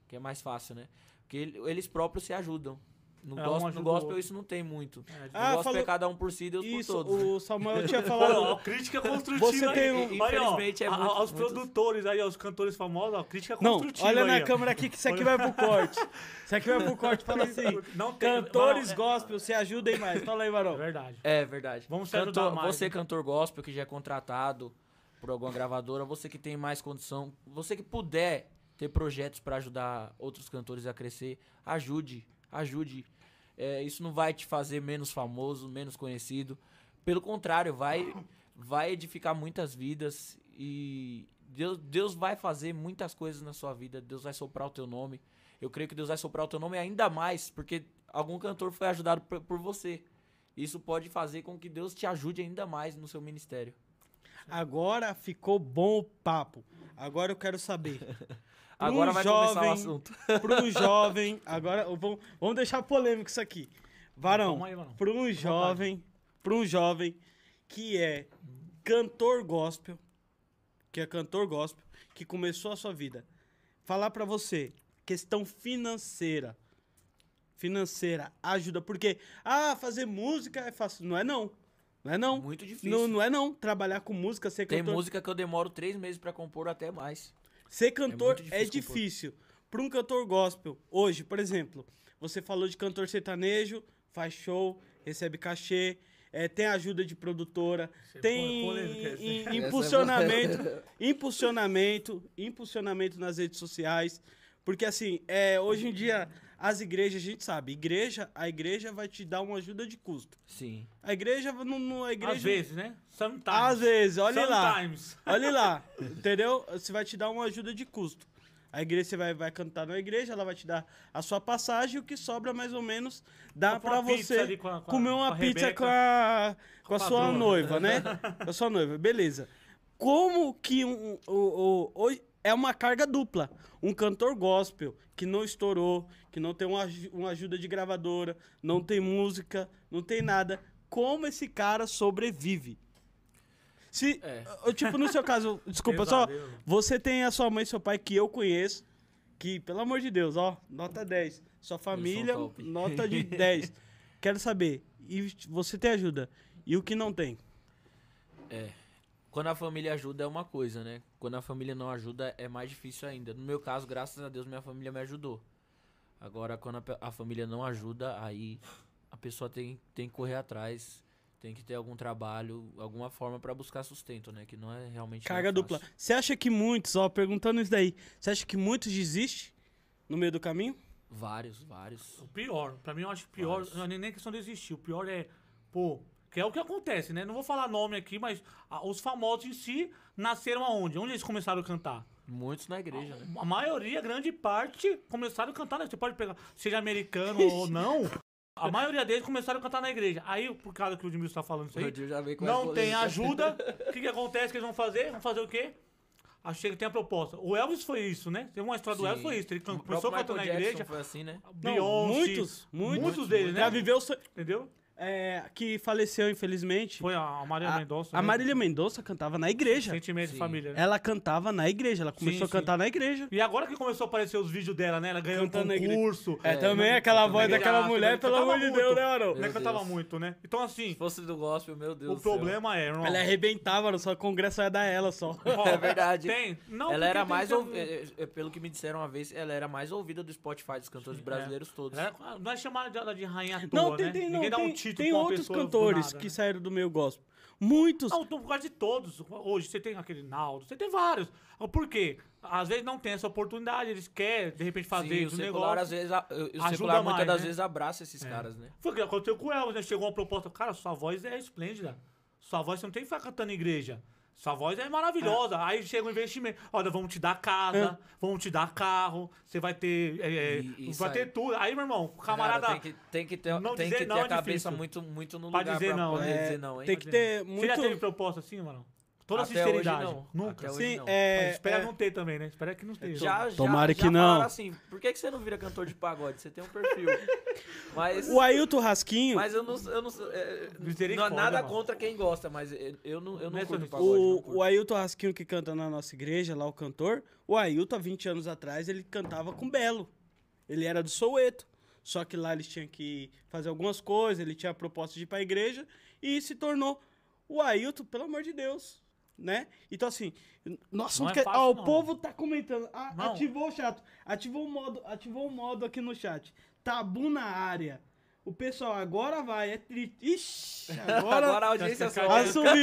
[SPEAKER 3] que é mais fácil, né? Porque ele- eles próprios se ajudam. No,
[SPEAKER 1] É, um
[SPEAKER 3] gospel,
[SPEAKER 1] ajuda
[SPEAKER 3] no
[SPEAKER 1] o
[SPEAKER 3] gospel
[SPEAKER 1] outro.
[SPEAKER 3] isso não tem muito.
[SPEAKER 1] É,
[SPEAKER 2] Ah,
[SPEAKER 3] no gospel
[SPEAKER 2] falou-
[SPEAKER 3] é cada um por si, Deus
[SPEAKER 2] Isso,
[SPEAKER 3] por todos.
[SPEAKER 2] o Samuel tinha
[SPEAKER 1] Ó, ó,
[SPEAKER 2] falado.
[SPEAKER 1] crítica construtiva.
[SPEAKER 2] Você
[SPEAKER 1] aí.
[SPEAKER 2] tem um-
[SPEAKER 1] Olha, ó,
[SPEAKER 3] Infelizmente, é
[SPEAKER 1] a-
[SPEAKER 3] muito-
[SPEAKER 1] aos
[SPEAKER 3] muitos-
[SPEAKER 1] produtores aí, aos cantores famosos, ó, crítica
[SPEAKER 2] Não,
[SPEAKER 1] construtiva.
[SPEAKER 2] olha na
[SPEAKER 1] aí, ó.
[SPEAKER 2] câmera aqui que isso aqui vai pro corte. Isso aqui vai pro corte, fala assim.
[SPEAKER 1] Não tem-
[SPEAKER 2] Cantores
[SPEAKER 1] Barão,
[SPEAKER 2] gospel, se ajudem mais. Fala aí,
[SPEAKER 1] é- É
[SPEAKER 2] Varão.
[SPEAKER 1] verdade.
[SPEAKER 3] É verdade.
[SPEAKER 1] Vamos se
[SPEAKER 3] Cantor-
[SPEAKER 1] ajudar mais,
[SPEAKER 3] Você,
[SPEAKER 1] né?
[SPEAKER 3] cantor gospel, que já é contratado por alguma gravadora, você que tem mais condição, você que puder ter projetos pra ajudar outros cantores a crescer, ajude, ajude. É, isso não vai te fazer menos famoso, menos conhecido. Pelo contrário, vai, vai edificar muitas vidas e Deus, Deus vai fazer muitas coisas na sua vida. Deus vai soprar o teu nome. Eu creio que Deus vai soprar o teu nome ainda mais, porque algum cantor foi ajudado por- por você. Isso pode fazer com que Deus te ajude ainda mais no seu ministério.
[SPEAKER 2] Agora ficou bom o papo. Agora eu quero saber.
[SPEAKER 3] Agora vai começar o
[SPEAKER 2] Um jovem-
[SPEAKER 3] assunto.
[SPEAKER 2] Para um jovem, agora vamos, vamos deixar polêmico isso aqui. Varão,
[SPEAKER 3] Então,
[SPEAKER 1] Vamos aí, Varão.
[SPEAKER 2] para um jovem, para um jovem que é cantor gospel, que é cantor gospel, que começou a sua vida, falar para você questão financeira. Financeira ajuda, porque ah, fazer música é fácil, não é não. Não é não.
[SPEAKER 3] Muito difícil.
[SPEAKER 2] Não, não é não. Trabalhar com música, ser
[SPEAKER 3] Tem
[SPEAKER 2] cantor
[SPEAKER 3] música que eu demoro três meses pra compor até mais.
[SPEAKER 2] Ser cantor
[SPEAKER 3] muito
[SPEAKER 2] é
[SPEAKER 3] difícil compor.
[SPEAKER 2] difícil. Para um cantor gospel, hoje, por exemplo, você falou de cantor sertanejo, faz show, recebe cachê, eh, tem ajuda de produtora,
[SPEAKER 1] Você
[SPEAKER 2] tem
[SPEAKER 1] foi polêmica essa.
[SPEAKER 2] im-
[SPEAKER 1] Essa
[SPEAKER 3] é
[SPEAKER 2] impulsionamento, impulsionamento, impulsionamento nas redes sociais. Porque assim, eh, hoje em dia, as igrejas, a gente sabe, igreja, a igreja vai te dar uma ajuda de custo.
[SPEAKER 3] Sim.
[SPEAKER 2] A igreja não. não a É igreja,
[SPEAKER 1] Às vezes, né? Sometimes.
[SPEAKER 2] Às vezes, olha lá.
[SPEAKER 1] Sometimes.
[SPEAKER 2] Olha lá, entendeu? Você vai te dar uma ajuda de custo. A igreja, você vai, vai cantar na igreja, ela vai te dar a sua passagem, o que sobra mais ou menos dá
[SPEAKER 1] Compra
[SPEAKER 2] pra
[SPEAKER 1] uma pizza
[SPEAKER 2] você
[SPEAKER 1] ali com a- com a-
[SPEAKER 2] comer uma
[SPEAKER 1] com a
[SPEAKER 2] pizza
[SPEAKER 1] Rebeca.
[SPEAKER 2] com a, com a
[SPEAKER 1] Com a
[SPEAKER 2] sua
[SPEAKER 1] Bruna.
[SPEAKER 2] noiva, né? Com a sua noiva, beleza. Como que um, um- o- o- o- é uma carga dupla? Um cantor gospel que não estourou, que não tem uma, aju- uma ajuda de gravadora, não tem música, não tem nada. Como esse cara sobrevive? Se,
[SPEAKER 3] É.
[SPEAKER 2] eu, tipo, no seu caso, desculpa, só.
[SPEAKER 1] Pesadelo.
[SPEAKER 2] Você tem a sua mãe e seu pai que eu conheço, que, pelo amor de Deus, ó, nota 10. Sua
[SPEAKER 3] um
[SPEAKER 2] família,
[SPEAKER 3] top.
[SPEAKER 2] nota de 10. Quero saber, e você tem ajuda? E o que não tem?
[SPEAKER 3] Quando a família ajuda é uma coisa, né? Quando a família não ajuda é mais difícil ainda. No meu caso, graças a Deus, minha família me ajudou. Agora, quando a, pe- a família não ajuda, aí a pessoa tem, tem que correr atrás, tem que ter algum trabalho, alguma forma pra buscar sustento, né? Que não é realmente. não é
[SPEAKER 2] Carga dupla.
[SPEAKER 3] fácil.
[SPEAKER 2] Você acha que muitos, ó, perguntando isso daí, você acha que muitos desistem no meio do caminho?
[SPEAKER 3] Vários, vários.
[SPEAKER 1] O pior, pra mim eu acho pior,
[SPEAKER 3] Vários.
[SPEAKER 1] não é nem nem questão de existir, o pior é, pô, que é o que acontece, né? Não vou falar nome aqui, mas ah, os famosos em si nasceram aonde? Onde eles começaram a cantar?
[SPEAKER 3] Muitos na igreja, né?
[SPEAKER 1] A maioria, grande parte, começaram a cantar, né? Você pode pegar, seja americano ou não, a maioria deles começaram a cantar na igreja. Aí, por causa que o Edmilson tá falando isso aí,
[SPEAKER 3] Rodrigo já veio com essa
[SPEAKER 1] não tem
[SPEAKER 3] polêmica.
[SPEAKER 1] ajuda. O que, que acontece que eles vão fazer? Vão fazer o quê? Achei que tem a proposta. O Elvis foi isso, né? Tem uma história do
[SPEAKER 3] Sim.
[SPEAKER 1] Elvis foi isso. Ele
[SPEAKER 3] assim. O
[SPEAKER 1] can- começou
[SPEAKER 3] próprio Michael
[SPEAKER 1] cantando na
[SPEAKER 3] Jackson
[SPEAKER 1] igreja.
[SPEAKER 3] Foi assim, né?
[SPEAKER 2] Não,
[SPEAKER 1] Beyoncé,
[SPEAKER 2] muitos, muitos,
[SPEAKER 1] deles, né?
[SPEAKER 2] Já viveu, so-
[SPEAKER 1] Entendeu?
[SPEAKER 2] é, que faleceu, infelizmente.
[SPEAKER 1] Foi a Maria
[SPEAKER 2] a,
[SPEAKER 1] Mendonça.
[SPEAKER 2] a
[SPEAKER 1] né?
[SPEAKER 2] Marília Mendonça cantava na igreja.
[SPEAKER 1] Sentimento de
[SPEAKER 3] Sim.
[SPEAKER 1] família. né?
[SPEAKER 2] Ela cantava na igreja, ela começou a
[SPEAKER 1] sim.
[SPEAKER 2] cantar na igreja.
[SPEAKER 1] E agora que começou a aparecer os vídeos dela, né? Ela ganhou um
[SPEAKER 2] Cantando na igreja.
[SPEAKER 1] concurso.
[SPEAKER 2] É,
[SPEAKER 3] É,
[SPEAKER 2] também
[SPEAKER 3] não-
[SPEAKER 2] aquela
[SPEAKER 3] também
[SPEAKER 2] voz
[SPEAKER 3] já
[SPEAKER 2] daquela
[SPEAKER 1] acho,
[SPEAKER 2] mulher,
[SPEAKER 1] né?
[SPEAKER 2] pelo
[SPEAKER 1] Cantava
[SPEAKER 2] amor de
[SPEAKER 1] muito.
[SPEAKER 2] Deus, né, Arão?
[SPEAKER 1] Né?
[SPEAKER 3] Meu
[SPEAKER 1] Cantava
[SPEAKER 3] Deus.
[SPEAKER 1] muito, né? Então, assim,
[SPEAKER 3] Se fosse do gospel, meu Deus
[SPEAKER 1] o
[SPEAKER 3] do céu.
[SPEAKER 1] problema é, irmão.
[SPEAKER 2] Ela arrebentava, Arão, só o congresso ia dar ela só.
[SPEAKER 1] Ó,
[SPEAKER 3] É verdade.
[SPEAKER 1] Tem. Não,
[SPEAKER 3] ela era
[SPEAKER 1] porque tem
[SPEAKER 3] mais
[SPEAKER 1] que ter- um-
[SPEAKER 3] ouvi- é, é, é, Pelo que me disseram uma vez, ela era mais ouvida do Spotify dos cantores brasileiros todos.
[SPEAKER 1] é. Ela era- Não é chamada dela de rainha à toa,
[SPEAKER 2] Não, tem,
[SPEAKER 1] né?
[SPEAKER 2] tem, não,
[SPEAKER 1] Ninguém dá
[SPEAKER 2] tem,
[SPEAKER 1] um título
[SPEAKER 2] tem
[SPEAKER 1] pra uma
[SPEAKER 2] outros
[SPEAKER 1] pessoa do
[SPEAKER 2] cantores
[SPEAKER 1] nada,
[SPEAKER 2] que
[SPEAKER 1] né?
[SPEAKER 2] saíram do meio gospel. Muitos.
[SPEAKER 1] Não, tô por causa de todos. Hoje você tem aquele Naldo, você tem vários. Por quê? Às vezes não tem essa oportunidade, eles querem, de repente,
[SPEAKER 3] Sim,
[SPEAKER 1] fazer
[SPEAKER 3] o
[SPEAKER 1] um
[SPEAKER 3] secular,
[SPEAKER 1] negócio.
[SPEAKER 3] às vezes, a- o
[SPEAKER 1] Ajuda
[SPEAKER 3] secular muitas
[SPEAKER 1] mais,
[SPEAKER 3] das
[SPEAKER 1] né?
[SPEAKER 3] vezes abraça esses caras, né?
[SPEAKER 1] Foi o que é aconteceu com o Elvis, né? Chegou uma proposta, cara, sua voz é esplêndida. Sua voz você não tem que ficar cantando em igreja. Sua voz é maravilhosa. Aí chega o investimento. Olha, vamos te dar casa, vamos te dar carro, você vai ter. é, é,
[SPEAKER 3] E- e
[SPEAKER 1] vai
[SPEAKER 3] sai.
[SPEAKER 1] ter tudo. Aí, meu irmão, o camarada.
[SPEAKER 3] Cara, tem, que, tem que ter,
[SPEAKER 1] não
[SPEAKER 3] tem
[SPEAKER 1] dizer
[SPEAKER 3] que ter
[SPEAKER 1] não é
[SPEAKER 3] a cabeça
[SPEAKER 1] difícil.
[SPEAKER 3] muito, muito no
[SPEAKER 1] Pra
[SPEAKER 3] lugar
[SPEAKER 1] dizer
[SPEAKER 3] pra
[SPEAKER 1] não,
[SPEAKER 3] poder
[SPEAKER 1] né?
[SPEAKER 3] dizer não, hein?
[SPEAKER 2] Tem que ter
[SPEAKER 1] Você já
[SPEAKER 2] muito.
[SPEAKER 1] teve proposta assim, mano? Toda
[SPEAKER 3] Até
[SPEAKER 1] sinceridade.
[SPEAKER 3] hoje não.
[SPEAKER 1] Nunca.
[SPEAKER 3] Até hoje
[SPEAKER 2] Sim,
[SPEAKER 3] não.
[SPEAKER 1] Mas
[SPEAKER 2] é,
[SPEAKER 1] espera
[SPEAKER 2] é,
[SPEAKER 1] não ter também, né? Espera que não esteja.
[SPEAKER 3] Já,
[SPEAKER 2] Tomara
[SPEAKER 3] já,
[SPEAKER 2] que
[SPEAKER 3] já
[SPEAKER 2] não.
[SPEAKER 3] falaram assim, por que, que você não vira cantor de pagode? Você tem um perfil. Mas,
[SPEAKER 2] O Ailton Rasquinho,
[SPEAKER 3] mas eu não... Eu não, é, não
[SPEAKER 1] Misericórdia,
[SPEAKER 3] há nada
[SPEAKER 1] mano.
[SPEAKER 3] contra quem gosta, mas eu, eu não, eu
[SPEAKER 1] Não
[SPEAKER 3] não
[SPEAKER 1] é
[SPEAKER 3] curto
[SPEAKER 1] sobre
[SPEAKER 3] pagode. não
[SPEAKER 2] o,
[SPEAKER 3] curto.
[SPEAKER 2] o Ailton Rasquinho que canta na nossa igreja, lá o cantor, o Ailton, há 20 anos atrás, ele cantava com Belo. Ele era do Soweto. Só que lá eles tinham que fazer algumas coisas, ele tinha a proposta de ir pra igreja e se tornou o Ailton, pelo amor de Deus. Né? Então, assim, nossa,
[SPEAKER 1] Não é
[SPEAKER 2] que-
[SPEAKER 1] fácil,
[SPEAKER 2] ó, o
[SPEAKER 1] não.
[SPEAKER 2] povo tá comentando. Ah,
[SPEAKER 1] Não.
[SPEAKER 2] ativou o chato. Ativou o modo, ativou o modo aqui no chat. Tabu na área. O pessoal agora vai, é triste. Ixi, agora,
[SPEAKER 3] Agora a audiência
[SPEAKER 1] Acho que-
[SPEAKER 3] sobe.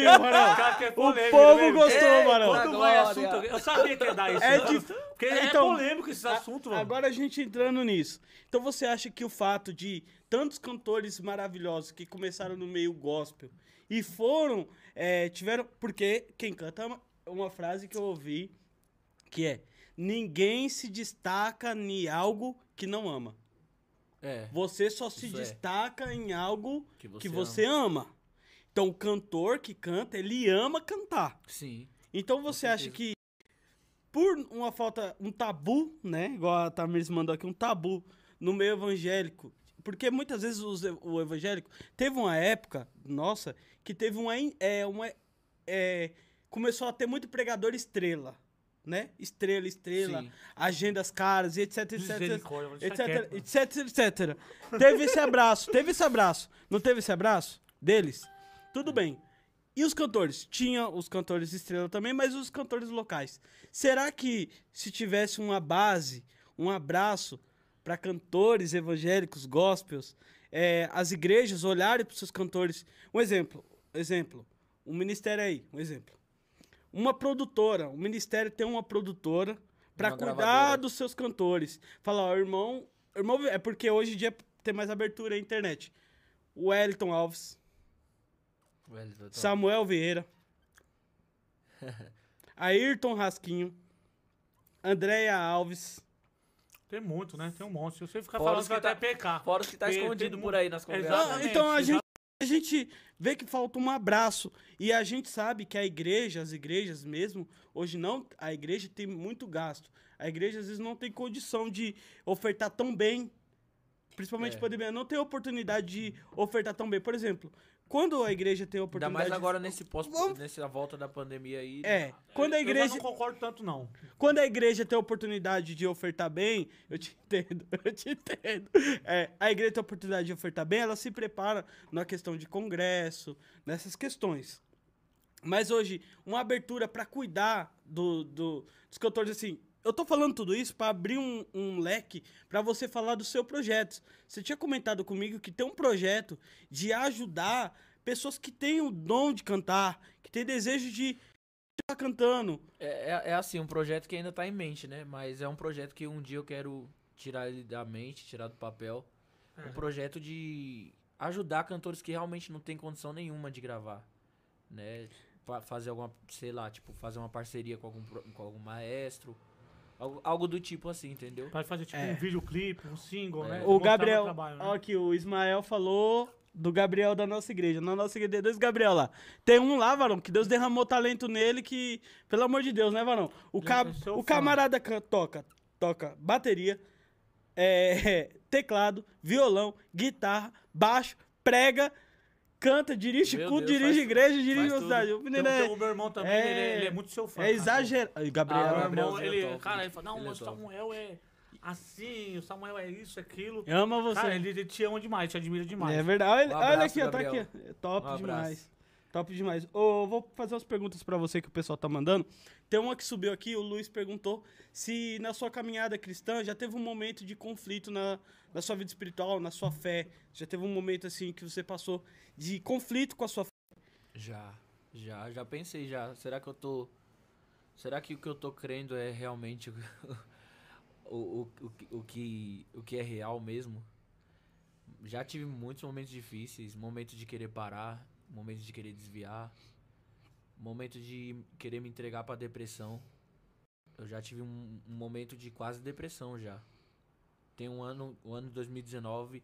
[SPEAKER 2] assumiu, Marão.
[SPEAKER 1] Cara, que é
[SPEAKER 2] O
[SPEAKER 1] polêmico,
[SPEAKER 2] povo
[SPEAKER 1] velho.
[SPEAKER 2] gostou,
[SPEAKER 3] Ei,
[SPEAKER 2] Marão.
[SPEAKER 3] quando-
[SPEAKER 1] Quando vai
[SPEAKER 3] Glória.
[SPEAKER 1] assunto. Eu sabia que ia dar isso.
[SPEAKER 2] É
[SPEAKER 1] né?
[SPEAKER 2] dif-
[SPEAKER 1] Porque
[SPEAKER 2] então,
[SPEAKER 1] é polêmico esse assunto, mano.
[SPEAKER 2] Agora a gente entrando nisso. Então você acha que o fato de tantos cantores maravilhosos que começaram no meio gospel e foram, é, tiveram... Porque quem canta é uma, uma frase que eu ouvi, que é... Ninguém se destaca em algo que não ama.
[SPEAKER 3] É,
[SPEAKER 2] Você só se
[SPEAKER 3] Isso é.
[SPEAKER 2] destaca em algo
[SPEAKER 3] que você,
[SPEAKER 2] que você ama. Então o cantor que canta, ele ama cantar.
[SPEAKER 3] ama. Sim.
[SPEAKER 2] Então você acha que por uma falta, um tabu, né? Igual a Tamires mandou aqui, um tabu no meio evangélico. Porque muitas vezes os ev- o evangélico teve uma época, nossa, que teve uma. in- É, uma é, começou a ter muito pregador estrela, né? Estrela, estrela,
[SPEAKER 3] Sim.
[SPEAKER 2] agendas caras, e etc, etc, etc,
[SPEAKER 1] Misericórdia, mano, deixa
[SPEAKER 2] etc,
[SPEAKER 1] quieto, mano.
[SPEAKER 2] etc, etc. Teve esse abraço, teve esse abraço. Não teve esse abraço deles? Tudo bem. E os cantores? Tinha os cantores estrela também, mas os cantores locais. Será que se tivesse uma base, um abraço para cantores evangélicos, gospels, eh, as igrejas olharem para seus cantores? Um exemplo, exemplo, um ministério aí, um exemplo. Uma produtora, o ministério tem uma produtora para
[SPEAKER 3] Uma
[SPEAKER 2] cuidar
[SPEAKER 3] gravadora.
[SPEAKER 2] dos seus cantores. Falar, ó, irmão, irmão, é porque hoje em dia tem mais abertura na internet. O Wellington Alves,
[SPEAKER 3] Wellington, tá.
[SPEAKER 2] Samuel Vieira, Ayrton Rasquinho, Andréia Alves.
[SPEAKER 1] Tem muito, né? Tem um monte. Se você ficar
[SPEAKER 3] Fora
[SPEAKER 1] falando,
[SPEAKER 3] os
[SPEAKER 1] você vai
[SPEAKER 3] que
[SPEAKER 1] até
[SPEAKER 3] tá-
[SPEAKER 1] pecar.
[SPEAKER 3] Fora os que tá
[SPEAKER 1] Tem-
[SPEAKER 3] escondido
[SPEAKER 1] tem
[SPEAKER 3] por
[SPEAKER 1] mu-
[SPEAKER 3] aí nas
[SPEAKER 1] Exato.
[SPEAKER 3] conversas. né?
[SPEAKER 2] Ah,
[SPEAKER 1] Exatamente,
[SPEAKER 2] então a gente, a gente vê que falta um abraço. E a gente sabe que a igreja, as igrejas mesmo, hoje não, a igreja tem muito gasto. A igreja às vezes não tem condição de ofertar tão bem. Principalmente
[SPEAKER 3] É.
[SPEAKER 2] pandemia, não tem oportunidade de ofertar tão bem. Por exemplo, quando a igreja tem a
[SPEAKER 3] Ainda
[SPEAKER 2] oportunidade.
[SPEAKER 3] mais agora nesse pós,
[SPEAKER 2] Vamos-
[SPEAKER 3] nessa volta da pandemia aí.
[SPEAKER 2] É, quando a
[SPEAKER 1] Eu já
[SPEAKER 2] igreja.
[SPEAKER 1] não concordo tanto, não.
[SPEAKER 2] Quando a igreja tem a oportunidade de ofertar bem, eu te entendo, eu te entendo. É, a igreja tem a oportunidade de ofertar bem, ela se prepara na questão de congresso, nessas questões. Mas hoje, uma abertura para cuidar do, do- dos cantores, assim, eu tô falando tudo isso para abrir um, um leque para você falar do seu projeto. Você tinha comentado comigo que tem um projeto de ajudar pessoas que têm o dom de cantar, que têm desejo de estar cantando.
[SPEAKER 3] É, é, é assim, um projeto que ainda tá em mente, né? Mas é um projeto que um dia eu quero tirar ele da mente, tirar do papel. Um projeto de ajudar cantores que realmente não tem condição nenhuma de gravar, né? Fa- fazer alguma, sei lá, tipo, fazer uma parceria com algum, pro- com algum maestro. Algo, algo do tipo assim, entendeu?
[SPEAKER 1] Vai fazer tipo
[SPEAKER 2] É.
[SPEAKER 1] um videoclipe, um single,
[SPEAKER 3] É.
[SPEAKER 1] né?
[SPEAKER 2] O
[SPEAKER 1] Mostrar
[SPEAKER 2] Gabriel.
[SPEAKER 1] meu trabalho, né?
[SPEAKER 2] ó Aqui, o Ismael falou do Gabriel da nossa igreja. Na nossa igreja tem dois Gabriel lá. Tem um lá, Varão, que Deus derramou talento nele que. Pelo amor de Deus, né, Varão? O,
[SPEAKER 1] Já
[SPEAKER 2] ca-
[SPEAKER 1] sou
[SPEAKER 2] o
[SPEAKER 1] fã.
[SPEAKER 2] camarada can- toca, toca bateria, é, teclado, violão, guitarra, baixo, prega, canta, dirige
[SPEAKER 3] Meu
[SPEAKER 2] culto,
[SPEAKER 3] Deus,
[SPEAKER 2] dirige
[SPEAKER 3] faz-
[SPEAKER 2] igreja, dirige
[SPEAKER 3] faz tudo.
[SPEAKER 2] universidade. O
[SPEAKER 1] Tem, um
[SPEAKER 2] menino
[SPEAKER 1] tem
[SPEAKER 2] é,
[SPEAKER 1] o meu irmão também,
[SPEAKER 2] é-
[SPEAKER 1] ele, é- ele é muito seu fã.
[SPEAKER 2] é exagerado. Ai, Gabriel.
[SPEAKER 3] Ah,
[SPEAKER 1] Cara.
[SPEAKER 2] ama
[SPEAKER 1] Meu irmão,
[SPEAKER 3] Gabrielzinho é
[SPEAKER 1] ele,
[SPEAKER 3] top,
[SPEAKER 1] cara,
[SPEAKER 3] ele
[SPEAKER 1] ele fala, não,
[SPEAKER 3] é
[SPEAKER 1] mas o
[SPEAKER 3] top."
[SPEAKER 1] Samuel é assim, o Samuel é isso, é aquilo.
[SPEAKER 2] Ama você.
[SPEAKER 1] Cara, ele, ele te ama demais, te admira demais.
[SPEAKER 2] É verdade. Olha,
[SPEAKER 3] Um
[SPEAKER 2] olha
[SPEAKER 3] abraço,
[SPEAKER 2] aqui, ó, tá aqui.
[SPEAKER 3] Gabriel.
[SPEAKER 2] ó. É Top
[SPEAKER 3] Um abraço.
[SPEAKER 2] demais. Top demais. Ô, eu vou fazer umas perguntas pra você que o pessoal tá mandando. Tem uma que subiu aqui, o Luiz perguntou se na sua caminhada cristã já teve um momento de conflito na, na sua vida espiritual, na sua fé. Já teve um momento assim que você passou de conflito com a sua fé.
[SPEAKER 3] Já, já, já pensei já. Será que eu tô. Será que o que eu tô crendo é realmente o, o, o, que- o, que, o que é real mesmo? Já tive muitos momentos difíceis, momentos de querer parar, momentos de querer desviar. momento de querer me entregar pra depressão. Eu já tive um, um momento de quase depressão já. Tem um ano, o ano de 2019.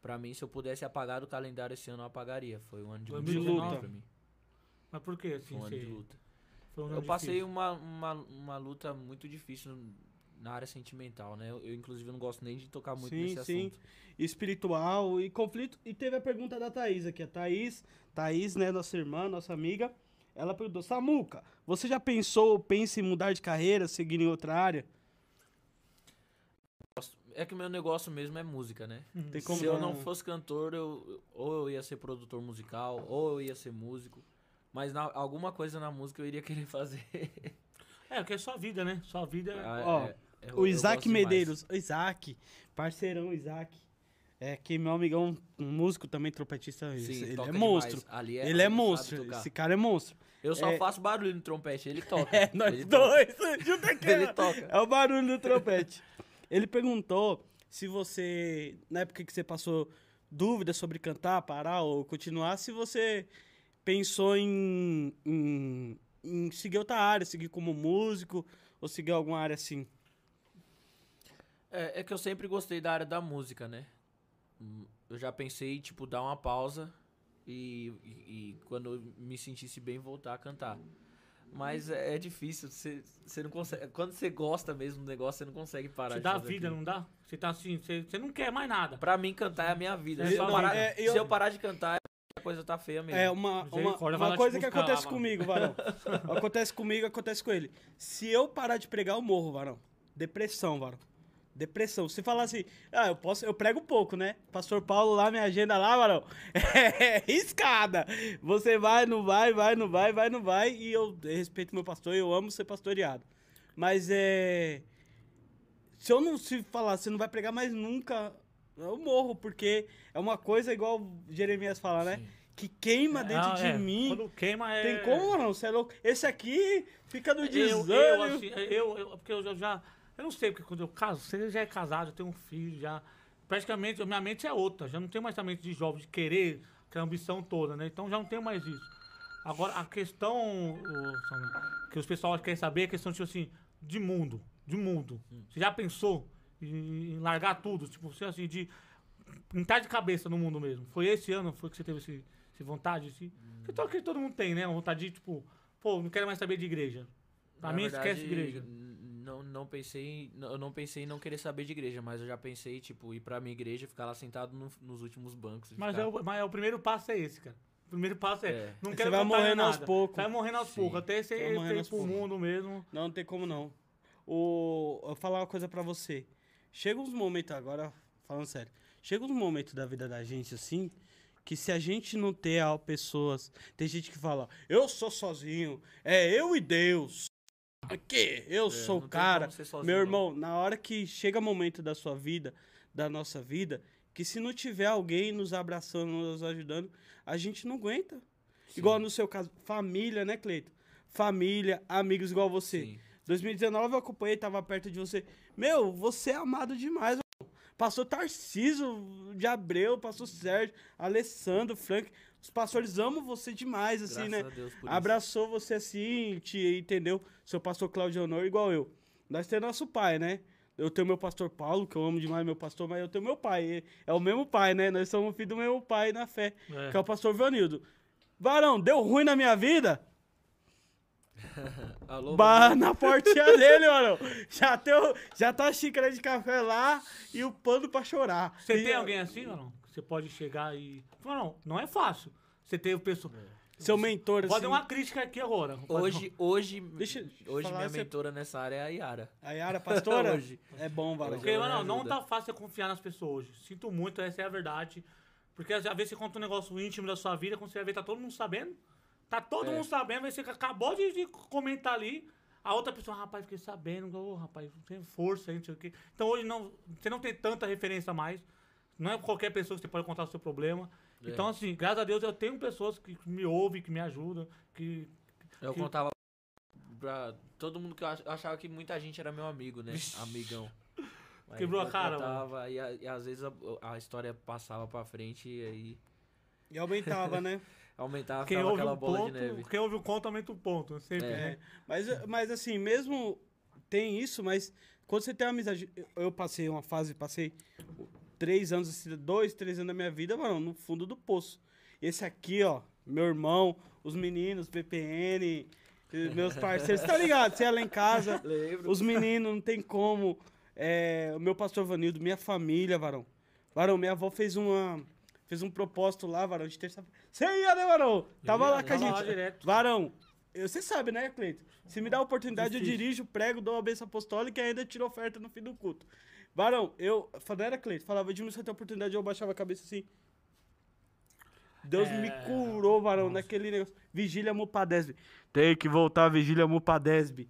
[SPEAKER 3] Pra mim, se eu pudesse apagar do calendário esse ano, eu apagaria. Foi um ano de,
[SPEAKER 1] Foi
[SPEAKER 3] muito
[SPEAKER 1] de
[SPEAKER 3] sofrimento
[SPEAKER 1] luta.
[SPEAKER 3] pra mim.
[SPEAKER 1] Mas por que, assim,
[SPEAKER 3] Foi um ano
[SPEAKER 1] você-
[SPEAKER 3] de luta.
[SPEAKER 1] foi um ano
[SPEAKER 3] Eu passei
[SPEAKER 1] difícil?
[SPEAKER 3] uma, uma, uma luta muito difícil na área sentimental, né? Eu, eu, inclusive, não gosto nem de tocar muito
[SPEAKER 2] Sim,
[SPEAKER 3] nesse
[SPEAKER 2] sim.
[SPEAKER 3] assunto.
[SPEAKER 2] espiritual e conflito. E teve a pergunta da Thaís aqui. A Thaís, Thaís, né, nossa irmã, nossa amiga, ela perguntou: Samuca, você já pensou ou pensa em mudar de carreira, seguir em outra área?
[SPEAKER 3] É que meu negócio mesmo é música, né?
[SPEAKER 2] Tem como um-
[SPEAKER 3] Se eu não fosse cantor, eu, ou eu ia ser produtor musical, ou eu ia ser músico. Mas na- alguma coisa na música eu iria querer fazer.
[SPEAKER 1] É, porque é só vida, né? Só vida. é-
[SPEAKER 3] um- Ah,
[SPEAKER 2] Ó,
[SPEAKER 3] é- é- eu-
[SPEAKER 2] O
[SPEAKER 3] eu
[SPEAKER 2] Isaac
[SPEAKER 3] gosto demais.
[SPEAKER 2] Medeiros, o Isaac, parceirão Isaac. É que meu amigão, um músico também, trompetista,
[SPEAKER 3] Sim,
[SPEAKER 2] ele
[SPEAKER 3] toca
[SPEAKER 2] é
[SPEAKER 3] demais.
[SPEAKER 2] monstro.
[SPEAKER 3] Ali
[SPEAKER 2] Ele é
[SPEAKER 3] sabe
[SPEAKER 2] monstro,
[SPEAKER 3] tocar.
[SPEAKER 2] esse cara é monstro.
[SPEAKER 3] Eu só
[SPEAKER 2] é-
[SPEAKER 3] faço barulho no trompete, ele toca.
[SPEAKER 2] É, nós
[SPEAKER 3] ele toca.
[SPEAKER 2] dois, junta aqui.
[SPEAKER 3] Ele toca.
[SPEAKER 2] É o barulho do trompete. Ele perguntou se você, na época que você passou dúvidas sobre cantar, parar ou continuar, se você pensou em, em, em seguir outra área, seguir como músico ou seguir alguma área assim.
[SPEAKER 3] É, é que eu sempre gostei da área da música, né? Hum, Eu já pensei, tipo, dar uma pausa e, e- e quando eu me sentisse bem voltar a cantar. Mas é é difícil, você, você não consegue. Quando você gosta mesmo do negócio, você não consegue parar
[SPEAKER 1] Te
[SPEAKER 3] de
[SPEAKER 1] dá
[SPEAKER 3] fazer
[SPEAKER 1] vida,
[SPEAKER 3] aquilo.
[SPEAKER 1] não dá? Você tá assim, você, você não quer mais nada.
[SPEAKER 3] Pra mim, cantar é a minha vida.
[SPEAKER 1] É,
[SPEAKER 3] se, eu
[SPEAKER 1] não,
[SPEAKER 3] parar,
[SPEAKER 2] é, eu-
[SPEAKER 3] se eu parar de cantar, a coisa tá feia mesmo.
[SPEAKER 2] É uma, uma,
[SPEAKER 1] Misericórdia, vai
[SPEAKER 2] uma
[SPEAKER 1] lá te
[SPEAKER 2] coisa que
[SPEAKER 1] buscar lá,
[SPEAKER 2] acontece
[SPEAKER 1] mano.
[SPEAKER 2] comigo, Varão. acontece comigo, acontece com ele. Se eu parar de pregar, eu morro, Varão. Depressão, Varão. Depressão. Se falar assim, ah, eu posso, eu prego pouco, né? Pastor Paulo lá, minha agenda lá, Varão. É riscada. Você vai, não vai, vai, não vai, vai, não vai. E eu respeito meu pastor, eu amo ser pastoreado. Mas é. Se eu não se falar, você não vai pregar mais nunca, eu morro, porque é uma coisa igual Jeremias fala, né? Que queima dentro
[SPEAKER 1] Ah,
[SPEAKER 2] de
[SPEAKER 1] é,
[SPEAKER 2] mim.
[SPEAKER 1] Quando queima é.
[SPEAKER 2] Tem como não? Você é louco? Esse aqui fica no
[SPEAKER 1] Eu,
[SPEAKER 2] desânimo.
[SPEAKER 1] eu, assim, eu, eu, porque eu já- já. Eu não sei, porque quando eu caso, você já é casado, já tem um filho, já. Praticamente, a minha mente é outra. Já não tenho mais a mente de jovem, de querer, aquela ambição toda, né? Então já não tenho mais isso. Agora, a questão ô, Samuel, que os pessoal querem saber é a questão, tipo assim, de mundo. De mundo. Você já pensou em, em largar tudo? Tipo, você assim, de pintar de cabeça no mundo mesmo. Foi esse ano foi que você teve esse, esse vontade? assim? Esse... Que tal que todo mundo tem, né? Uma vontade de, tipo, pô, não quero mais saber de igreja. Pra
[SPEAKER 3] Na
[SPEAKER 1] mim,
[SPEAKER 3] verdade,
[SPEAKER 1] esquece igreja.
[SPEAKER 3] n- Não, não pensei, em- não- eu não pensei em não querer saber de igreja, mas eu já pensei, tipo, ir pra minha igreja e ficar lá sentado no- nos últimos bancos. e
[SPEAKER 1] Mas
[SPEAKER 3] ficar-
[SPEAKER 1] é, o, mas é o primeiro passo é esse, cara. O primeiro passo é.
[SPEAKER 3] tá. É.
[SPEAKER 1] Não
[SPEAKER 2] Você
[SPEAKER 1] quero
[SPEAKER 2] vai
[SPEAKER 1] voltar em
[SPEAKER 2] morrendo aos
[SPEAKER 1] nada.
[SPEAKER 2] poucos.
[SPEAKER 1] Vai morrendo aos
[SPEAKER 3] Sim.
[SPEAKER 1] poucos. Até você
[SPEAKER 2] Vai
[SPEAKER 1] ir
[SPEAKER 2] morrendo
[SPEAKER 1] pro
[SPEAKER 2] aos poucos.
[SPEAKER 1] mundo mesmo.
[SPEAKER 2] Não, não tem como não. O, eu vou falar uma coisa pra você. Chega uns momentos agora, falando sério. Chega uns momentos da vida da gente assim, que se a gente não ter a pessoas. Tem gente que fala, eu sou sozinho, é eu e Deus. Aqui, eu
[SPEAKER 3] É,
[SPEAKER 2] sou
[SPEAKER 3] não
[SPEAKER 2] o
[SPEAKER 3] tem
[SPEAKER 2] cara.
[SPEAKER 3] como ser sozinho,
[SPEAKER 2] Meu
[SPEAKER 3] não.
[SPEAKER 2] irmão, na hora que chega momento da sua vida, da nossa vida, que se não tiver alguém nos abraçando, nos ajudando, a gente não aguenta. Igual no seu caso, família, né, Cleito? Família, amigos igual você.
[SPEAKER 3] Sim.
[SPEAKER 2] 2019 eu acompanhei, tava perto de você. Meu, você é amado demais, mano. Passou Tarciso de Abreu, passou Sérgio, Alessandro, Frank. Os pastores amam você demais, assim,
[SPEAKER 3] Graças
[SPEAKER 2] né?
[SPEAKER 3] a Deus por isso.
[SPEAKER 2] abraçou você assim, te entendeu? Seu pastor Claudio Honor, igual eu. Nós temos nosso pai, né? Eu tenho meu pastor Paulo, que eu amo demais meu pastor, mas eu tenho meu pai. É o mesmo pai, né? Nós somos filho do mesmo pai na fé,
[SPEAKER 1] É.
[SPEAKER 2] que é o pastor Vanildo. Varão, deu ruim na minha vida?
[SPEAKER 3] Alô,
[SPEAKER 2] Bah, na portinha dele, mano. Já, tem, o- já tá a xícara de café lá e o pano pra chorar.
[SPEAKER 1] Você
[SPEAKER 2] E
[SPEAKER 1] tem alguém assim, ou não? Que Você pode chegar e. Não, não, não é fácil. Você tem o pessoal.
[SPEAKER 2] Seu mentor,
[SPEAKER 1] Pode
[SPEAKER 2] assim.
[SPEAKER 1] dar uma crítica aqui agora. Pode-
[SPEAKER 3] É. Hoje, hoje,
[SPEAKER 2] Deixa eu
[SPEAKER 3] hoje
[SPEAKER 2] falar,
[SPEAKER 3] minha
[SPEAKER 2] você-
[SPEAKER 3] mentora nessa área é a Yara.
[SPEAKER 2] A Yara, pastora?
[SPEAKER 3] Hoje.
[SPEAKER 2] É bom, varão.
[SPEAKER 3] Hoje
[SPEAKER 1] Porque,
[SPEAKER 3] Deus
[SPEAKER 1] mano, não
[SPEAKER 3] ajuda.
[SPEAKER 1] tá fácil confiar nas pessoas hoje. Sinto muito, essa é a verdade. Porque às às vezes você conta um negócio íntimo da sua vida, quando você vai ver, tá todo mundo sabendo. Tá todo
[SPEAKER 3] É.
[SPEAKER 1] mundo sabendo, aí você acabou de, de comentar ali. A outra pessoa, rapaz, fiquei sabendo, ô rapaz, não tem força, hein, não sei o quê. Então hoje não, você não tem tanta referência mais. Não é qualquer pessoa que você pode contar o seu problema.
[SPEAKER 3] É.
[SPEAKER 1] Então, assim, graças a Deus eu tenho pessoas que que me ouvem, que me ajudam, que.
[SPEAKER 3] Eu
[SPEAKER 1] Que-
[SPEAKER 3] contava pra todo mundo que eu ach- eu achava que muita gente era meu amigo, né? Amigão. Mas
[SPEAKER 1] Quebrou a
[SPEAKER 3] eu
[SPEAKER 1] cara, mano.
[SPEAKER 3] contava E, a- e às vezes a, a história passava pra frente e aí.
[SPEAKER 2] E aumentava, né?
[SPEAKER 3] aumentava
[SPEAKER 1] Quem
[SPEAKER 3] ficava
[SPEAKER 1] ouve, um
[SPEAKER 3] aquela
[SPEAKER 1] o
[SPEAKER 3] bola
[SPEAKER 1] ponto,
[SPEAKER 3] de neve.
[SPEAKER 1] quem ouve o conto aumenta o ponto, sempre,
[SPEAKER 3] É.
[SPEAKER 1] né?
[SPEAKER 2] É, Mas, mas assim, mesmo tem isso, mas quando você tem uma amizade. eu- Eu passei uma fase, passei três anos, assim, dois, três anos da minha vida, mano, no fundo do poço. Esse aqui, ó, meu irmão, os meninos, PPN, eh, meus parceiros, tá ligado? Você é lá em casa,
[SPEAKER 3] Lembro.
[SPEAKER 2] os meninos, não tem como. É, o meu pastor Vanildo, minha família, varão. Varão, minha avó fez uma. Fez um propósito lá, varão, de terça-feira. Você ia, né, varão? Tava lá com a
[SPEAKER 1] Tava
[SPEAKER 2] gente.
[SPEAKER 1] lá direto.
[SPEAKER 2] Varão, eu- você sabe, né, Cleito? Se me dá a oportunidade, eu
[SPEAKER 1] Difícil.
[SPEAKER 2] dirijo, prego, dou a benção apostólica e ainda tiro oferta no fim do culto. Varão, eu. Não era Cleito, falava, Edmundo, você tem oportunidade, eu baixava a cabeça assim. Deus
[SPEAKER 1] É,
[SPEAKER 2] me curou, varão, naquele negócio. Vigília Mupadesb. Tem que voltar, vigília Mupadesb.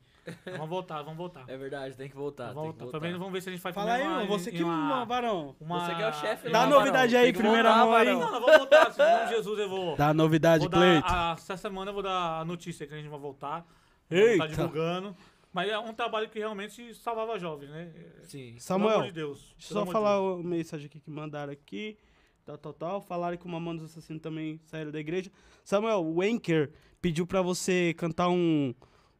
[SPEAKER 1] Vamos voltar, vamos voltar.
[SPEAKER 3] É verdade, tem que voltar.
[SPEAKER 1] vamos
[SPEAKER 3] tem
[SPEAKER 1] voltar.
[SPEAKER 3] que
[SPEAKER 1] Também
[SPEAKER 3] voltar.
[SPEAKER 1] não vamos ver se a gente vai
[SPEAKER 2] Fala aí,
[SPEAKER 1] fazer
[SPEAKER 2] mano, você
[SPEAKER 1] em
[SPEAKER 2] que uma, varão.
[SPEAKER 1] uma-
[SPEAKER 3] Você que é o chefe
[SPEAKER 2] Dá
[SPEAKER 3] lá,
[SPEAKER 2] novidade
[SPEAKER 3] Barão.
[SPEAKER 2] aí,
[SPEAKER 3] Tem que
[SPEAKER 2] primeira
[SPEAKER 3] voltar,
[SPEAKER 2] mão aí.
[SPEAKER 1] Não,
[SPEAKER 3] Barão.
[SPEAKER 1] não, vamos voltar. Se não, Jesus, eu vou.
[SPEAKER 2] Dá novidade,
[SPEAKER 1] vou dar,
[SPEAKER 2] Cleito.
[SPEAKER 1] a- essa semana eu vou dar a notícia que a gente vai voltar.
[SPEAKER 2] Eita.
[SPEAKER 1] Tá divulgando. Mas é um trabalho que realmente salvava jovens, né? É,
[SPEAKER 3] Sim.
[SPEAKER 1] Pelo
[SPEAKER 2] Samuel,
[SPEAKER 1] amor de Deus.
[SPEAKER 2] Deixa
[SPEAKER 1] pelo
[SPEAKER 2] eu
[SPEAKER 1] amor
[SPEAKER 2] só
[SPEAKER 1] de
[SPEAKER 2] falar
[SPEAKER 1] Deus.
[SPEAKER 2] o mensagem aqui que mandaram aqui. Tal, tal, tal. Falaram que o Mamão dos Assassinos também saíram da igreja. Samuel, o Anker pediu pra você cantar um,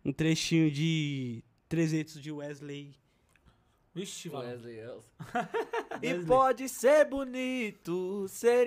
[SPEAKER 2] um trechinho de 300 de Wesley.
[SPEAKER 1] Vixe, valeu.
[SPEAKER 3] Wesley Elson.
[SPEAKER 2] Wesley.
[SPEAKER 3] E pode ser bonito, ser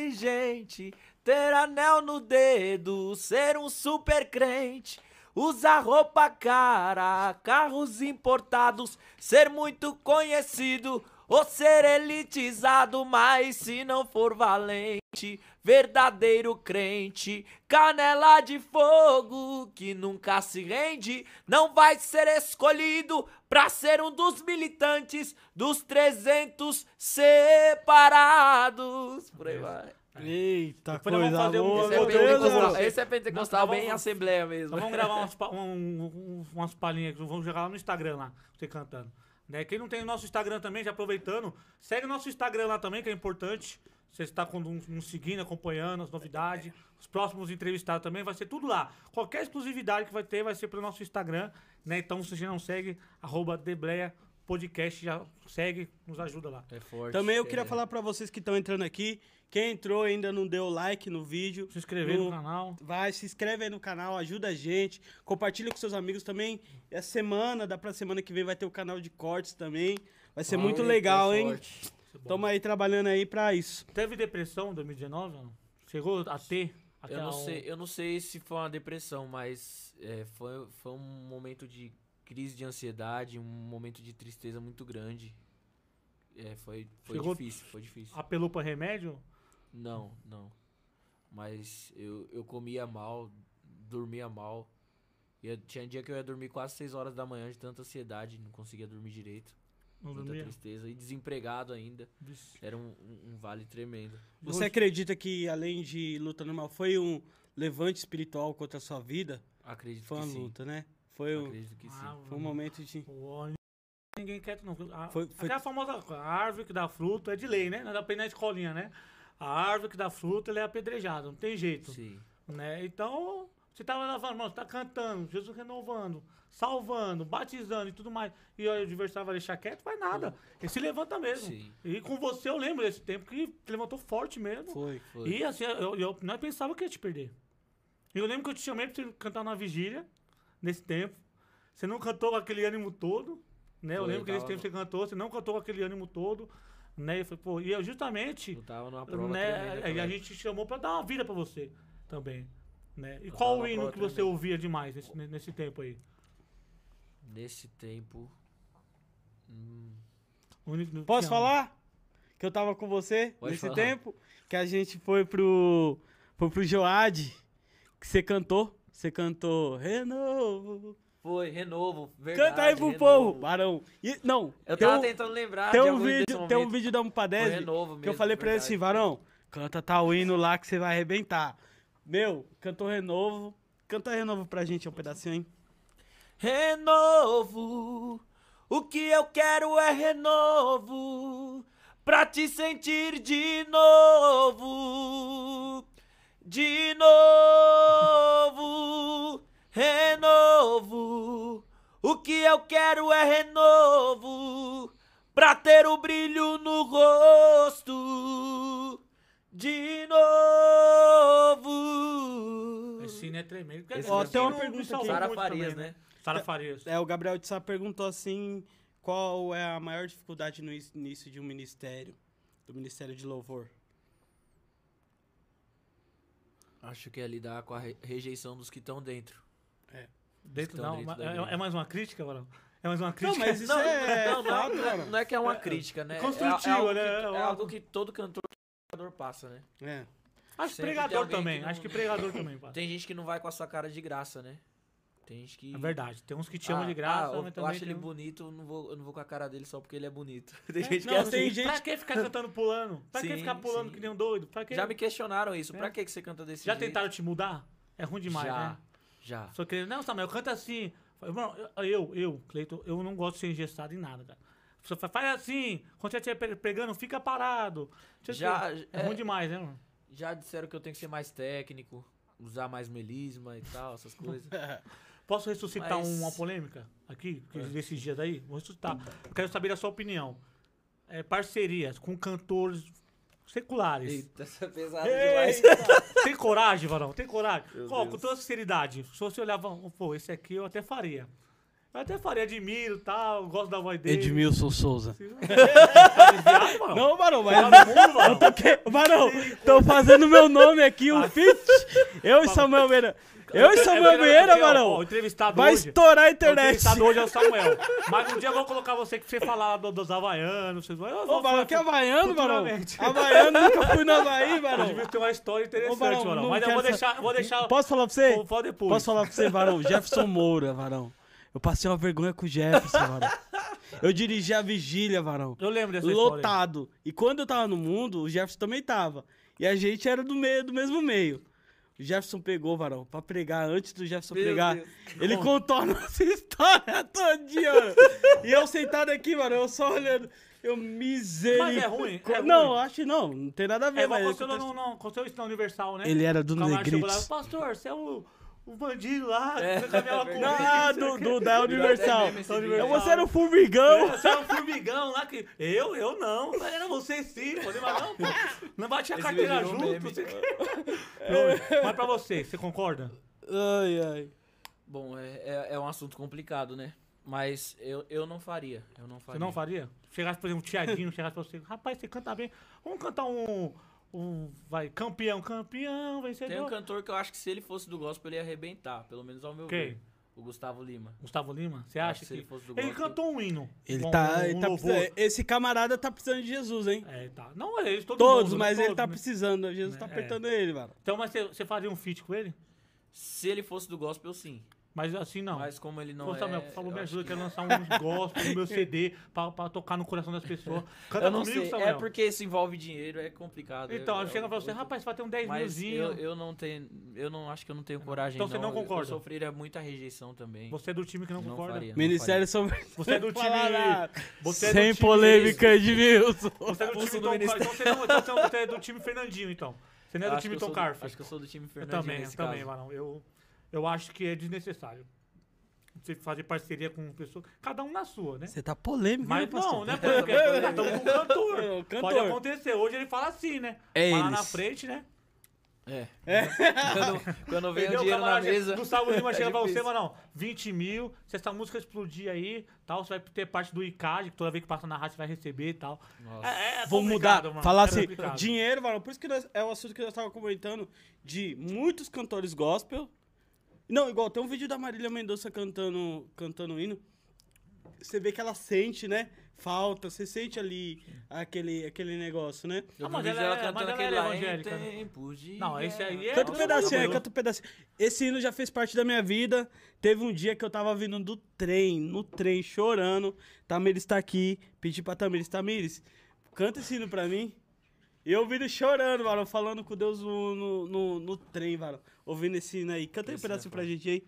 [SPEAKER 3] inteligente, ter anel no dedo, ser um super crente, usar roupa cara, carros importados, ser muito conhecido ou ser elitizado, mas se não for valente, verdadeiro crente, canela de fogo que nunca se rende, não vai ser escolhido pra ser um dos militantes dos 300 separados. Por aí vai.
[SPEAKER 2] Eita,
[SPEAKER 1] É. Depois nós vamos fazer um-
[SPEAKER 2] boa,
[SPEAKER 1] Esse
[SPEAKER 2] meu
[SPEAKER 1] é bem
[SPEAKER 2] Deus, tá
[SPEAKER 1] pentecostal.
[SPEAKER 2] mano.
[SPEAKER 3] esse é pentecostal
[SPEAKER 1] Nós
[SPEAKER 3] bem
[SPEAKER 1] vamos-
[SPEAKER 3] assembleia mesmo.
[SPEAKER 1] Nós vamos gravar umas, pa- um- um- umas palhinhas que vamos jogar lá no Instagram lá, você cantando. Né? Quem não tem o nosso Instagram também, já aproveitando, segue o nosso Instagram lá também, que é importante. Você está com- nos nos seguindo, acompanhando as novidades, os próximos entrevistados também, vai ser tudo lá. Qualquer exclusividade que vai ter vai ser pelo nosso Instagram, né? Então, se você não segue, arroba Debleia Podcast, já segue, nos ajuda lá.
[SPEAKER 3] É forte.
[SPEAKER 2] Também eu queria falar pra vocês que estão entrando aqui. Quem entrou e ainda não deu like no vídeo.
[SPEAKER 1] Se inscrever no
[SPEAKER 2] no-
[SPEAKER 1] canal.
[SPEAKER 2] Vai, se inscreve aí no canal, ajuda a gente, compartilha com seus amigos também. Essa semana, da pra semana que vem, vai ter o canal de cortes também. Vai ser é muito legal,
[SPEAKER 3] é
[SPEAKER 2] hein?
[SPEAKER 3] Tá
[SPEAKER 2] Toma aí trabalhando aí pra isso.
[SPEAKER 1] Teve depressão em 2019? não? Chegou a ter? Até
[SPEAKER 3] Eu não,
[SPEAKER 1] a-
[SPEAKER 3] sei, eu não sei se foi uma depressão, mas é, foi, foi um momento de crise de ansiedade, um momento de tristeza muito grande. É, foi, foi
[SPEAKER 1] Chegou-
[SPEAKER 3] difícil, foi difícil.
[SPEAKER 1] Apelou pra remédio?
[SPEAKER 3] Não, não. Mas eu, eu comia mal, dormia mal. E eu- tinha dia que eu ia dormir quase 6 horas da manhã de tanta ansiedade, não conseguia dormir direito,
[SPEAKER 1] Não
[SPEAKER 3] tanta
[SPEAKER 1] dormia?
[SPEAKER 3] tristeza. E desempregado ainda.
[SPEAKER 1] Vixe.
[SPEAKER 3] Era um, um- um vale tremendo.
[SPEAKER 2] Você acredita que, além de luta normal, foi um levante espiritual contra a sua vida?
[SPEAKER 3] Acredito
[SPEAKER 2] Foi
[SPEAKER 3] que
[SPEAKER 2] uma
[SPEAKER 3] sim.
[SPEAKER 2] luta, né? Foi um,
[SPEAKER 3] Acredito que
[SPEAKER 1] Ah,
[SPEAKER 3] sim.
[SPEAKER 2] foi um momento de.
[SPEAKER 1] o ônibus, Ninguém quieto, não. A,
[SPEAKER 2] Foi- foi-
[SPEAKER 1] Aquela famosa a árvore que dá fruto é de lei, né? Nós aprendemos na escolinha, né? A árvore que dá fruto ela é apedrejada, não tem jeito.
[SPEAKER 3] Sim.
[SPEAKER 1] Né? Então, você tava lavando, mano, você tá cantando, Jesus renovando, salvando, batizando e tudo mais. E aí, o adversário vai deixar quieto, faz nada. Ele se levanta mesmo.
[SPEAKER 3] Sim.
[SPEAKER 1] E com você eu lembro desse tempo que levantou forte mesmo.
[SPEAKER 2] Foi.
[SPEAKER 3] Foi.
[SPEAKER 1] E assim, eu, eu, nós pensava que ia te perder. Eu lembro que eu te chamei pra você cantar na vigília, nesse tempo. Você não cantou com aquele ânimo todo, né? eu
[SPEAKER 3] Foi,
[SPEAKER 1] lembro que nesse
[SPEAKER 3] tava-
[SPEAKER 1] tempo você cantou, você não cantou com aquele ânimo todo, né? E, foi, pô, e eu justamente,
[SPEAKER 3] Eu tava numa prova
[SPEAKER 1] né?
[SPEAKER 3] tremenda
[SPEAKER 1] e a
[SPEAKER 3] também.
[SPEAKER 1] gente te chamou pra dar uma vida pra você também, né? E
[SPEAKER 3] Eu
[SPEAKER 1] qual
[SPEAKER 3] tava
[SPEAKER 1] o
[SPEAKER 3] numa
[SPEAKER 1] hino
[SPEAKER 3] prova
[SPEAKER 1] que você
[SPEAKER 3] tremenda.
[SPEAKER 1] ouvia demais nesse, nesse tempo aí?
[SPEAKER 3] Nesse tempo. Hum,
[SPEAKER 1] O hino que-
[SPEAKER 2] Posso
[SPEAKER 1] que-
[SPEAKER 2] falar? Que eu tava com você
[SPEAKER 3] é um Pode
[SPEAKER 2] nesse
[SPEAKER 3] falar.
[SPEAKER 2] tempo? Que a gente foi pro. Foi pro Joad. Que você cantou. Você cantou. Renovo.
[SPEAKER 3] foi, renovo. Verdade,
[SPEAKER 2] Canta aí pro
[SPEAKER 3] renovo.
[SPEAKER 2] povo, Barão. E- não.
[SPEAKER 3] Eu
[SPEAKER 2] tem
[SPEAKER 3] tava
[SPEAKER 2] um-
[SPEAKER 3] tentando lembrar.
[SPEAKER 2] Tem
[SPEAKER 3] de
[SPEAKER 2] um,
[SPEAKER 3] algum desse
[SPEAKER 2] vídeo, tem um
[SPEAKER 3] momento.
[SPEAKER 2] vídeo da
[SPEAKER 3] Foi
[SPEAKER 2] Mupadese
[SPEAKER 3] renovo mesmo,
[SPEAKER 2] que eu falei pra ele
[SPEAKER 3] verdade.
[SPEAKER 2] assim, varão, canta tal hino lá que você vai arrebentar. Meu, cantou renovo. Canta renovo pra gente um pedacinho, hein?
[SPEAKER 3] Renovo. O que eu quero é renovo. Pra te sentir de novo. De novo. Renovo. O que eu quero é renovo. Pra ter o brilho no rosto. de novo.
[SPEAKER 1] Esse sino é tremendo. Porque
[SPEAKER 3] Esse
[SPEAKER 1] assim,
[SPEAKER 2] Ó,
[SPEAKER 1] o
[SPEAKER 2] tem uma
[SPEAKER 1] sino
[SPEAKER 2] pergunta
[SPEAKER 1] me salvou
[SPEAKER 3] Sara
[SPEAKER 1] muito
[SPEAKER 3] Farias,
[SPEAKER 1] também,
[SPEAKER 3] né?
[SPEAKER 1] Sara Farias.
[SPEAKER 2] É, o Gabriel de Sá perguntou assim: qual é a maior dificuldade no início de um ministério? Do Ministério de Louvor.
[SPEAKER 3] Acho que é lidar com a re- rejeição dos que estão dentro.
[SPEAKER 1] Dentro,
[SPEAKER 3] Estão
[SPEAKER 1] não,
[SPEAKER 3] dentro
[SPEAKER 1] ma-
[SPEAKER 3] da
[SPEAKER 1] é,
[SPEAKER 3] igreja.
[SPEAKER 1] é mais uma crítica, Varão? É mais uma crítica?
[SPEAKER 2] mas isso é
[SPEAKER 3] não, não,
[SPEAKER 2] fato,
[SPEAKER 3] não é-
[SPEAKER 2] mano.
[SPEAKER 3] não é que é uma
[SPEAKER 2] É,
[SPEAKER 3] crítica, né? É- é
[SPEAKER 1] construtiva,
[SPEAKER 3] algo
[SPEAKER 1] né?
[SPEAKER 3] que-
[SPEAKER 1] É
[SPEAKER 3] É
[SPEAKER 1] algo-
[SPEAKER 3] algo que todo cantor cantor passa, né?
[SPEAKER 2] É.
[SPEAKER 1] Acho que
[SPEAKER 3] Sempre tem
[SPEAKER 1] pregador
[SPEAKER 3] alguém que
[SPEAKER 1] também.
[SPEAKER 3] não-
[SPEAKER 1] Acho que pregador também, pá.
[SPEAKER 3] Tem gente que não vai com a sua cara de graça, né? Tem gente que.
[SPEAKER 1] É verdade. Tem uns que te
[SPEAKER 3] Ah,
[SPEAKER 1] chamam de graça,
[SPEAKER 3] ah, eu,
[SPEAKER 1] mas
[SPEAKER 3] eu
[SPEAKER 1] também
[SPEAKER 3] acho
[SPEAKER 1] tem um-
[SPEAKER 3] ele
[SPEAKER 1] uns-
[SPEAKER 3] bonito, eu não, vou, eu não vou com a cara dele só porque ele é bonito. Tem
[SPEAKER 1] É,
[SPEAKER 3] gente que
[SPEAKER 1] não,
[SPEAKER 3] é
[SPEAKER 1] assim,
[SPEAKER 3] assim.
[SPEAKER 1] Pra que ficar cantando pulando? Pra que
[SPEAKER 3] Sim,
[SPEAKER 1] ficar pulando
[SPEAKER 3] sim.
[SPEAKER 1] que nem um doido? Pra que...
[SPEAKER 3] Já me questionaram isso.
[SPEAKER 1] É.
[SPEAKER 3] Pra que que você canta desse
[SPEAKER 1] Já
[SPEAKER 3] jeito?
[SPEAKER 1] tentaram te mudar? É ruim demais,
[SPEAKER 3] já,
[SPEAKER 1] né?
[SPEAKER 3] Já.
[SPEAKER 1] Só que, não, Samuel, canta assim. Falei, Irmão, eu- eu, eu, Cleiton, eu não gosto de ser engessado em nada, cara. A pessoa fala, faz assim, quando você estiver pre- pregando, fica parado. Não sei o
[SPEAKER 3] Já-
[SPEAKER 1] quê. é,
[SPEAKER 3] é-
[SPEAKER 1] ruim demais, né, mano?
[SPEAKER 3] Já disseram que eu tenho que ser mais técnico, usar mais melisma e tal, essas coisas.
[SPEAKER 1] É Posso ressuscitar
[SPEAKER 3] Mas- Então
[SPEAKER 1] um- uma polêmica aqui, que
[SPEAKER 3] É.
[SPEAKER 1] desses dias aí? Vou ressuscitar.
[SPEAKER 3] tá.
[SPEAKER 1] Quero saber a sua opinião. É, parcerias com cantores seculares.
[SPEAKER 3] Eita, essa é pesada demais.
[SPEAKER 1] Eita! Tem coragem, Varão? Tem coragem?
[SPEAKER 3] Meu
[SPEAKER 1] Ó,
[SPEAKER 3] Deus.
[SPEAKER 1] com toda sinceridade, se você olhava, pô, esse aqui eu até faria. Eu até faria admiro e tal, gosto da voz dele.
[SPEAKER 2] Edmilson Souza.
[SPEAKER 1] Não,
[SPEAKER 2] Não, Barão, mas.
[SPEAKER 1] mas no mundo, Varão.
[SPEAKER 2] Tô que... Barão, tô fazendo meu nome aqui, um feat. Eu e Samuel Meira.
[SPEAKER 3] É
[SPEAKER 2] Eu e Samuel Meira,
[SPEAKER 1] Aqui, É, ó, ó, O
[SPEAKER 2] Barão.
[SPEAKER 1] entrevistado
[SPEAKER 2] Vai
[SPEAKER 1] hoje.
[SPEAKER 2] estourar a
[SPEAKER 1] O
[SPEAKER 2] internet.
[SPEAKER 1] entrevistado hoje é o Samuel. Mas um dia eu vou colocar você que você falar lá do- dos Havaianos. Vocês vão. eu
[SPEAKER 2] Ô,
[SPEAKER 1] vou
[SPEAKER 2] Barão,
[SPEAKER 1] falar-
[SPEAKER 2] que é havaiano, Barão?
[SPEAKER 1] Futuramente.
[SPEAKER 2] Havaiano, nunca fui na Bahia,
[SPEAKER 1] Eu
[SPEAKER 2] Barão.
[SPEAKER 1] devia ter uma história
[SPEAKER 2] Ô,
[SPEAKER 1] interessante,
[SPEAKER 2] Barão,
[SPEAKER 1] Varão.
[SPEAKER 2] não
[SPEAKER 1] Mas eu
[SPEAKER 2] quero
[SPEAKER 1] vou
[SPEAKER 2] sa-
[SPEAKER 1] deixar. Vou deixar. é
[SPEAKER 2] Posso falar pra você?
[SPEAKER 1] vou falar depois.
[SPEAKER 2] Posso falar pra você, Varão? Jefferson Moura, Varão. Eu passei uma vergonha com o Jefferson, Varão. Eu dirigi a vigília, Varão.
[SPEAKER 1] Eu lembro dessa história. aí.
[SPEAKER 2] Lotado. E quando eu tava no mundo, o Jefferson também tava. E a gente era do meio, do mesmo meio. O Jefferson pegou, Varão, pra pregar, antes do Jefferson
[SPEAKER 3] Meu
[SPEAKER 2] pregar.
[SPEAKER 3] Deus.
[SPEAKER 2] Ele contou a nossa história todinha. mano. e eu sentado aqui, Varão, eu só olhando. Eu
[SPEAKER 1] Mas é
[SPEAKER 2] misericórdia.
[SPEAKER 1] ruim. É ruim.
[SPEAKER 2] não, acho que não. Não tem nada a ver,
[SPEAKER 1] É igual
[SPEAKER 2] mas
[SPEAKER 1] aconteceu,
[SPEAKER 2] acontece-
[SPEAKER 1] não, não, aconteceu isso na Universal, né?
[SPEAKER 2] né, Ele era do
[SPEAKER 1] O camarada chegou lá,
[SPEAKER 2] Negritos.
[SPEAKER 1] Pastor, você é o, o bandido lá, tá
[SPEAKER 3] É,
[SPEAKER 1] que fica com a
[SPEAKER 3] é
[SPEAKER 1] Covid.
[SPEAKER 3] verdade.
[SPEAKER 2] Ah, do, do- da
[SPEAKER 1] é
[SPEAKER 2] Universal.
[SPEAKER 3] meme esse
[SPEAKER 2] Da
[SPEAKER 3] vídeo.
[SPEAKER 2] Universal. Você era o formigão.
[SPEAKER 1] Você é um formigão lá que. Eu? Eu não. Mas Era você sim. Falei, mas não, pô. Não bate a
[SPEAKER 3] Esse
[SPEAKER 1] carteira
[SPEAKER 3] vídeo
[SPEAKER 1] junto.
[SPEAKER 3] virou meme.
[SPEAKER 1] você- Não, mas pra você, você concorda?
[SPEAKER 2] Ai, ai.
[SPEAKER 3] Bom, é, é, é um assunto complicado, né? Mas eu, eu não faria. Eu não
[SPEAKER 1] Você
[SPEAKER 3] faria.
[SPEAKER 1] não faria? Chegasse, por exemplo, um Tiaguinho, chegasse pra você. Rapaz, você canta bem. Vamos cantar um. um vai, campeão, campeão,
[SPEAKER 3] Tem um
[SPEAKER 1] vencedor.
[SPEAKER 3] cantor que eu acho que se ele fosse do gospel, ele ia arrebentar, pelo menos ao meu
[SPEAKER 1] Quem?
[SPEAKER 3] ver. O Gustavo Lima.
[SPEAKER 1] Gustavo Lima, você
[SPEAKER 3] Acho
[SPEAKER 1] acha
[SPEAKER 3] que
[SPEAKER 1] que.
[SPEAKER 3] Ah, se ele fosse do
[SPEAKER 1] Ele
[SPEAKER 3] gospel-
[SPEAKER 1] cantou um hino.
[SPEAKER 2] Ele
[SPEAKER 1] Bom,
[SPEAKER 2] tá,
[SPEAKER 1] um
[SPEAKER 2] ele tá
[SPEAKER 1] louvor.
[SPEAKER 2] precisando- esse camarada tá precisando de Jesus, hein?
[SPEAKER 1] É, tá. Não, eles todos.
[SPEAKER 2] Todos,
[SPEAKER 1] mundo,
[SPEAKER 2] mas ele tá
[SPEAKER 1] né?
[SPEAKER 2] precisando. Jesus tá
[SPEAKER 1] É.
[SPEAKER 2] apertando ele, mano.
[SPEAKER 1] Então, mas você- você faria um feat com ele?
[SPEAKER 3] Se ele fosse do gospel, sim.
[SPEAKER 1] Mas assim não.
[SPEAKER 3] Mas como ele não
[SPEAKER 1] Pô,
[SPEAKER 3] é...
[SPEAKER 1] Samuel, por favor,
[SPEAKER 3] eu
[SPEAKER 1] me
[SPEAKER 3] acho
[SPEAKER 1] ajuda,
[SPEAKER 3] que-
[SPEAKER 1] quero lançar um gospel no meu CD pra, pra tocar no coração das pessoas. Canta
[SPEAKER 3] Eu não
[SPEAKER 1] comigo,
[SPEAKER 3] sei,
[SPEAKER 1] Samuel.
[SPEAKER 3] é porque isso envolve dinheiro, é complicado.
[SPEAKER 1] Então,
[SPEAKER 3] eu,
[SPEAKER 1] aí chega pra você, rapaz, você vai ter um 10
[SPEAKER 3] Mas eu,
[SPEAKER 1] milzinho.
[SPEAKER 3] eu não tenho... Eu não acho que eu não tenho coragem,
[SPEAKER 1] Então você não
[SPEAKER 3] Eu-
[SPEAKER 1] concorda?
[SPEAKER 3] Eu sofreria muita rejeição também.
[SPEAKER 1] Você é do time que não,
[SPEAKER 3] Não
[SPEAKER 1] concorda.
[SPEAKER 3] faria.
[SPEAKER 2] Ministério sobre.
[SPEAKER 1] Você é do time.
[SPEAKER 2] Falar nada.
[SPEAKER 1] Você é do
[SPEAKER 2] Sem
[SPEAKER 1] time-
[SPEAKER 2] polêmica, Edmilson.
[SPEAKER 1] Você é do time
[SPEAKER 3] Expulso do
[SPEAKER 1] Tom Car-
[SPEAKER 3] ministério.
[SPEAKER 1] então, você não- então você- você é do time Fernandinho, então. Você não é do
[SPEAKER 3] Acho que
[SPEAKER 1] time
[SPEAKER 3] eu
[SPEAKER 1] Tom
[SPEAKER 3] sou do-
[SPEAKER 1] Carf.
[SPEAKER 3] Acho que eu sou do time
[SPEAKER 1] Eu
[SPEAKER 3] Fernandinho
[SPEAKER 1] também, eu
[SPEAKER 3] nesse
[SPEAKER 1] também,
[SPEAKER 3] caso.
[SPEAKER 1] Marão. Eu, eu acho que é desnecessário. Você fazer parceria com pessoas. Cada um na sua, né?
[SPEAKER 2] Você tá polêmico,
[SPEAKER 1] Mas
[SPEAKER 2] né,
[SPEAKER 1] não,
[SPEAKER 2] pastor?
[SPEAKER 1] né? Porque estamos com o cantor.
[SPEAKER 2] É, o cantor.
[SPEAKER 1] Pode acontecer. Hoje ele fala assim, né?
[SPEAKER 2] É
[SPEAKER 1] Fala na
[SPEAKER 2] eles.
[SPEAKER 1] frente, né?
[SPEAKER 3] É. quando, quando vem o
[SPEAKER 1] Entendeu?
[SPEAKER 3] dinheiro na
[SPEAKER 1] camarada?
[SPEAKER 3] mesa.
[SPEAKER 1] Gustavo Lima
[SPEAKER 3] é
[SPEAKER 1] chega pra você,
[SPEAKER 3] difícil.
[SPEAKER 1] mano, não, 20 mil, se essa música explodir aí, tal, você vai ter parte do ICAD, que toda vez que passa na rádio você vai receber e tal.
[SPEAKER 3] Nossa.
[SPEAKER 1] É, é
[SPEAKER 2] Vou
[SPEAKER 1] complicado,
[SPEAKER 2] mudar,
[SPEAKER 1] mano.
[SPEAKER 2] falar
[SPEAKER 1] É
[SPEAKER 2] assim,
[SPEAKER 1] complicado.
[SPEAKER 2] dinheiro, mano. Por isso que nós- é o assunto que nós tava comentando de muitos cantores gospel. Não, igual, tem um vídeo da Marília Mendonça cantando, cantando hino. Você vê que ela sente, né? Falta, você sente ali aquele, aquele negócio, né?
[SPEAKER 3] Eu
[SPEAKER 1] Ah, mas
[SPEAKER 3] vi
[SPEAKER 1] ela
[SPEAKER 3] ela
[SPEAKER 1] é- mas
[SPEAKER 3] cantando
[SPEAKER 1] ela
[SPEAKER 3] aquele
[SPEAKER 1] é
[SPEAKER 3] lá, em
[SPEAKER 1] evangélica, né?
[SPEAKER 3] tempo de
[SPEAKER 1] Não, esse aí é-
[SPEAKER 3] guerra.
[SPEAKER 2] Canta um
[SPEAKER 1] Nossa,
[SPEAKER 2] pedacinho aí,
[SPEAKER 1] maravilhoso.
[SPEAKER 2] canta um pedacinho. Esse hino já fez parte da minha vida. Teve um dia que eu tava vindo do trem, no trem, chorando. Tamires tá aqui. Pedi pra Tamires, Tamires, canta esse hino pra mim. E eu vindo chorando, varão, falando com Deus no, no, no- no trem, varão. Ouvindo esse hino aí. Canta aí um
[SPEAKER 3] Esse é
[SPEAKER 2] pedacinho pra
[SPEAKER 3] foda.
[SPEAKER 2] gente aí.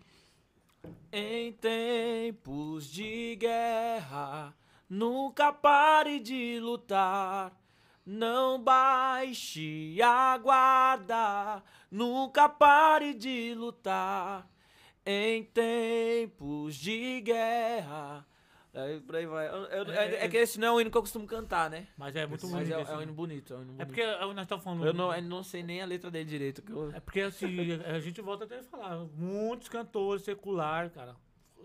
[SPEAKER 3] Em tempos de guerra, nunca pare de lutar. Não baixe a guarda, nunca pare de lutar. Em tempos de guerra, Aí por aí vai. Eu- eu-
[SPEAKER 1] É,
[SPEAKER 3] é,
[SPEAKER 1] é-
[SPEAKER 3] é que esse não é um hino que eu costumo cantar, né?
[SPEAKER 1] Mas é muito
[SPEAKER 3] Mas
[SPEAKER 1] bonito.
[SPEAKER 3] é,
[SPEAKER 1] esse
[SPEAKER 3] é um
[SPEAKER 1] hino.
[SPEAKER 3] hino bonito, é um hino bonito.
[SPEAKER 1] É porque é, nós estamos falando.
[SPEAKER 3] eu não, eu não sei nem a letra dele direito. que eu-
[SPEAKER 1] É porque assim, a gente volta até a falar, muitos cantores secular, cara,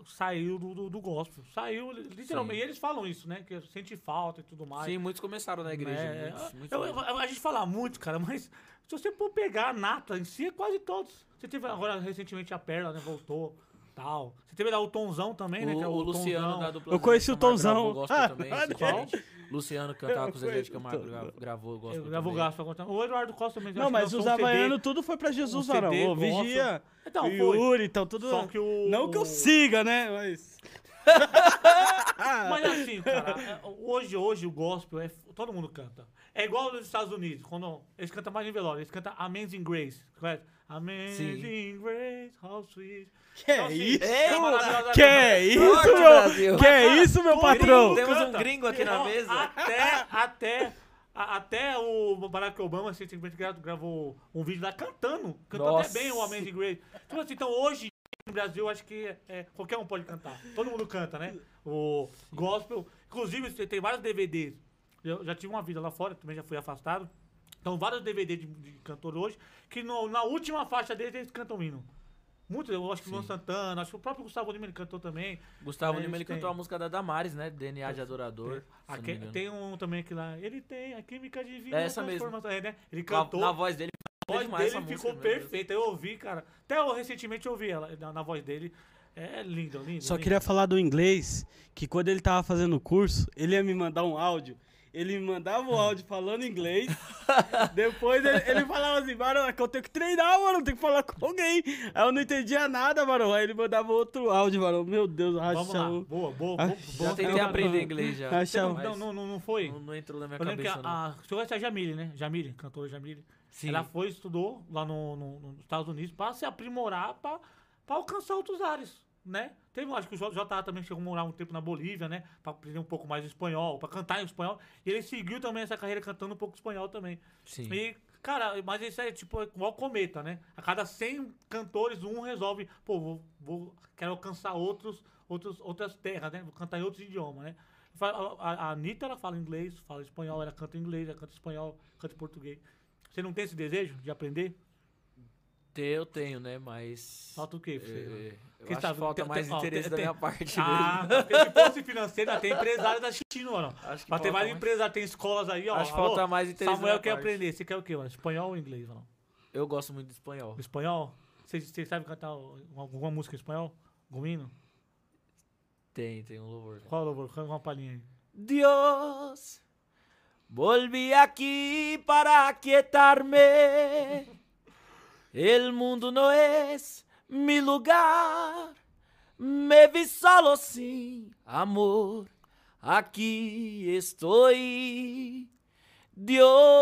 [SPEAKER 1] saiu do, do, do gospel. Saiu, literalmente.
[SPEAKER 3] Sim.
[SPEAKER 1] E eles falam isso, né? Que sente falta e tudo mais.
[SPEAKER 3] Sim, muitos começaram na igreja.
[SPEAKER 1] É,
[SPEAKER 3] muitos, muitos
[SPEAKER 1] eu-
[SPEAKER 3] mesmo.
[SPEAKER 1] eu- a gente fala muito, cara, mas se você for pegar a nata em si, é quase todos. Você teve agora recentemente a Perla, né? Voltou, tal. Você teve lá o Tonzão também, né?
[SPEAKER 3] o,
[SPEAKER 1] que é
[SPEAKER 3] o Luciano
[SPEAKER 1] Tonzão.
[SPEAKER 3] da dupla
[SPEAKER 2] Eu conheci
[SPEAKER 3] Zé
[SPEAKER 2] o
[SPEAKER 3] de Camargo
[SPEAKER 2] Tonzão.
[SPEAKER 3] gravou gospel
[SPEAKER 2] Ah,
[SPEAKER 3] também,
[SPEAKER 2] olha
[SPEAKER 3] esse
[SPEAKER 1] qual?
[SPEAKER 3] disco. Luciano cantava
[SPEAKER 2] Eu
[SPEAKER 3] com o Zé de
[SPEAKER 2] conheço
[SPEAKER 3] Camargo,
[SPEAKER 2] o
[SPEAKER 3] gra-
[SPEAKER 2] Tonzão.
[SPEAKER 3] gravou gospel.
[SPEAKER 1] Eu gravo o
[SPEAKER 3] também.
[SPEAKER 1] gospel contra- O Eduardo Costa também.
[SPEAKER 2] Não, mas os
[SPEAKER 1] usava
[SPEAKER 2] havaianos tudo foi pra Jesus,
[SPEAKER 1] um CD,
[SPEAKER 2] Varão. Ô,
[SPEAKER 1] gospel.
[SPEAKER 2] Vigia,
[SPEAKER 1] Então, foi.
[SPEAKER 2] o Yuri, então tudo...
[SPEAKER 1] Só que o.
[SPEAKER 2] Não que eu siga, né? Mas...
[SPEAKER 1] Mas assim, cara, é, hoje, hoje o gospel é. Todo mundo canta. É igual nos Estados Unidos, quando eles cantam mais em velório, eles cantam Amazing Grace, correto? Amazing Grace, how sweet.
[SPEAKER 2] Que
[SPEAKER 1] Então,
[SPEAKER 2] é
[SPEAKER 1] assim,
[SPEAKER 2] isso?
[SPEAKER 1] é
[SPEAKER 3] Ei,
[SPEAKER 1] maravilhosa
[SPEAKER 2] Que
[SPEAKER 1] canção.
[SPEAKER 2] é isso,
[SPEAKER 3] Forte,
[SPEAKER 2] meu?
[SPEAKER 3] Brasil.
[SPEAKER 2] Que é isso, meu patrão?
[SPEAKER 3] Temos
[SPEAKER 1] Canta.
[SPEAKER 3] um gringo aqui na
[SPEAKER 1] Não,
[SPEAKER 3] mesa.
[SPEAKER 1] Até, até, a- até o Barack Obama recentemente gra- gravou um vídeo lá cantando. Cantou
[SPEAKER 3] Nossa.
[SPEAKER 1] até bem o Amazing Grace. Então, assim, então hoje no Brasil, acho que é, qualquer um pode cantar. Todo mundo canta, né? O gospel. Inclusive, você tem vários DVDs. Eu já tive uma vida lá fora, também já fui afastado. Então, vários DVDs de, de cantor hoje, que no- na última faixa deles, eles cantam hino. Muito, eu acho que o Luan Santana, acho que o próprio Gustavo Lima ele cantou também.
[SPEAKER 3] Gustavo
[SPEAKER 1] Eles
[SPEAKER 3] Lima, ele
[SPEAKER 1] têm.
[SPEAKER 3] cantou a música da Damares, né? DNA de Adorador. se eu não
[SPEAKER 1] Aque-
[SPEAKER 3] me engano.
[SPEAKER 1] tem um também que lá. Ele tem a química divina.
[SPEAKER 3] É essa mesmo.
[SPEAKER 1] transformação", É, né? Ele
[SPEAKER 3] Com a-
[SPEAKER 1] cantou.
[SPEAKER 3] Na
[SPEAKER 1] a
[SPEAKER 3] voz dele,
[SPEAKER 1] voz
[SPEAKER 3] demais
[SPEAKER 1] dele
[SPEAKER 3] essa
[SPEAKER 1] ficou
[SPEAKER 3] música, meu Deus.
[SPEAKER 1] perfeita. Eu ouvi, cara. Até eu, recentemente eu ouvi ela na, na voz dele. É lindo, lindo.
[SPEAKER 2] Só
[SPEAKER 1] lindo.
[SPEAKER 2] queria falar do inglês, que quando ele tava fazendo o curso, ele ia me mandar um áudio. Ele me mandava o áudio falando inglês. Depois ele, ele falava assim, Barão, é que eu tenho que treinar, mano, eu tenho que falar com alguém. Aí eu não entendia nada, Barão. Aí ele mandava outro áudio, Barão. Meu Deus,
[SPEAKER 1] Vamos lá.
[SPEAKER 2] racha
[SPEAKER 1] Boa,
[SPEAKER 2] o.
[SPEAKER 1] boa, boa.
[SPEAKER 2] Ah,
[SPEAKER 1] boa,
[SPEAKER 3] já
[SPEAKER 1] boa.
[SPEAKER 3] tentei
[SPEAKER 2] Não, não.
[SPEAKER 3] aprender inglês já.
[SPEAKER 2] Acha-
[SPEAKER 1] Não,
[SPEAKER 2] mas-
[SPEAKER 1] não, não, não, não foi?
[SPEAKER 3] Não, não entrou na minha
[SPEAKER 1] Eu lembro que
[SPEAKER 3] cabeça,
[SPEAKER 1] a,
[SPEAKER 3] não.
[SPEAKER 1] a, você conhece a Jamile, né? Jamile, cantora Jamile.
[SPEAKER 3] Sim.
[SPEAKER 1] Ela foi, estudou lá no, no- nos Estados Unidos pra se aprimorar, pra, pra alcançar outros ares, né? Teve, acho que o JA também chegou a morar um tempo na Bolívia, né? Pra aprender um pouco mais de espanhol, pra cantar em espanhol. E ele seguiu também essa carreira cantando um pouco espanhol também.
[SPEAKER 3] Sim.
[SPEAKER 1] E, cara, mas isso é tipo é igual cometa, né? A cada 100 cantores, um resolve, pô, vou, vou- quero alcançar outros, outros, outras terras, né? Vou cantar em outros idiomas, né? Fa- A, a- a Anitta, ela fala inglês, fala espanhol, ela canta em inglês, ela canta espanhol, canta em português. Você não tem esse desejo de aprender?
[SPEAKER 3] Ter Eu tenho, né? Mas.
[SPEAKER 1] Falta o quê pra você?
[SPEAKER 3] É, eu
[SPEAKER 1] Que
[SPEAKER 3] acho
[SPEAKER 1] tá-
[SPEAKER 3] que falta
[SPEAKER 1] tem-
[SPEAKER 3] mais
[SPEAKER 1] tem- ó,
[SPEAKER 3] interesse
[SPEAKER 1] tem-
[SPEAKER 3] da
[SPEAKER 1] tem-
[SPEAKER 3] minha parte.
[SPEAKER 1] Ah,
[SPEAKER 3] mesmo.
[SPEAKER 1] se fosse financeiro, já tem empresário da assistindo, mano.
[SPEAKER 3] Acho que
[SPEAKER 1] Mas
[SPEAKER 3] falta
[SPEAKER 1] tem várias
[SPEAKER 3] mais.
[SPEAKER 1] empresas, tem escolas aí, ó.
[SPEAKER 3] Acho que
[SPEAKER 1] Alô,
[SPEAKER 3] falta mais interesse da
[SPEAKER 1] Samuel
[SPEAKER 3] minha
[SPEAKER 1] quer
[SPEAKER 3] parte.
[SPEAKER 1] aprender. Você quer o quê, mano? Espanhol ou inglês, mano?
[SPEAKER 3] Eu gosto muito de espanhol.
[SPEAKER 1] Espanhol? Você você sabe cantar o- alguma música em espanhol? Algum hino?
[SPEAKER 3] Tem, tem um louvor.
[SPEAKER 1] Qual louvor? Canta uma palhinha aí.
[SPEAKER 3] Dios, volví aquí para quietarme. El mundo no es mi lugar. Me vi solo sin amor. Aquí estoy.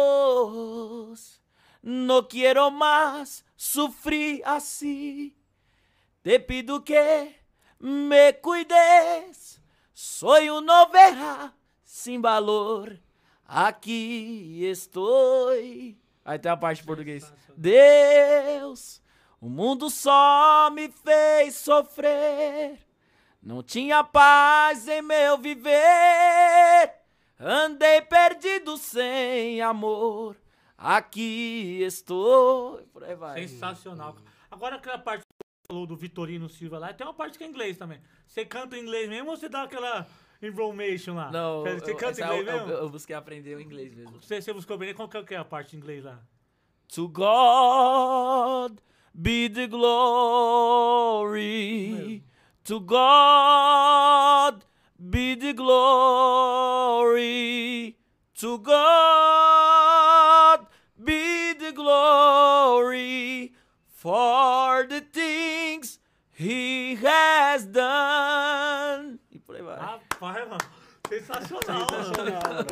[SPEAKER 3] Dios, no quiero más sufrir así. Te pido que me cuides. Soy una oveja sin valor. Aqui estou. Aí tem a parte em português. Deus, o mundo só me fez sofrer. Não tinha paz em meu viver. Andei perdido sem amor. Aqui estou. Por aí vai.
[SPEAKER 1] Sensacional. Agora aquela parte que você falou do Vitorino Silva lá, tem uma parte que é inglês também. Você canta em inglês mesmo ou você dá aquela information lá?
[SPEAKER 3] Não,
[SPEAKER 1] Você, você
[SPEAKER 3] eu,
[SPEAKER 1] canta
[SPEAKER 3] essa
[SPEAKER 1] em inglês
[SPEAKER 3] eu, eu-
[SPEAKER 1] mesmo?
[SPEAKER 3] eu busquei aprender o inglês mesmo.
[SPEAKER 1] Você, você buscou bem, qual que é a parte em inglês lá?
[SPEAKER 3] To God be the glory. To God be the glory. To God be the glory for the things he has done. E por aí vai.
[SPEAKER 1] Rapaz, mano. Sensacional, mano.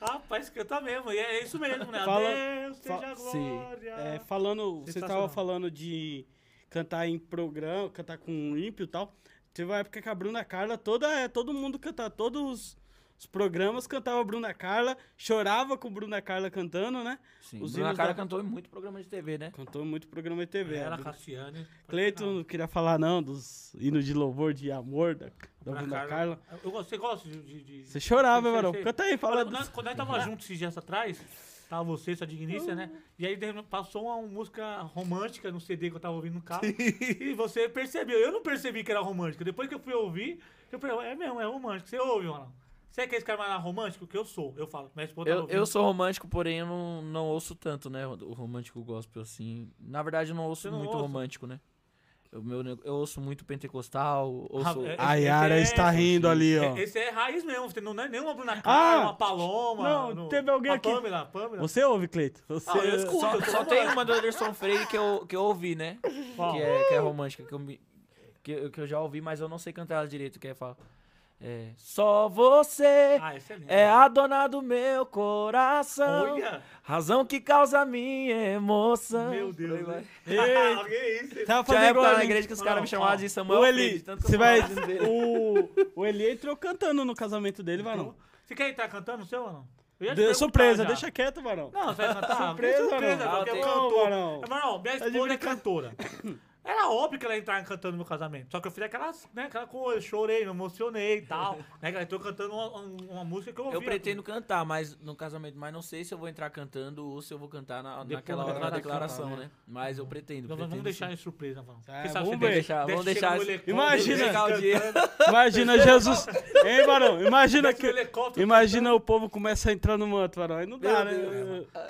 [SPEAKER 1] Rapaz, canta mesmo. E é isso mesmo, né?
[SPEAKER 2] Fala-
[SPEAKER 1] Deus
[SPEAKER 2] fa-
[SPEAKER 1] seja a
[SPEAKER 3] sim.
[SPEAKER 1] glória.
[SPEAKER 2] É, falando, você tava
[SPEAKER 1] Sensacional.
[SPEAKER 2] falando de cantar em programa, cantar com um ímpio e tal. Teve uma época que a Bruna Carla, toda, é, todo mundo cantava, todos os programas cantava a Bruna Carla, chorava com a Bruna Carla cantando, né?
[SPEAKER 3] Sim,
[SPEAKER 2] Os
[SPEAKER 3] Bruna
[SPEAKER 2] hinos
[SPEAKER 3] Cara
[SPEAKER 2] da-
[SPEAKER 3] cantou em muito programa de TV, né?
[SPEAKER 2] Cantou muito programa de TV. a
[SPEAKER 1] Vera
[SPEAKER 2] Bruna.
[SPEAKER 1] Cassiane.
[SPEAKER 2] Cleiton não queria falar não dos hinos de louvor, de amor. Da... da Olinda Carla.
[SPEAKER 1] Eu, gosto- você gosta de. de- de-
[SPEAKER 2] Você chorava,
[SPEAKER 1] Sei,
[SPEAKER 2] varão.
[SPEAKER 1] sei.
[SPEAKER 2] Canta aí, fala.
[SPEAKER 1] Quando, nós- quando nós tava juntos esses dias atrás, tava você, sua dignícia, né? E aí de repente, passou uma, uma música romântica no CD que eu tava ouvindo no carro. e você percebeu. Eu não percebi que era romântica. Depois que eu fui ouvir, eu falei, é mesmo, é romântico. Você ouve, mano. Você é que esse cara mais romântico? Que eu sou, eu falo. Minha esposa tava
[SPEAKER 3] Eu,
[SPEAKER 1] ouvindo.
[SPEAKER 3] eu sou romântico, porém eu não, não ouço tanto, né? O romântico gospel, assim. Na verdade, eu não
[SPEAKER 1] Você
[SPEAKER 3] ouço
[SPEAKER 1] não
[SPEAKER 3] muito
[SPEAKER 1] ouça?
[SPEAKER 3] romântico, né? Eu, meu, ne- eu ouço muito pentecostal, ouço.
[SPEAKER 1] Ah, é-
[SPEAKER 2] A Yara
[SPEAKER 1] é-
[SPEAKER 2] está rindo ali, ó.
[SPEAKER 1] É, Esse é raiz mesmo, você não não é nenhuma Bruna Carla,
[SPEAKER 2] Ah,
[SPEAKER 1] uma Paloma.
[SPEAKER 2] não, teve alguém
[SPEAKER 1] a
[SPEAKER 2] aqui-
[SPEAKER 1] Pamela, a Pamela.
[SPEAKER 2] Você ouve, Cleito? Você...
[SPEAKER 1] Ah, eu escuto,
[SPEAKER 3] Só,
[SPEAKER 1] eu tô
[SPEAKER 3] só
[SPEAKER 1] falando.
[SPEAKER 3] tem uma do Anderson Freire que eu, que eu ouvi, né?
[SPEAKER 1] Qual?
[SPEAKER 3] Que é, que é romântica, que eu, me- que, eu- que eu já ouvi, mas eu não sei cantar ela direito, que é falar. É, só você
[SPEAKER 1] Ah, excelente.
[SPEAKER 3] é a dona do meu coração.
[SPEAKER 1] Olha,
[SPEAKER 3] Razão que causa minha emoção.
[SPEAKER 1] meu Deus.
[SPEAKER 3] Aí vai.
[SPEAKER 1] né?
[SPEAKER 2] Eita. Tá
[SPEAKER 1] Alguém é isso?
[SPEAKER 2] Tava
[SPEAKER 3] Tinha
[SPEAKER 2] fazendo
[SPEAKER 3] época
[SPEAKER 2] igual a
[SPEAKER 3] na
[SPEAKER 2] mim.
[SPEAKER 3] igreja que os
[SPEAKER 1] Não,
[SPEAKER 3] caras me chamavam
[SPEAKER 1] ó.
[SPEAKER 3] de Samuel
[SPEAKER 2] O Eli,
[SPEAKER 3] Freire, tanto que eu
[SPEAKER 2] você vai.
[SPEAKER 3] falava dele.
[SPEAKER 2] O, o Eli entrou cantando no casamento dele, varão.
[SPEAKER 1] Você quer entrar tá cantando o seu ou não? Eu ia te
[SPEAKER 2] De-
[SPEAKER 1] perguntar
[SPEAKER 2] surpresa,
[SPEAKER 1] já.
[SPEAKER 2] deixa quieto, varão.
[SPEAKER 1] Não, você vai cantar?
[SPEAKER 2] Surpresa,
[SPEAKER 1] surpresa,
[SPEAKER 2] não.
[SPEAKER 1] porque
[SPEAKER 3] Ah,
[SPEAKER 1] é
[SPEAKER 3] tem-
[SPEAKER 2] Não,
[SPEAKER 1] cantor.
[SPEAKER 2] varão.
[SPEAKER 1] Mas não, minha
[SPEAKER 2] de
[SPEAKER 1] esposa é
[SPEAKER 2] brinca-
[SPEAKER 1] cantora. Era óbvio que ela ia entrar cantando no meu casamento. Só que eu fiz aquelas, né, aquela coisa, chorei, me emocionei e tal. né, que ela entrou cantando uma, um, uma- uma música que eu ouvi.
[SPEAKER 3] Eu pretendo cantar, mas no casamento, mas não sei se eu vou entrar cantando ou se eu vou cantar na,
[SPEAKER 1] Depois
[SPEAKER 3] naquela
[SPEAKER 1] da
[SPEAKER 3] hora da
[SPEAKER 2] declaração,
[SPEAKER 3] declaração, né? Mas eu pretendo.
[SPEAKER 1] Então, nós
[SPEAKER 3] pretendo
[SPEAKER 1] vamos
[SPEAKER 3] sim.
[SPEAKER 1] deixar em surpresa, mano.
[SPEAKER 2] Ah,
[SPEAKER 1] Porque sabe,
[SPEAKER 2] vamos
[SPEAKER 1] você
[SPEAKER 3] deixar,
[SPEAKER 1] deixa-
[SPEAKER 3] vamos
[SPEAKER 1] deixa chegar
[SPEAKER 3] deixar
[SPEAKER 1] o
[SPEAKER 3] esse-
[SPEAKER 1] helicóptero,
[SPEAKER 2] Imagina.
[SPEAKER 1] deixa
[SPEAKER 3] Chegar o dia.
[SPEAKER 1] cantando,
[SPEAKER 2] Imagina Jesus. Hein, varão? Imagina
[SPEAKER 1] desce o
[SPEAKER 2] que.
[SPEAKER 1] helicóptero
[SPEAKER 2] Imagina o povo começa a entrar no manto, varão. Aí não dá, né?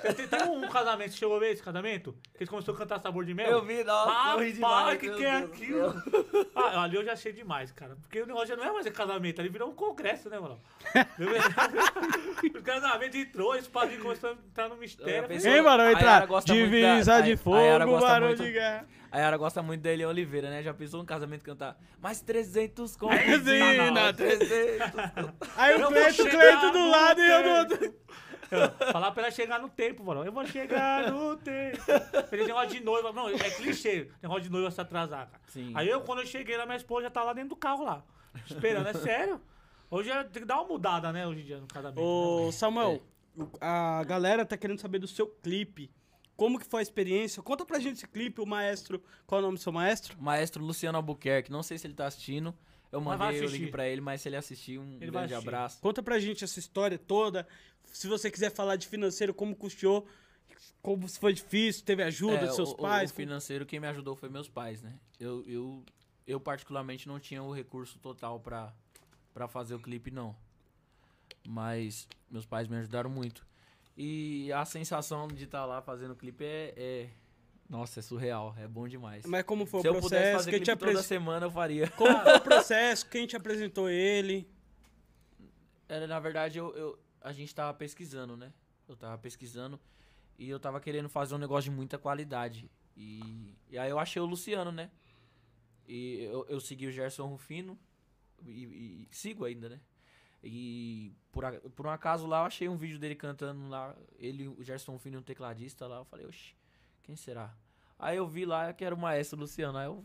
[SPEAKER 1] Você tem, tem um casamento, você chegou a ver esse casamento? Que eles começaram a cantar sabor de mel?
[SPEAKER 3] Eu vi, nossa, eu ri
[SPEAKER 1] Rapaz,
[SPEAKER 3] demais,
[SPEAKER 1] o que,
[SPEAKER 3] meu
[SPEAKER 1] que é
[SPEAKER 3] Deus do
[SPEAKER 1] aquilo? Ah, ali eu já achei demais, cara. Porque o negócio já não é mais casamento, ali virou um congresso, né, mano? o casamento entrou, esse padrinho começou a entrar no
[SPEAKER 3] Eu
[SPEAKER 1] mistério.
[SPEAKER 3] já
[SPEAKER 1] Eu
[SPEAKER 3] pensei-
[SPEAKER 2] Hein, varão?
[SPEAKER 3] A Yara
[SPEAKER 2] Entrar.
[SPEAKER 3] gosta muito da-
[SPEAKER 2] Divisa
[SPEAKER 3] a-
[SPEAKER 2] de
[SPEAKER 3] a Yara
[SPEAKER 2] fogo,
[SPEAKER 3] gosta
[SPEAKER 2] varão
[SPEAKER 3] muito-
[SPEAKER 2] de guerra.
[SPEAKER 3] A Yara gosta muito da Elian Oliveira, né? Já pensou um casamento cantar mais 300 com
[SPEAKER 2] Sim, não,
[SPEAKER 3] 300
[SPEAKER 2] Aí o
[SPEAKER 1] vou
[SPEAKER 2] Cleito,
[SPEAKER 1] chegar
[SPEAKER 2] Cleito do
[SPEAKER 1] no
[SPEAKER 2] lado e eu do
[SPEAKER 1] tempo.
[SPEAKER 2] outro.
[SPEAKER 1] falei, Falar pra ela chegar no tempo, mano. Eu vou chegar no tempo. Ele negócio de noiva. Não, é clichê. Negócio de noiva se atrasar, cara.
[SPEAKER 3] Sim.
[SPEAKER 1] Aí eu, quando eu cheguei lá, minha esposa já tá lá dentro do carro lá. Esperando, é sério. Hoje é- tem que dar uma mudada, né? Hoje em dia no casamento. né?
[SPEAKER 2] Ô, Samuel, o- a galera tá querendo saber do seu clipe. Como que foi a experiência? Conta pra gente esse clipe, o maestro. Qual é o nome do seu maestro?
[SPEAKER 3] Maestro Luciano Albuquerque, não sei se ele tá assistindo. Eu
[SPEAKER 1] Mas vai
[SPEAKER 3] mandei o
[SPEAKER 1] assistir.
[SPEAKER 3] link pra ele, mas se ele assistir, um
[SPEAKER 1] Ele vai
[SPEAKER 3] grande
[SPEAKER 1] assistir.
[SPEAKER 3] abraço.
[SPEAKER 2] Conta pra gente essa história toda. Se você quiser falar de financeiro, como custeou, como foi difícil, teve ajuda
[SPEAKER 3] É,
[SPEAKER 2] dos seus
[SPEAKER 3] o- o-
[SPEAKER 2] pais.
[SPEAKER 3] O financeiro, quem me ajudou foi meus pais, né? Eu, eu, eu particularmente, não tinha o recurso total pra, pra fazer o clipe, não. Mas meus pais me ajudaram muito. E a sensação de estar lá fazendo o clipe é, é- Nossa, é surreal. É bom demais.
[SPEAKER 2] Mas como foi
[SPEAKER 3] Se
[SPEAKER 2] o
[SPEAKER 3] eu pudesse
[SPEAKER 2] processo?
[SPEAKER 3] fazer
[SPEAKER 2] Quem
[SPEAKER 3] clipe
[SPEAKER 2] te
[SPEAKER 3] toda
[SPEAKER 2] apres...
[SPEAKER 3] semana, eu faria.
[SPEAKER 2] Como foi o processo? Quem te apresentou ele?
[SPEAKER 3] Era, É, na verdade, eu, eu- a gente tava pesquisando, né? Eu tava pesquisando e eu tava querendo fazer um negócio de muita qualidade. E, e aí eu achei o Luciano, né? E eu, eu segui o Gerson Rufino e, e sigo ainda, né? E por, a- por um acaso lá eu achei um vídeo dele cantando lá, ele, o Gerson Rufino, um tecladista lá. Eu falei, oxi, quem será? Aí eu vi lá que era o maestro Luciano. Aí eu,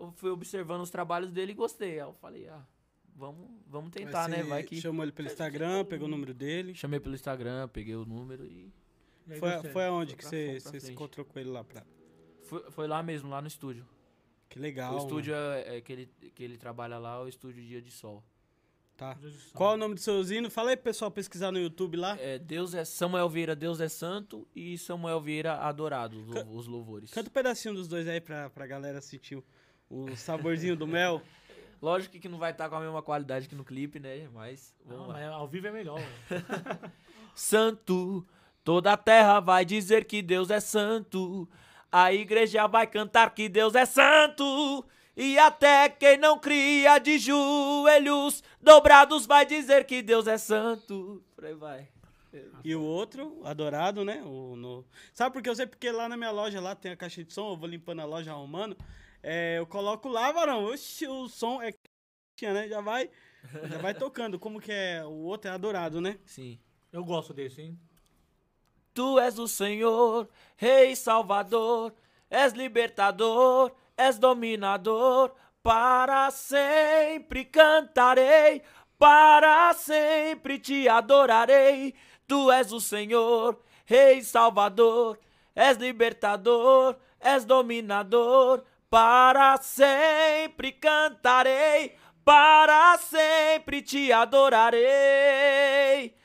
[SPEAKER 3] eu fui observando os trabalhos dele e gostei. Aí eu falei, ah, vamos, vamos tentar,
[SPEAKER 2] Mas
[SPEAKER 3] né?
[SPEAKER 2] você
[SPEAKER 3] Vai que.
[SPEAKER 2] Chamou ele pelo Instagram, pegou o número dele.
[SPEAKER 3] Chamei pelo Instagram, peguei o número e.
[SPEAKER 1] E aí deu
[SPEAKER 2] Foi,
[SPEAKER 1] certo.
[SPEAKER 2] foi aonde
[SPEAKER 3] Foi
[SPEAKER 2] que
[SPEAKER 3] pra
[SPEAKER 2] você,
[SPEAKER 3] frente, pra
[SPEAKER 2] você se
[SPEAKER 3] frente.
[SPEAKER 2] encontrou com ele lá pra.
[SPEAKER 3] Foi, foi lá mesmo, lá no estúdio.
[SPEAKER 2] Que legal.
[SPEAKER 3] o
[SPEAKER 2] mano.
[SPEAKER 3] estúdio é, é que, ele, que ele trabalha lá, o estúdio Dia de Sol.
[SPEAKER 2] Tá.
[SPEAKER 1] Deus do céu.
[SPEAKER 2] Qual é o nome do seu hino? Fala aí pro pessoal pesquisar no YouTube lá.
[SPEAKER 3] É, Deus é Samuel Vieira, Deus é Santo e Samuel Vieira Adorado, os, lou- os louvores.
[SPEAKER 2] Canta um pedacinho dos dois aí pra, pra galera sentir o, o saborzinho do mel.
[SPEAKER 3] Lógico que não vai estar com a mesma qualidade que no clipe, né? Mas vamos
[SPEAKER 1] Não,
[SPEAKER 3] lá.
[SPEAKER 1] mas ao vivo é melhor. mano.
[SPEAKER 3] Santo, toda a terra vai dizer que Deus é santo. A igreja vai cantar que Deus é santo. E até quem não cria de joelhos dobrados vai dizer que Deus é santo. Por aí vai.
[SPEAKER 2] E o outro, adorado, né? O, no... Sabe por que eu sei? Porque lá na minha loja, lá tem a caixa de som, eu vou limpando a loja, arrumando. É, eu coloco lá, varão. Oxi, o som é... caixinha, Né? Já vai já vai tocando. Como que é? O outro é adorado, né?
[SPEAKER 3] Sim.
[SPEAKER 1] Eu gosto desse, hein?
[SPEAKER 3] Tu és o Senhor, Rei Salvador, és libertador, és dominador. Para sempre cantarei, para sempre te adorarei. Tu és o Senhor, Rei Salvador, és libertador, és dominador. Para sempre cantarei, Para sempre te adorarei,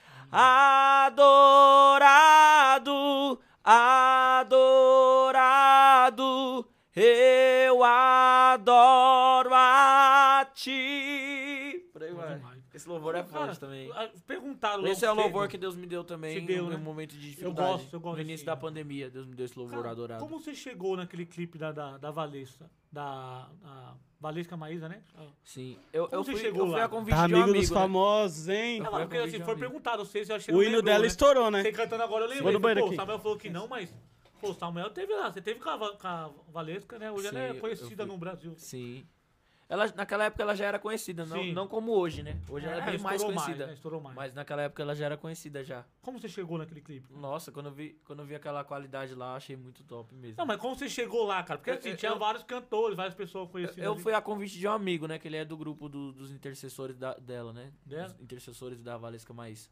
[SPEAKER 3] adorado, adorado, eu adoro a ti. Por aí
[SPEAKER 1] Bom
[SPEAKER 3] vai.
[SPEAKER 1] demais.
[SPEAKER 3] Esse louvor é
[SPEAKER 1] Cara,
[SPEAKER 3] forte também.
[SPEAKER 1] a- Perguntaram
[SPEAKER 3] Esse
[SPEAKER 1] logo
[SPEAKER 3] é o louvor
[SPEAKER 1] cedo.
[SPEAKER 3] que Deus me deu também
[SPEAKER 1] Você deu,
[SPEAKER 3] no
[SPEAKER 1] né?
[SPEAKER 3] momento de
[SPEAKER 1] Eu
[SPEAKER 3] dificuldade.
[SPEAKER 1] gosto, eu gosto
[SPEAKER 3] No
[SPEAKER 1] desse
[SPEAKER 3] início da
[SPEAKER 1] hino.
[SPEAKER 3] pandemia, Deus me deu esse louvor
[SPEAKER 1] Cara,
[SPEAKER 3] adorado.
[SPEAKER 1] Como você chegou naquele clipe da, da, da Valesca? Da a Valesca Maísa, né?
[SPEAKER 3] Sim. Eu,
[SPEAKER 1] Como
[SPEAKER 3] eu
[SPEAKER 1] você
[SPEAKER 3] fui,
[SPEAKER 1] chegou
[SPEAKER 3] eu fui
[SPEAKER 1] lá?
[SPEAKER 3] a convite
[SPEAKER 2] Tá
[SPEAKER 3] de um
[SPEAKER 2] amigo
[SPEAKER 3] amigo.
[SPEAKER 2] dos
[SPEAKER 3] né?
[SPEAKER 2] famosos, hein?
[SPEAKER 1] Não,
[SPEAKER 3] foi a
[SPEAKER 1] porque assim, foi
[SPEAKER 3] convite de um amigo.
[SPEAKER 1] perguntado a vocês, eu achei
[SPEAKER 2] O hino dela
[SPEAKER 1] estourou.
[SPEAKER 2] estourou, né?
[SPEAKER 1] Você cantando agora, eu lembrei.
[SPEAKER 2] Vou no
[SPEAKER 1] Falei,
[SPEAKER 2] banheiro
[SPEAKER 1] Pô, o
[SPEAKER 2] aqui.
[SPEAKER 1] Samuel falou que não, mas... Pô, o Samuel teve lá. Você teve com a, Va- com a Valesca, né? Hoje
[SPEAKER 3] Sim,
[SPEAKER 1] ela é
[SPEAKER 3] eu-
[SPEAKER 1] conhecida
[SPEAKER 3] eu fui.
[SPEAKER 1] no Brasil.
[SPEAKER 3] Sim. Ela, naquela época ela já era conhecida, não,
[SPEAKER 1] Sim.
[SPEAKER 3] não como hoje, né? Hoje ela é bem mais
[SPEAKER 1] estourou
[SPEAKER 3] conhecida.
[SPEAKER 1] né? Estourou mais.
[SPEAKER 3] Mas naquela época ela já era conhecida já.
[SPEAKER 1] Como você chegou naquele clipe?
[SPEAKER 3] Nossa, quando eu vi, quando eu vi aquela qualidade lá, achei muito top mesmo.
[SPEAKER 1] Não, mas como você chegou lá, cara? Porque
[SPEAKER 3] Eu-
[SPEAKER 1] assim,
[SPEAKER 3] eu-
[SPEAKER 1] tinha
[SPEAKER 3] eu-
[SPEAKER 1] vários cantores, várias pessoas conhecidas.
[SPEAKER 3] Eu
[SPEAKER 1] ali.
[SPEAKER 3] fui a convite de um amigo, né? Que ele é do grupo do- dos intercessores da- dela, né?
[SPEAKER 1] Dela?
[SPEAKER 3] Dos intercessores da Valesca Maísa.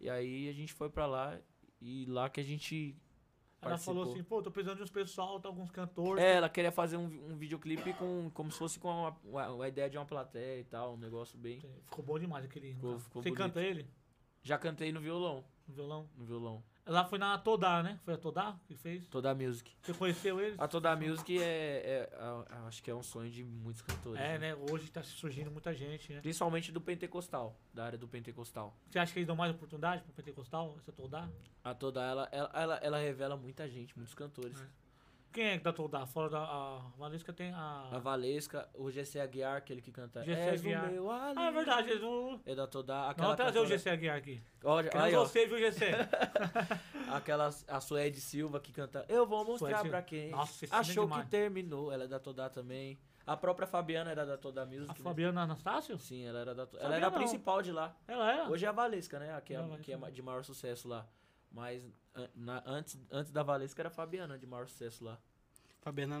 [SPEAKER 3] E aí a gente foi pra lá e lá que a gente.
[SPEAKER 1] Ela
[SPEAKER 3] participou.
[SPEAKER 1] falou assim, pô, tô precisando de uns pessoal, tá alguns cantores.
[SPEAKER 3] É, ela queria fazer um, um videoclipe com, como se fosse com uma, uma- uma ideia de uma plateia e tal, um negócio bem.
[SPEAKER 1] Ficou bom demais aquele hino.
[SPEAKER 3] Ficou-
[SPEAKER 1] cara.
[SPEAKER 3] ficou
[SPEAKER 1] você
[SPEAKER 3] bonito.
[SPEAKER 1] canta ele?
[SPEAKER 3] Já cantei no violão.
[SPEAKER 1] No violão?
[SPEAKER 3] No violão.
[SPEAKER 1] Ela foi na Todá, né? Foi a Todá que fez?
[SPEAKER 3] Toda a Music.
[SPEAKER 1] Você conheceu ele?
[SPEAKER 3] A Toda a Music é. é- a- a- acho que é um sonho de muitos cantores.
[SPEAKER 1] É, né? Hoje tá surgindo muita gente, né?
[SPEAKER 3] Principalmente do Pentecostal, da área do Pentecostal.
[SPEAKER 1] Você acha que eles dão mais oportunidade pro Pentecostal, essa Todá?
[SPEAKER 3] A Toda ela, ela, ela, ela revela muita gente, muitos cantores.
[SPEAKER 1] É. Quem é da Todá? Fora da a Valesca tem
[SPEAKER 3] A
[SPEAKER 1] a...
[SPEAKER 3] Valesca, o GC Aguiar, aquele que canta.
[SPEAKER 1] GC
[SPEAKER 3] "És o
[SPEAKER 1] Aguiar.
[SPEAKER 3] meu ali".
[SPEAKER 1] Ah, é verdade, eles não...
[SPEAKER 3] É da toda
[SPEAKER 1] Não,
[SPEAKER 3] aquela.
[SPEAKER 1] vou trazer o
[SPEAKER 3] cantora-
[SPEAKER 1] GC Aguiar aqui.
[SPEAKER 3] Olha,
[SPEAKER 1] Queremos
[SPEAKER 3] aí, ó,
[SPEAKER 1] você, viu, GC?
[SPEAKER 3] aquela a Suede Silva que canta. Eu vou mostrar
[SPEAKER 1] Suede
[SPEAKER 3] pra
[SPEAKER 1] Silva.
[SPEAKER 3] quem.
[SPEAKER 1] Nossa, esse
[SPEAKER 3] Achou
[SPEAKER 1] filme é demais.
[SPEAKER 3] que terminou. Ela é da Todá também. A própria Fabiana era da Toda Music.
[SPEAKER 1] a
[SPEAKER 3] né?
[SPEAKER 1] Fabiana Anastácio?
[SPEAKER 3] Sim, ela era da Todá. Ela
[SPEAKER 1] Sabia
[SPEAKER 3] era a
[SPEAKER 1] não.
[SPEAKER 3] principal de lá.
[SPEAKER 1] Ela é?
[SPEAKER 3] Hoje é a Valesca, né? A que é,
[SPEAKER 1] Não,
[SPEAKER 3] que é
[SPEAKER 1] mas-
[SPEAKER 3] de maior sucesso lá. Mas an- na- antes, antes da Valesca era a Fabiana de maior sucesso lá.
[SPEAKER 2] Fabiana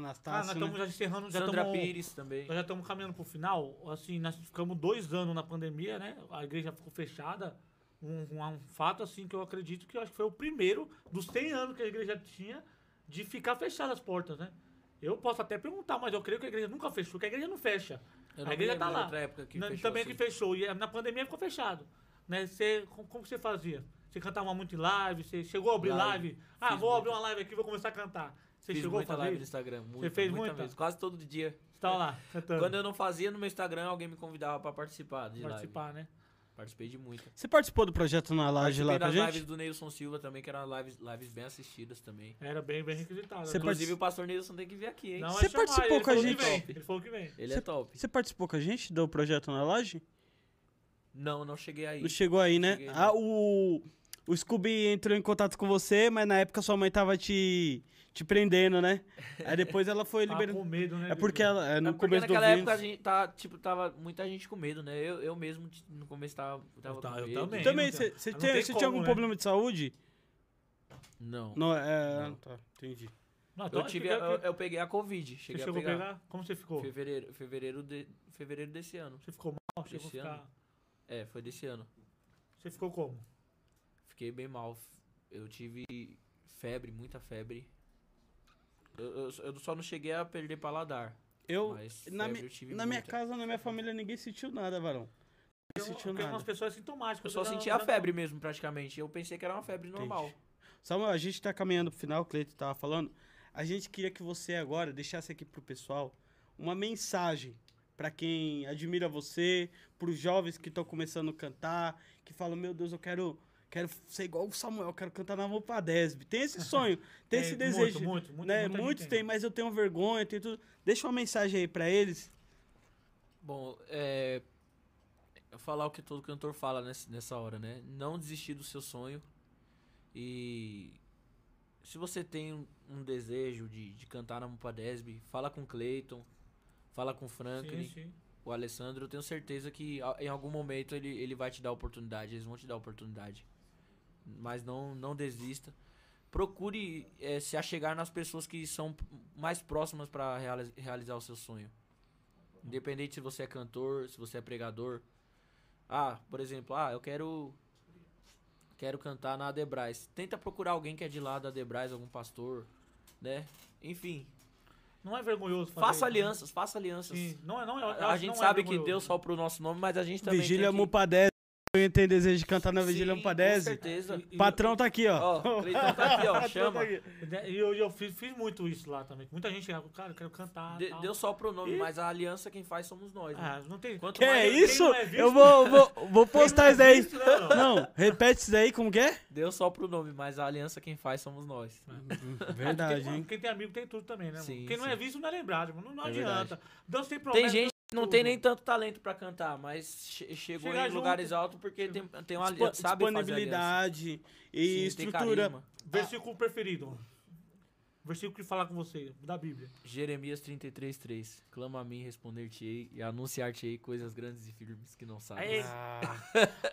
[SPEAKER 1] Cara, Tá,
[SPEAKER 3] Ah,
[SPEAKER 1] nós
[SPEAKER 2] Anastácio,
[SPEAKER 1] estamos
[SPEAKER 2] né?
[SPEAKER 1] já encerrando, já
[SPEAKER 3] é
[SPEAKER 1] um-
[SPEAKER 3] Sandra
[SPEAKER 1] estamos...
[SPEAKER 3] Pires também.
[SPEAKER 1] Nós já estamos caminhando pro final. Assim, nós ficamos dois anos na pandemia, né? A igreja ficou fechada. Um, um- um fato, assim, que eu acredito que eu acho que foi o primeiro dos 100 anos que a igreja tinha de ficar fechada as portas, né? Eu posso até perguntar, mas eu creio que a igreja nunca fechou, que a igreja não fecha. a
[SPEAKER 3] Eu não me
[SPEAKER 1] igreja
[SPEAKER 3] lembro
[SPEAKER 1] tá
[SPEAKER 3] de
[SPEAKER 1] lá.
[SPEAKER 3] outra época que
[SPEAKER 1] Na-
[SPEAKER 3] fechou
[SPEAKER 1] também é
[SPEAKER 3] assim.
[SPEAKER 1] que fechou. E eh, na pandemia ficou fechado. Né? Você, como, como que você fazia? Você cantava muito em live? Você chegou a abrir live?
[SPEAKER 3] Live.
[SPEAKER 1] Ah,
[SPEAKER 3] Fiz
[SPEAKER 1] vou
[SPEAKER 3] muita.
[SPEAKER 1] abrir uma live aqui, vou começar a cantar. Você
[SPEAKER 3] Fiz
[SPEAKER 1] chegou a
[SPEAKER 3] muita
[SPEAKER 1] fazer?
[SPEAKER 3] live no
[SPEAKER 1] isso?
[SPEAKER 3] Instagram.
[SPEAKER 1] Você fez muita? Ah.
[SPEAKER 3] Mesmo, quase todo dia.
[SPEAKER 1] Você tava lá, cantando,
[SPEAKER 3] Quando eu não fazia no meu Instagram, alguém me convidava pra participar de
[SPEAKER 1] participar, né?
[SPEAKER 3] live. Participei de muita.
[SPEAKER 2] Você participou do projeto na laje
[SPEAKER 3] Participei
[SPEAKER 2] lá com a
[SPEAKER 3] das
[SPEAKER 2] gente?
[SPEAKER 3] lives do Neilson Silva também, que eram lives, lives bem assistidas também.
[SPEAKER 1] Era bem, bem requisitado.
[SPEAKER 2] Você
[SPEAKER 1] né?
[SPEAKER 3] Inclusive o pastor Neilson tem que vir aqui, hein?
[SPEAKER 1] Não,
[SPEAKER 2] Você
[SPEAKER 1] é chamar,
[SPEAKER 2] participou
[SPEAKER 1] ele
[SPEAKER 2] com a
[SPEAKER 1] falou que
[SPEAKER 2] gente?
[SPEAKER 1] vem,
[SPEAKER 3] Top.
[SPEAKER 1] Ele falou que vem.
[SPEAKER 3] Ele é top.
[SPEAKER 2] Você participou com a gente do projeto na laje?
[SPEAKER 3] Não, não cheguei aí.
[SPEAKER 2] Não chegou aí, né?
[SPEAKER 3] Cheguei.
[SPEAKER 2] Ah, o, o Scooby entrou em contato com você, mas na época sua mãe tava te, te prendendo, né? Aí depois ela foi
[SPEAKER 1] Tava
[SPEAKER 2] liberando.
[SPEAKER 1] com medo, né?
[SPEAKER 2] É
[SPEAKER 1] de-
[SPEAKER 2] porque ela, é, no
[SPEAKER 3] É porque
[SPEAKER 2] começo do
[SPEAKER 3] naquela época a
[SPEAKER 2] vírus.
[SPEAKER 3] gente tá, tipo, tava muita gente com medo, né? Eu, eu mesmo t- no começo tava,
[SPEAKER 1] Eu
[SPEAKER 3] tava com
[SPEAKER 1] ta- eu
[SPEAKER 3] medo.
[SPEAKER 1] também.
[SPEAKER 2] Também,
[SPEAKER 1] não
[SPEAKER 2] você
[SPEAKER 1] tem-
[SPEAKER 2] você
[SPEAKER 1] não
[SPEAKER 2] tinha,
[SPEAKER 1] tem
[SPEAKER 2] você tinha
[SPEAKER 1] como,
[SPEAKER 2] algum
[SPEAKER 1] né?
[SPEAKER 2] problema de saúde?
[SPEAKER 3] Não.
[SPEAKER 2] Não, é.
[SPEAKER 3] Não.
[SPEAKER 2] Tá, entendi.
[SPEAKER 1] Não, então
[SPEAKER 3] Eu,
[SPEAKER 1] acho
[SPEAKER 3] tive,
[SPEAKER 1] que-
[SPEAKER 3] a- eu, eu peguei a Covid.
[SPEAKER 1] Você
[SPEAKER 3] Cheguei
[SPEAKER 1] chegou a
[SPEAKER 3] a pegar.
[SPEAKER 1] pegar? Como você ficou?
[SPEAKER 3] Fevereiro, fevereiro, de, fevereiro desse ano.
[SPEAKER 1] Você ficou mal? Chegou a
[SPEAKER 3] Esse
[SPEAKER 1] ficar...
[SPEAKER 3] ano. É, foi desse ano.
[SPEAKER 1] Você ficou como?
[SPEAKER 3] Fiquei bem mal. Eu tive febre, muita febre. Eu, eu- eu só não cheguei a perder paladar.
[SPEAKER 2] Eu,
[SPEAKER 3] mas
[SPEAKER 2] na,
[SPEAKER 3] febre
[SPEAKER 2] mi-
[SPEAKER 3] eu tive
[SPEAKER 2] na minha
[SPEAKER 3] muita.
[SPEAKER 2] casa, na minha família, ninguém sentiu nada, varão.
[SPEAKER 1] Eu-
[SPEAKER 2] Ninguém sentiu
[SPEAKER 1] Porque umas
[SPEAKER 2] nada.
[SPEAKER 1] pessoas sintomáticas.
[SPEAKER 3] Eu só
[SPEAKER 1] não-
[SPEAKER 3] senti a
[SPEAKER 1] não-
[SPEAKER 3] febre mesmo, praticamente. Eu pensei que era uma febre
[SPEAKER 2] Entendi.
[SPEAKER 3] normal.
[SPEAKER 2] Samuel, a gente tá caminhando pro final, o Cleiton tava falando. A gente queria que você agora deixasse aqui pro pessoal uma mensagem pra quem admira você, pros jovens que estão começando a cantar, que falam, meu Deus, eu quero, quero ser igual o Samuel, eu quero cantar na Vopa Desb. Tem esse sonho, tem esse
[SPEAKER 1] É, muito,
[SPEAKER 2] desejo.
[SPEAKER 1] Muito, muito, muita
[SPEAKER 2] né?
[SPEAKER 1] gente
[SPEAKER 2] Muitos
[SPEAKER 1] tem.
[SPEAKER 2] têm, mas eu tenho vergonha, tenho tudo. Deixa uma mensagem aí pra eles.
[SPEAKER 3] Bom, é. eu Falar o que todo cantor fala ness- nessa hora, né? Não desistir do seu sonho. E. Se você tem um- um desejo de, de cantar na Mupadesb, fala com o Clayton, fala com o Franklin.
[SPEAKER 1] Sim, sim.
[SPEAKER 3] O Alessandro, eu tenho certeza que a- em algum momento ele, ele vai te dar oportunidade, eles vão te dar oportunidade. Mas não, não desista. Procure eh, se achegar nas pessoas que são p- mais próximas para realizar o seu sonho. Independente se você é cantor, se você é pregador. Ah, por exemplo, ah, eu quero quero cantar na Adebrais. Tenta procurar alguém que é de lá da Adebrais, algum pastor, né? Enfim,
[SPEAKER 1] Não é vergonhoso fazer
[SPEAKER 3] Faça
[SPEAKER 1] isso, né?
[SPEAKER 3] alianças, faça alianças.
[SPEAKER 1] Sim, não é, não é, eu acho
[SPEAKER 3] A, a
[SPEAKER 1] que
[SPEAKER 3] gente
[SPEAKER 1] não é
[SPEAKER 3] sabe que
[SPEAKER 1] vergonhoso.
[SPEAKER 3] Deus só pro nosso nome, mas a gente também
[SPEAKER 2] Vigília
[SPEAKER 3] tem que...
[SPEAKER 2] Mupadese. Eu tenho desejo de cantar na
[SPEAKER 3] Sim,
[SPEAKER 2] Vigília
[SPEAKER 3] Com
[SPEAKER 2] Mupadese.
[SPEAKER 3] certeza.
[SPEAKER 1] E- e-
[SPEAKER 2] Patrão tá aqui, ó.
[SPEAKER 3] Ó, o Cleitão tá aqui, ó,
[SPEAKER 2] Patrão
[SPEAKER 3] chama.
[SPEAKER 2] tá aqui.
[SPEAKER 1] né, E eu, eu fiz, fiz muito isso lá também. Muita gente chegava, cara, eu quero cantar.
[SPEAKER 3] De-
[SPEAKER 1] tal.
[SPEAKER 3] Deus só pro nome, mas a aliança quem faz somos nós. né?
[SPEAKER 1] tá. Ah, não tem.
[SPEAKER 3] Quanto
[SPEAKER 2] Que
[SPEAKER 3] mais
[SPEAKER 2] é
[SPEAKER 3] eu-
[SPEAKER 1] quem
[SPEAKER 2] isso?
[SPEAKER 1] não é visto-
[SPEAKER 2] eu vou, vou, vou postar isso daí.
[SPEAKER 1] Isso, né, mano?
[SPEAKER 2] Não, repete isso daí, como que é?
[SPEAKER 3] Deus só pro nome, mas a aliança quem faz somos nós.
[SPEAKER 2] Verdade,
[SPEAKER 1] Quem-
[SPEAKER 2] hein?
[SPEAKER 1] Quem tem amigo tem tudo também, né? mano?
[SPEAKER 3] Sim,
[SPEAKER 1] Quem não é
[SPEAKER 3] sim.
[SPEAKER 1] visto não é lembrado, mano. Não, não
[SPEAKER 3] É
[SPEAKER 1] adianta. Deus tem
[SPEAKER 3] Tem
[SPEAKER 1] promessa.
[SPEAKER 3] gente que não tem
[SPEAKER 1] tudo.
[SPEAKER 3] nem tanto talento pra cantar, mas che- chegou
[SPEAKER 1] Chegar
[SPEAKER 3] em
[SPEAKER 1] junto.
[SPEAKER 3] lugares altos porque tem, tem
[SPEAKER 2] Dispo-
[SPEAKER 3] uma aliança, Então, sabe fazer aliança.
[SPEAKER 2] Disponibilidade
[SPEAKER 3] Sim,
[SPEAKER 2] e
[SPEAKER 3] tem
[SPEAKER 2] estrutura.
[SPEAKER 3] carisma.
[SPEAKER 1] Versículo preferido. Versículo que falar com você, da Bíblia.
[SPEAKER 3] Jeremias 33, 3. Clama a mim, responder-te-ei e anunciar-te-ei coisas grandes e firmes que não sabes.
[SPEAKER 1] Aí-
[SPEAKER 2] Ah,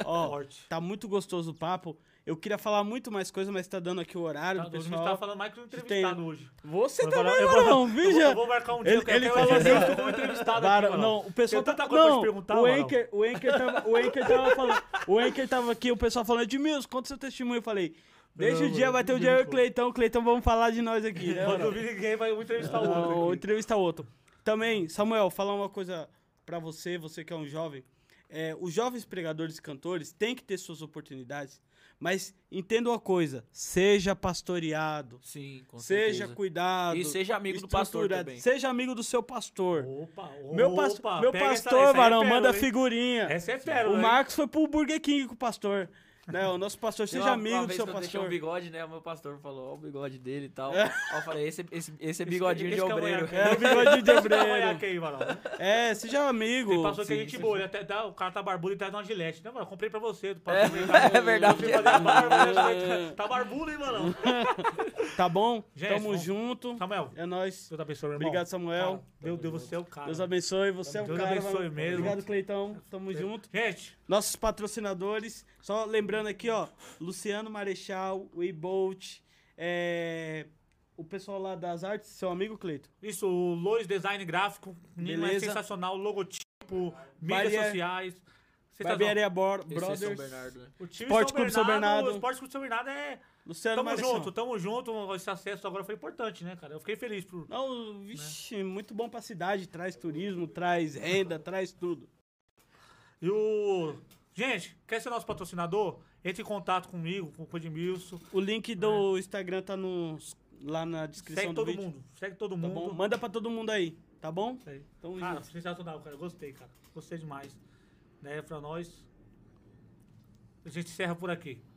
[SPEAKER 2] Ó,
[SPEAKER 1] Forte.
[SPEAKER 2] tá muito gostoso o papo. Eu queria falar muito mais coisa, mas tá dando aqui o horário
[SPEAKER 1] Tá,
[SPEAKER 2] do
[SPEAKER 1] a gente tá
[SPEAKER 2] pessoal. Então,
[SPEAKER 1] falando mais que um
[SPEAKER 2] tem-
[SPEAKER 1] entrevistado hoje.
[SPEAKER 2] Você
[SPEAKER 1] Eu vou-
[SPEAKER 2] também,
[SPEAKER 1] eu vou-
[SPEAKER 2] Barão,
[SPEAKER 1] Eu vou,
[SPEAKER 2] veja.
[SPEAKER 1] eu vou marcar um dia.
[SPEAKER 2] Ele-
[SPEAKER 1] eu quero
[SPEAKER 2] ele
[SPEAKER 1] até
[SPEAKER 2] falou
[SPEAKER 1] hoje,
[SPEAKER 2] assim,
[SPEAKER 1] eu tô um entrevistado aqui,
[SPEAKER 2] Barão,
[SPEAKER 1] mano.
[SPEAKER 2] não, o pessoal
[SPEAKER 1] Tem
[SPEAKER 2] tá...
[SPEAKER 1] tanta coisa pra
[SPEAKER 2] Não,
[SPEAKER 1] te perguntar,
[SPEAKER 2] o
[SPEAKER 1] Barão.
[SPEAKER 2] Enker, o Enker tava, o Enker tava falando, o Enker tava aqui, o pessoal falando de Mills, conta seu testemunho, eu falei, deixa
[SPEAKER 1] Não,
[SPEAKER 2] o dia,
[SPEAKER 1] mano,
[SPEAKER 2] vai ter o
[SPEAKER 1] que
[SPEAKER 2] dia eu e o
[SPEAKER 1] gente,
[SPEAKER 2] Cleitão, Cleitão, vamos falar de nós aqui, né,
[SPEAKER 1] Quando
[SPEAKER 2] Barão?
[SPEAKER 1] eu vi ninguém, vai um entrevistar o
[SPEAKER 2] Não,
[SPEAKER 1] outro. aqui.
[SPEAKER 2] entrevista outro. Também, Samuel, falar uma coisa pra você, você que é um jovem. É, os jovens pregadores e cantores têm que ter suas oportunidades, mas entenda uma coisa: seja pastoreado,
[SPEAKER 3] Sim, com
[SPEAKER 2] seja
[SPEAKER 3] certeza.
[SPEAKER 2] cuidado.
[SPEAKER 3] E seja amigo do pastor
[SPEAKER 2] estruturado,
[SPEAKER 3] também.
[SPEAKER 2] Seja amigo do seu pastor.
[SPEAKER 1] Opa, opa.
[SPEAKER 2] meu pas- meu
[SPEAKER 1] pega essa-
[SPEAKER 2] pastor,
[SPEAKER 1] essa aí é
[SPEAKER 2] varão,
[SPEAKER 1] pérola,
[SPEAKER 2] manda
[SPEAKER 1] hein?
[SPEAKER 2] figurinha.
[SPEAKER 1] Essa é pérola,
[SPEAKER 2] o
[SPEAKER 1] hein?
[SPEAKER 2] Marcos foi pro Burger King com o pastor. né? o nosso pastor,
[SPEAKER 3] Tem
[SPEAKER 2] seja
[SPEAKER 3] uma-
[SPEAKER 2] amigo
[SPEAKER 3] uma
[SPEAKER 2] do
[SPEAKER 3] vez
[SPEAKER 2] seu
[SPEAKER 3] que eu deixei
[SPEAKER 2] pastor.
[SPEAKER 3] um bigode, né? O meu pastor falou, ó o bigode dele e tal. Aí eu falei, esse, esse, esse é bigodinho
[SPEAKER 1] Esse-
[SPEAKER 3] de
[SPEAKER 1] esse
[SPEAKER 3] obreiro.
[SPEAKER 1] cavanhaque.
[SPEAKER 2] É, o bigodinho de
[SPEAKER 1] Esse cavanhaque
[SPEAKER 2] obreiro.
[SPEAKER 1] aí, mano.
[SPEAKER 2] É, seja amigo.
[SPEAKER 1] Ele passou que a
[SPEAKER 3] Sim,
[SPEAKER 1] gente
[SPEAKER 3] sim.
[SPEAKER 1] boa, ele até dá, o cara tá barbudo e traz uma gilete. Não, mano, eu comprei pra você. Tu
[SPEAKER 3] É,
[SPEAKER 1] pode comprar.
[SPEAKER 3] é verdade.
[SPEAKER 1] Você fazer a barba, né? tá barbudo, hein, mano?
[SPEAKER 2] Tá bom?
[SPEAKER 1] Gerson.
[SPEAKER 2] Tamo junto.
[SPEAKER 1] Samuel,
[SPEAKER 2] É nóis.
[SPEAKER 1] Deus abençoe, meu irmão.
[SPEAKER 2] Obrigado, Samuel.
[SPEAKER 1] Cara, Meu Deus, você é o cara.
[SPEAKER 2] Deus abençoe. Você é o
[SPEAKER 1] Deus
[SPEAKER 2] cara.
[SPEAKER 1] abençoe
[SPEAKER 2] mano.
[SPEAKER 1] mesmo.
[SPEAKER 2] Obrigado, Cleitão. Tamo junto.
[SPEAKER 1] Gente,
[SPEAKER 2] Nossos patrocinadores. Só lembrando aqui, ó. Luciano Marechal, o E-Bolt, é, o pessoal lá das artes, seu amigo Cleito.
[SPEAKER 1] isso, o Lois Design Gráfico, menino é
[SPEAKER 2] Beleza. é.
[SPEAKER 1] sensacional, logotipo,
[SPEAKER 2] Barbearia-
[SPEAKER 1] mídias sociais. Sensacional.
[SPEAKER 2] Barbearia Bor-
[SPEAKER 3] Esse é
[SPEAKER 2] Brothers.
[SPEAKER 3] São Bernardo, né?
[SPEAKER 1] O time
[SPEAKER 2] Esporte
[SPEAKER 1] São
[SPEAKER 2] Clube São Bernardo. assim,
[SPEAKER 1] O Esporte Clube São Bernardo é...
[SPEAKER 2] Luciano
[SPEAKER 1] Tamo
[SPEAKER 2] Marechal.
[SPEAKER 1] junto, tamo junto. Esse acesso agora foi importante, né, cara? Eu fiquei feliz por...
[SPEAKER 2] Não, vixe, muito bom pra cidade. Traz turismo, traz renda, traz tudo.
[SPEAKER 1] E o... Gente, quer ser nosso patrocinador? Entre em contato comigo, com o Edmilson.
[SPEAKER 2] O link do Instagram tá nos- lá na descrição
[SPEAKER 1] É. Segue
[SPEAKER 2] do
[SPEAKER 1] todo
[SPEAKER 2] vídeo.
[SPEAKER 1] mundo. Segue todo
[SPEAKER 2] Tá
[SPEAKER 1] mundo.
[SPEAKER 2] bom? Manda pra todo mundo aí, tá bom?
[SPEAKER 1] Isso aí.
[SPEAKER 2] Tamo
[SPEAKER 1] Cara,
[SPEAKER 2] junto.
[SPEAKER 1] sensacional, cara. Gostei, cara. Gostei demais. Né, pra nós. A gente encerra por aqui.